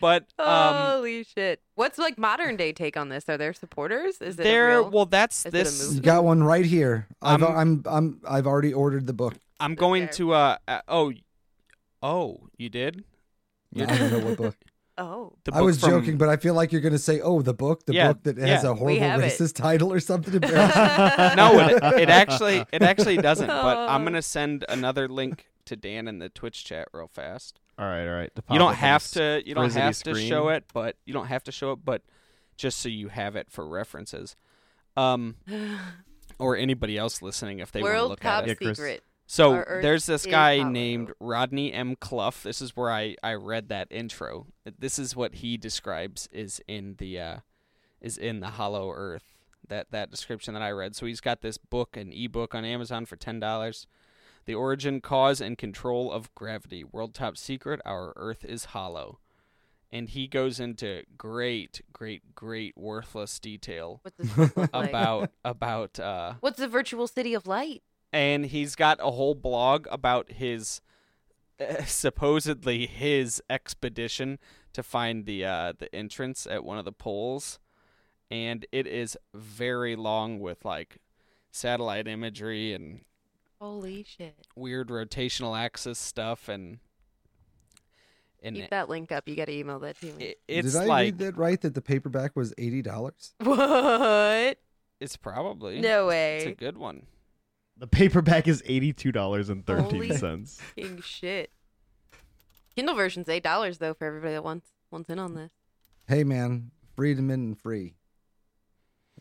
C: But um,
D: Holy shit! What's like modern day take on this? Are there supporters? Is it a
C: there,
D: real?
C: well, that's
D: Is it a
C: this.
D: movie?
B: You got one right here. I've
C: I'm-
B: I'm I'm I've already ordered the book.
C: I'm going
D: there.
C: to. Uh, uh, oh, oh, you did.
B: I don't know what book.
D: oh,
C: The
B: I was
C: book from-
B: joking, but I feel like you're gonna say, "Oh, the book, the
C: Yeah,
B: book that has
C: yeah.
B: a horrible
D: have it.
B: racist title or something." embarrassing."
C: no, it, it actually it actually doesn't. But I'm
D: Oh.
C: gonna send another link to Dan in the Twitch chat real fast.
A: All right, all right.
C: You don't have to you don't
A: frizzity
C: have to show
A: screen.
C: it, but you don't have to show it, but just so you have it for references. Um or anybody else listening if they want to
D: world
C: look
D: top
C: at it.
A: Yeah, Chris.
D: secret.
C: So
D: Our Earth
C: there's this
D: is
C: guy
D: hollow.
C: named Rodney M. Clough. This is where I, I read that intro. This is what he describes is in the uh, is in the Hollow Earth. That that description that I read. So he's got this book, an ebook on Amazon for ten dollars. The origin, cause, and control of gravity. World top secret. Our Earth is hollow. And he goes into great, great, great worthless detail
D: What's this book look like?
C: about about uh,
D: What's the virtual city of light?
C: and he's got a whole blog about his uh, supposedly his expedition to find the uh, the entrance at one of the poles and it is very long with like satellite imagery and
D: Holy shit.
C: weird rotational axis stuff and and
D: Keep that link up. You got to email that to me.
C: it- it's
B: Did I
C: like
B: read that right? That the paperback was eighty dollars.
D: What?
C: it's probably
D: No
C: it's a
D: way.
C: good one.
A: The paperback is eighty-two dollars and thirteen cents.
D: King shit. Kindle version's eight dollars though for everybody that wants wants in on this.
B: Hey man, freedom and free.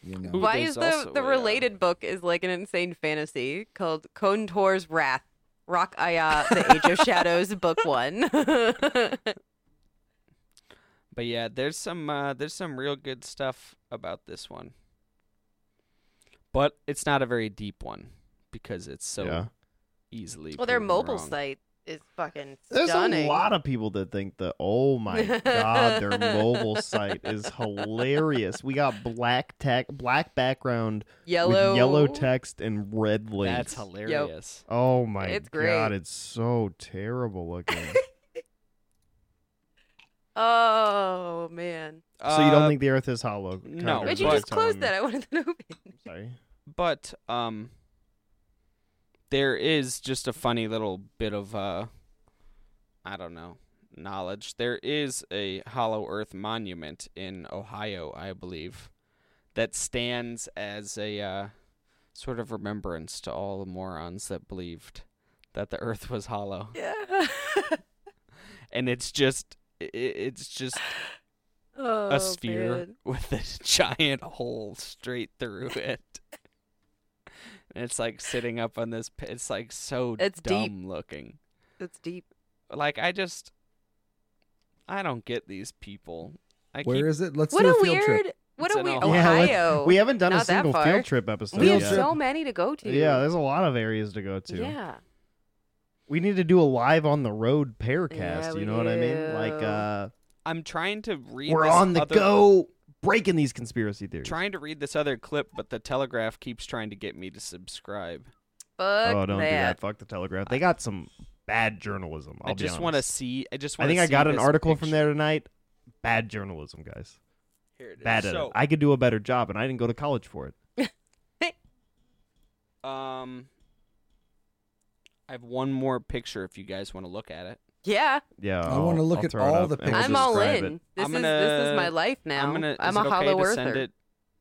B: You know,
C: Ooh,
D: Why
C: there's
D: is the
C: also
D: the
C: a, uh,
D: related book is like an insane fantasy called Kontor's Wrath, Rock Aya, The Age of Shadows, Book One.
C: But yeah, there's some uh, there's some real good stuff about this one. But it's not a very deep one because it's so
A: yeah.
C: easily.
D: well, their
C: proven
D: mobile
C: wrong.
D: site is fucking
A: There's
D: stunning.
A: a lot of people that think that oh my god, their mobile site is hilarious. We got black tech, black background
D: yellow
A: with yellow text and red links.
C: That's hilarious.
A: Oh my
D: It's great.
A: god, it's so terrible looking.
D: Oh man!
A: so you don't
C: Uh,
A: think the Earth is hollow?
C: no,
A: Connor,
D: Why'd you
A: but,
D: just close
A: um,
D: that? I wanted to open.
A: Sorry.
C: but um there is just a funny little bit of uh I don't know knowledge. There is a Hollow Earth monument in Ohio, I believe, that stands as a uh, sort of remembrance to all the morons that believed that the Earth was hollow,
D: Yeah.
C: and it's just i- i it's just
D: oh,
C: a sphere
D: man.
C: with a giant hole straight through it. and it's like sitting up on this. p- It's like so
D: It's
C: dumb
D: deep.
C: looking.
D: That's deep.
C: Like I just, I don't get these people. I
B: where
C: keep,
B: is it? Let's
D: What
B: do a
D: a
B: field trip.
D: weird. What
C: It's
D: a
C: in
D: weird.
C: Ohio.
A: Yeah, let's-
D: Oh, Ohio.
A: We haven't done a
D: Not that
A: single
D: far.
A: field trip episode
D: We have
A: yet.
D: so many to go to.
A: Yeah, there's a lot of areas to go to.
D: Yeah.
A: We need to do a live on the road paircast.
D: Yeah, we
A: you know what I mean?
D: do.
A: Like, uh,
C: I'm trying to read.
A: we're
C: this
A: on the
C: other-
A: go, breaking these conspiracy theories.
C: Trying to read this other clip, but the Telegraph keeps trying to get me to subscribe.
D: Fuck
A: oh, don't do
D: that.
A: that. Fuck the Telegraph. They got some bad journalism. I'll
C: I just
A: want
C: want to see. I just.
A: I
C: wanna
A: think I
C: see
A: got an
C: this
A: article from
C: picture.
A: there tonight. Bad journalism, guys.
C: Here it is.
A: Bad at it.
C: so,
A: I could do a better job, and I didn't go to college for it.
C: um, I have one more picture if you guys want to look at it.
D: Yeah,
A: Yeah,
B: I
A: I'll-
B: wanna look
A: I'll
B: at
A: throw it
B: all
A: up
B: the
A: and we'll
B: pictures.
D: I'm all
A: describe
D: in.
A: it.
D: This
C: I'm
D: is this
C: gonna-
D: is my life now.
C: I'm gonna.
D: I'm
C: is
D: a
C: it okay
D: hollow
C: to
D: earther.
C: send it-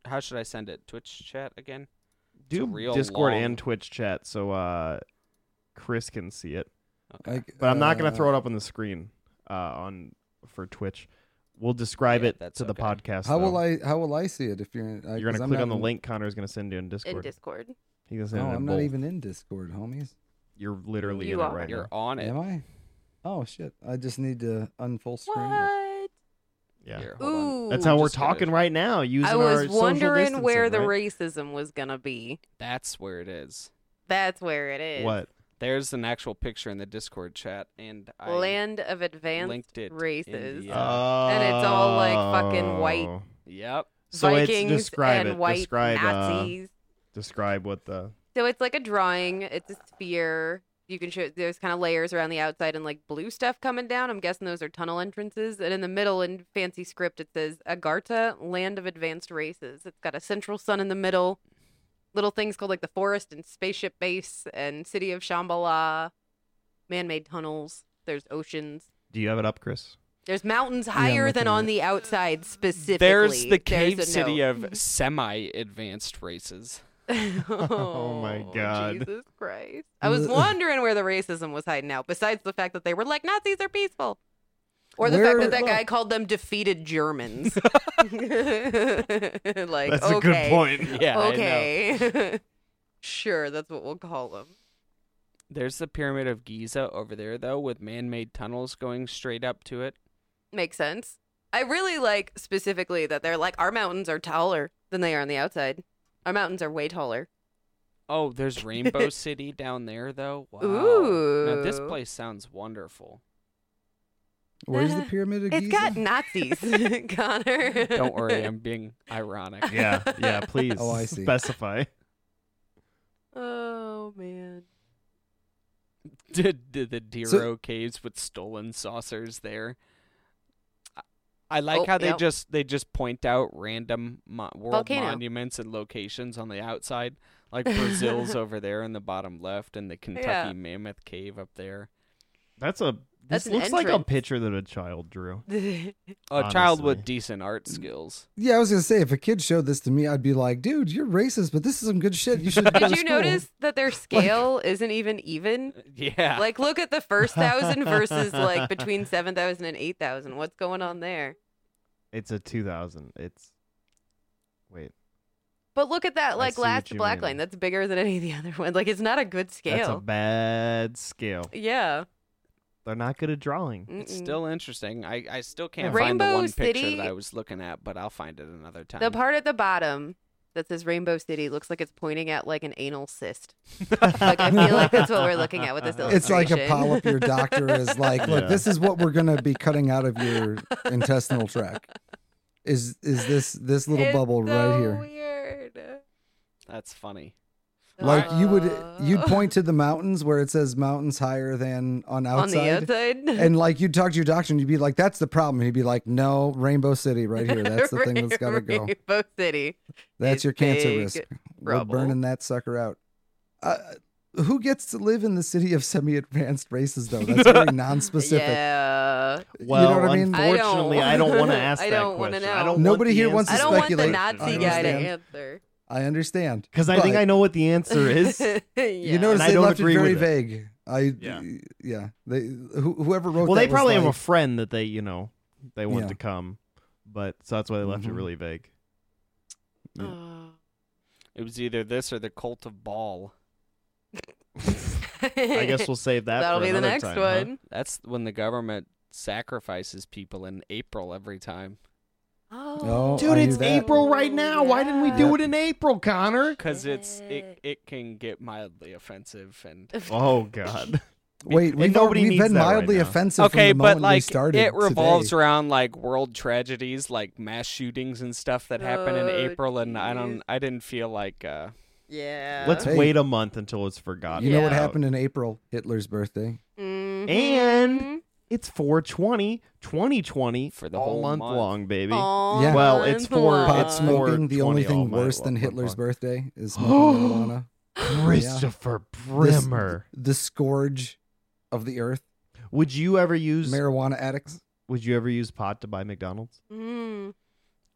C: How should I send it? Twitch chat again.
A: Do
C: real
A: Discord
C: long-
A: and Twitch chat so uh, Chris can see it.
B: Like,
A: But I'm not going
B: uh,
A: to throw it up on the screen uh, on for Twitch. We'll describe
C: Yeah,
A: it
C: that's
A: to the
C: okay.
A: podcast.
B: How will
A: though.
B: I? How will I see it if you're? In, I,
A: You're
B: 'cause
A: gonna
B: I'm
A: click
B: not
A: on the
B: in-
A: link Connor's gonna send you in Discord.
D: in Discord.
A: He can
B: No,
A: send it in
B: I'm not
A: both.
B: even in Discord, homies.
A: You're literally
D: You
A: in
D: are.
A: it right
C: You're
A: now.
C: on it.
B: Am I? Oh shit! I just need to unfull screen. it.
D: What?
A: Yeah.
C: Here, hold on.
D: Ooh.
A: That's how we're
C: Just gonna-
A: talking right now. Using
D: I
A: our
D: was
A: social
D: wondering
A: distancing,
D: where the
A: right?
D: racism was gonna be.
C: That's where it is.
D: That's where it is.
A: what
C: There's an actual picture in the Discord chat, and I
D: Land of advanced
C: linked it in
D: races.
C: the, uh,
D: And it's all, like, fucking white
A: Oh.
C: yep.
A: So
D: Vikings
A: it's describe
D: and
A: it.
D: white
A: describe uh,
D: Nazis.
A: describe what the
D: So it's like a drawing. It's a sphere. You can show there's kind of layers around the outside and like blue stuff coming down. I'm guessing those are tunnel entrances. And in the middle, in fancy script, it says Agartha, land of advanced races. It's got a central sun in the middle. Little things called like the forest and spaceship base and city of Shambhala, man made tunnels. There's oceans.
A: Do you have it up, Chris?
D: There's mountains
B: I'm
D: higher than
B: looking at
D: on
B: it.
D: the outside specifically.
C: There's the
D: There's
C: cave
D: a
C: city
D: note.
C: of semi-advanced races.
A: Oh my God. uh,
D: Jesus Christ. I was
B: Ugh.
D: wondering where the racism was hiding out, besides the fact that they were like, Nazis are peaceful. Or the
B: Where-
D: fact that that guy called them defeated Germans. like,
A: That's
D: okay.
A: a good point.
C: Yeah. I know.
D: Okay. sure, that's what we'll call them.
C: There's the Pyramid of Giza over there, though, with man-made tunnels going straight up to it.
D: Makes sense. I really like specifically that they're like, our mountains are taller than they are on the outside. Our mountains are way taller.
C: Oh, there's Rainbow City down there, though. Wow. Now, this
D: Ooh.
C: place sounds wonderful.
B: Where's the
D: Uh,
B: pyramid of
D: It's
B: Giza?
D: got Nazis, Connor.
C: Don't worry, I'm being ironic.
A: yeah, yeah. Please
B: Oh, I see.
A: specify.
D: Oh, man.
C: Did, did the Dero
B: So-
C: caves with stolen saucers there? I- I like
D: Oh,
C: how they
D: yep.
C: just they just point out random mo- world
D: Volcano.
C: monuments and locations on the outside, like Brazil's over there in the bottom left, and the Kentucky
H: Yeah.
C: Mammoth Cave up there.
A: That's a. This
D: That's an
A: looks like a
D: entrance.
A: picture that a child drew.
C: A child with
A: Honestly.
C: decent art skills.
B: Yeah, I was gonna say if a kid showed this to me, I'd be like, "Dude, you're racist," but this is some good shit. You should. go to
D: Did you
B: school."
D: notice that their scale isn't even even?
C: Yeah,
D: Like, look at the first thousand versus like between seven thousand and eight thousand. What's going on there?
A: It's a 2000. It's. Wait.
D: But look at that, like
A: see what
D: last
A: you
D: black
A: mean.
D: line. That's bigger than any of the other ones. Like, it's not a good
A: That's a
D: scale.
A: bad scale.
D: Yeah.
A: They're not good at drawing.
C: it's
D: Mm-mm.
C: still interesting. I, I still can't find
D: Rainbow
C: the one picture
D: City-
C: that I was looking at, but I'll find it another time.
D: The part at the bottom that says Rainbow City looks like it's pointing at like an anal cyst. like I feel like that's what we're looking at with this
B: It's like a
D: illustration.
B: polyp. Your doctor is like, "Look,
A: Yeah.
B: this is what we're gonna be cutting out of your intestinal tract. Is is this this little
D: It's
B: bubble
D: so
B: right here?"
D: Weird.
C: That's funny.
B: Like you would, you'd
D: Uh,
B: point to the mountains where it says mountains higher than on
D: on the
B: outside.
D: outside.
B: and like you'd talk to your doctor and you'd be like, "That's the problem." And he'd be like, "No, Rainbow City right here. That's the thing that's got to go.
D: Rainbow City.
B: That's
D: is
B: your cancer
D: big
B: risk. We're
D: rubble.
B: burning that sucker out." Uh, who gets to live in the city of semi-advanced races though? That's very non-specific.
D: Yeah.
A: Well,
B: what I mean? I
D: don't-
A: unfortunately, I don't, want to ask
D: I
A: that
D: don't wanna
A: question.
D: know.
A: I don't
B: Nobody
A: want the
B: here
A: answer.
B: wants to
D: I don't want the
B: speculate.
D: Nazi
B: I
D: guy to
B: understand.
D: answer.
B: I understand
A: Because I think
B: But
A: I know what the answer is.
B: You notice
A: And I
B: they
A: don't
B: left it
A: agree
B: very
A: with it.
B: vague. I yeah.
A: Yeah.
B: They who, whoever wrote
A: well,
B: that
A: they
B: was
A: probably have a
B: like-
A: friend that they, you know, they want
B: Yeah.
A: to come, but so that's why they left
B: Mhm.
A: it really vague.
C: It was either this or the Cult of Ball.
A: I guess we'll save that.
D: That'll
A: for
D: be the
A: another
D: next
A: time, huh?
D: one.
C: That's when the government sacrifices people in April every time.
B: Oh,
A: Dude,
B: I
A: it's
B: knew that.
A: April right now. Why didn't we do it in April, Connor?
C: because it's it it can get mildly offensive and
A: Oh God.
B: Wait,
A: And
B: we've,
A: nobody
B: we've
A: needs
B: been
A: that right
B: mildly
A: now.
B: offensive. from
C: okay,
B: the
C: but
B: moment we
C: like
B: started
C: it revolves
B: today.
C: around like world tragedies, like mass shootings and stuff that happen in
D: Oh,
C: April, and I don't
D: jeez.
C: I didn't feel like uh
D: Yeah.
A: Let's
B: Hey.
A: wait a month until it's forgotten.
B: You know what
A: about.
B: happened in April? Hitler's birthday.
D: Mhm.
A: And it's 420, 2020
C: For the
A: all
C: whole
A: month,
C: month.
A: long, baby.
D: All
B: Yeah.
A: Well, it's
D: month
C: Uh,
A: for-
D: long.
B: Pot
A: It's more
B: smoking. The only
A: 20 all
B: thing
A: my
B: worse
A: lo-
B: than
A: my
B: Hitler's
A: fuck.
B: birthday is smoking marijuana.
A: Christopher
B: This-
A: Brimmer.
B: the scourge of the earth.
A: Would you ever use
B: Marijuana addicts.
A: Would you ever use pot to buy McDonald's?
D: Mm.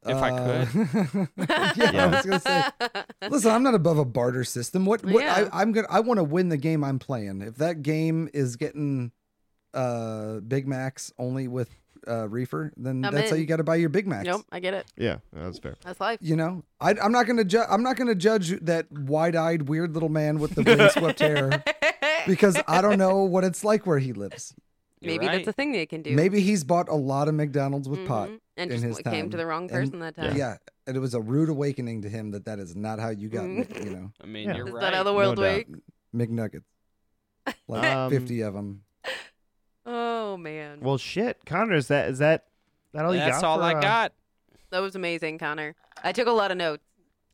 C: If I
B: could. Uh, yeah, I was gonna say. Listen, I'm not above a barter system. What? what
D: Yeah.
B: I, I'm gonna. I want to win the game I'm playing. If that game is getting uh Big Macs only with uh reefer, then
D: I'm
B: that's how
D: in.
B: you got to buy your Big Macs.
D: nope, I get it.
A: Yeah, that's fair.
D: That's life.
B: You know, I, I'm not gonna judge. I'm not gonna judge that wide-eyed, weird little man with the wind swept hair because I don't know what it's like where he lives.
C: you're
D: Maybe
C: right.
D: that's a thing they can do.
B: Maybe he's bought a lot of McDonald's with pot.
D: Mhm. and
B: in
D: just
B: his
D: came
B: time.
D: to the
B: And-
D: wrong person that
B: Yeah.
D: time.
B: and it was a rude awakening to him that that is not how you got,
D: Mm.
B: Mc- you know,
C: I mean,
A: Yeah.
C: you're
D: Is
C: right.
D: that how the world
A: No doubt.
D: works?
B: McNuggets, like
A: Um,
B: 50 of them.
D: Oh man,
A: Well, shit, Connor, is that is that that all you got?
C: That's all
A: for,
C: I
A: uh,
C: got.
D: that was amazing, Connor. I took a lot of notes.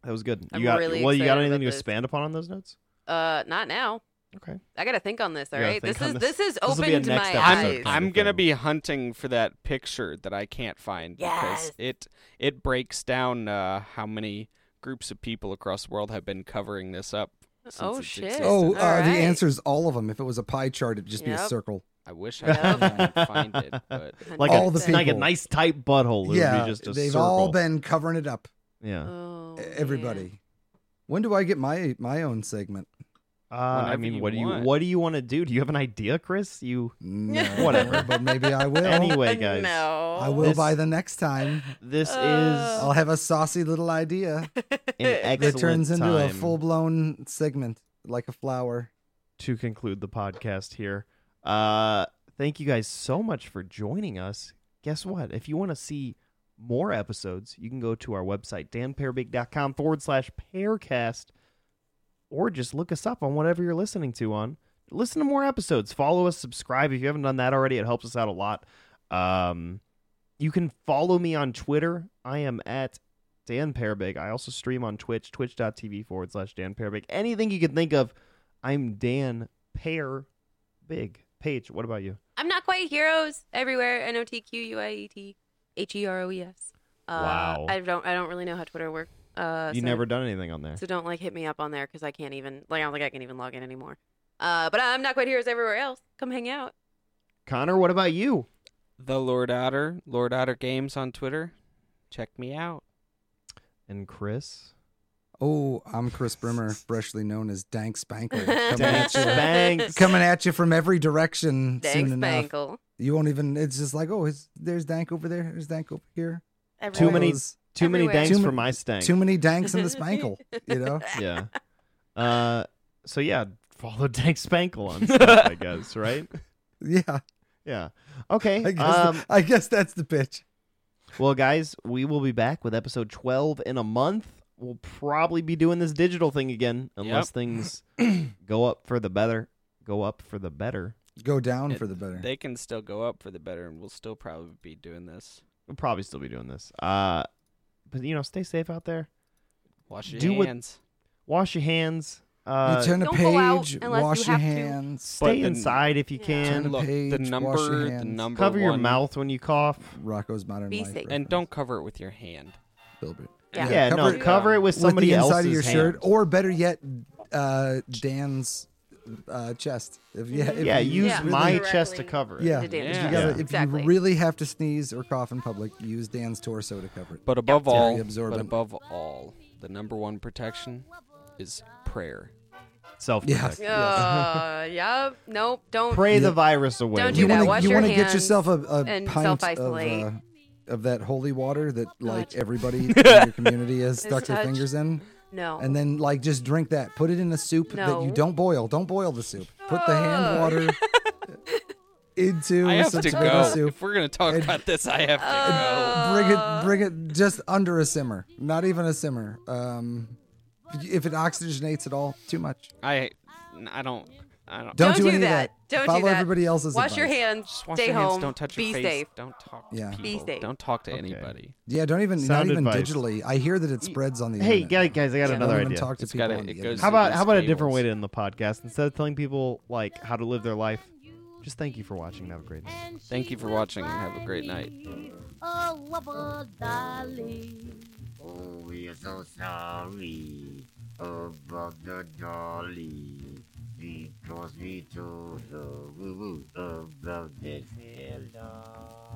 A: That was good.
D: I'm
A: you got
D: really
A: well. You got
D: excited
A: anything to
D: about this.
A: expand upon on those notes?
D: Uh, not now.
A: Okay.
D: I gotta think on this. All
A: You gotta
D: right,
A: think
D: this
A: on
D: is
A: this.
D: this has
A: This'll be a
D: opened
A: next
D: my
A: episode
D: eyes.
A: kind
C: I'm
A: of
C: gonna
A: thing.
C: be hunting for that picture that I can't find
D: Yes.
C: because it it breaks down uh, how many groups of people across the world have been covering this up. Since
D: Oh,
C: its
D: shit.
C: existence.
B: Oh, uh,
D: Alright.
B: the answer is all of them. If it was a pie chart, it'd just be a
D: Yep.
B: circle.
C: I wish I
D: Yep.
C: could I could find it, but
A: Like
B: All
A: a,
B: the
A: like a
B: people.
A: nice tight butthole. It would be
B: yeah,
A: just a
B: they've
A: circle.
B: all been covering it up. e,
A: Yeah.
D: Oh, man.
B: Everybody. When do I get my my own segment?
A: Uh, I
C: Whenever
A: mean,
C: you
A: what do you
C: want.
A: what do you want to do? Do you have an idea, Chris? You
B: No,
A: Whatever.
B: but maybe I will.
A: anyway, guys.
D: No.
B: I will
A: This-
B: by the next time.
A: This
D: Uh,
B: I'll have a saucy little idea
A: is an excellent
B: that turns into a
A: time
B: full blown segment, like a flower.
A: to conclude the podcast here. Uh, thank you guys so much for joining us. Guess what? If you want to see more episodes, you can go to our website, danpairbig.com forward slash paircast, or just look us up on whatever you're listening to on. Listen to more episodes. Follow us, subscribe. If you haven't done that already, it helps us out a lot. Um, you can follow me on Twitter. I am at Dan Parabig. I also stream on Twitch, twitch.tv forward slash Dan Parabig. Anything you can think of, I'm Dan Pear Big. Paige, what about you?
D: I'm not quite heroes everywhere. N O T Q U I E T. H E R O E S. Uh,
A: Wow.
D: I don't I don't really know how Twitter works. Uh,
A: you
D: so-
A: never done anything on there.
D: So don't like hit me up on there because I can't even like I don't think I can even log in anymore. Uh, but I'm not quite here as everywhere else. Come hang out.
A: Connor, what about you?
C: The Lord Otter, Lord Otter Games on Twitter. Check me out.
A: And Chris?
B: Oh, I'm Chris Brimmer, freshly known as Dank Spankle. Coming
A: Dank
B: at you,
A: Spanks.
B: coming at you from every direction
D: Thanks,
B: soon enough.
D: Bankle.
B: You won't even. It's just like, oh, his, there's Dank over there. There's Dank over here.
A: Too
B: All
D: Everywhere.
A: many-
B: those-
A: Too many
D: Everywhere.
A: danks
B: Too ma-
A: for my stank.
B: Too many Danks in the Spankle. You know.
A: yeah. Uh, so yeah, follow Dank Spankle on stuff, I guess, right?
B: Yeah.
A: Yeah. Okay.
B: I guess.
A: Um,
B: I guess that's the pitch.
A: well, guys, we will be back with episode 12 in a month. We'll probably be doing this digital thing again unless
C: Yep.
A: things go up for the better. Go up for the better.
B: Go down
C: It-
B: for the better.
C: They can still go up for the better, and we'll still probably be doing this.
A: We'll probably still be doing this. Uh, but, you know, stay safe out there.
C: Wash your
A: Do what-
C: hands.
A: Wash your hands.
B: you
A: Uh,
B: turn a
D: Don't go out
B: page.
D: unless you
B: Wash your
D: have to.
B: hands.
A: stay
C: But the-
A: inside if you
D: Yeah.
A: can.
B: Turn
C: Look, the
B: page, wash your
C: number, the
B: hands.
C: number
A: Cover your
C: one-
A: mouth when you cough.
B: Rocco's modern
D: Be
B: life.
D: safe.
C: and don't cover it with your hand.
B: Filbert.
D: Yeah.
A: Yeah,
B: cover
A: no,
B: it
A: cover it with somebody
B: with the inside
A: else's
B: of your
A: hand.
B: shirt, or better yet, uh, Dan's uh, chest. If, yeah, if
A: yeah,
B: you
A: use
D: Yeah.
A: my
D: Directly.
A: chest to cover it.
B: Yeah,
D: To do.
B: if
C: Yeah.
B: you gotta- if
D: Exactly.
B: you really have to sneeze or cough in public, use Dan's torso to cover it.
C: But above
B: Very
C: all, but
B: absorbent.
C: above all, the number one protection is prayer.
A: Self
B: Yes.
A: protect.
D: Uh, yep. Nope. Don't.
A: Pray the
B: Yep.
A: virus away.
D: Don't do
B: you
D: that.
B: wanna-
D: Wash
B: you
D: your
B: wanna
D: hands
B: get yourself a, a
D: and
B: pint of,
D: self-isolate. Oh,
B: uh, of that holy water that like everybody in your community has stuck their
D: such-
B: fingers in,
D: No.
B: and then like just drink that. Put it in a soup that
D: No.
B: you don't boil. Don't boil the soup. Put the hand water into
C: I have
B: some
C: to
B: tomato
C: go.
B: soup.
C: If we're gonna talk
B: And-
C: about this, I have to go.
D: Uh,
B: bring it bring it just under a simmer not even a simmer um if it oxygenates at all too much
C: I, I don't, I don't.
B: don't,
D: Don't do
B: any of
D: that. Don't do
B: follow
D: that.
B: everybody else's
D: Wash your
B: advice.
D: hands.
C: Just wash
D: stay
C: your
D: home.
C: hands. Don't touch
D: Be
C: your face.
D: safe.
C: Don't talk to
B: Yeah. Be
C: people.
D: safe.
C: Don't talk to
A: Okay.
C: anybody.
B: yeah don't even
A: Sound
B: not even
A: advice.
B: digitally i hear that it spreads on the
A: Hey
B: internet.
A: guys, guys, I got
D: Yeah.
A: another
B: Don't even
A: idea.
B: talk to
C: It's
B: people
C: gotta-
B: on
C: it
B: the
C: goes-
A: how
B: internet.
A: about
C: these
A: how about a different
C: cables.
A: way to end the podcast? Instead of telling people like how to live their life, just thank you for watching. and Have a great night.
C: Thank you for watching and have a great night.
E: Oh, Wubba Dolly. Oh, we are so sorry about the dolly. She calls me to the woo woo about this hello.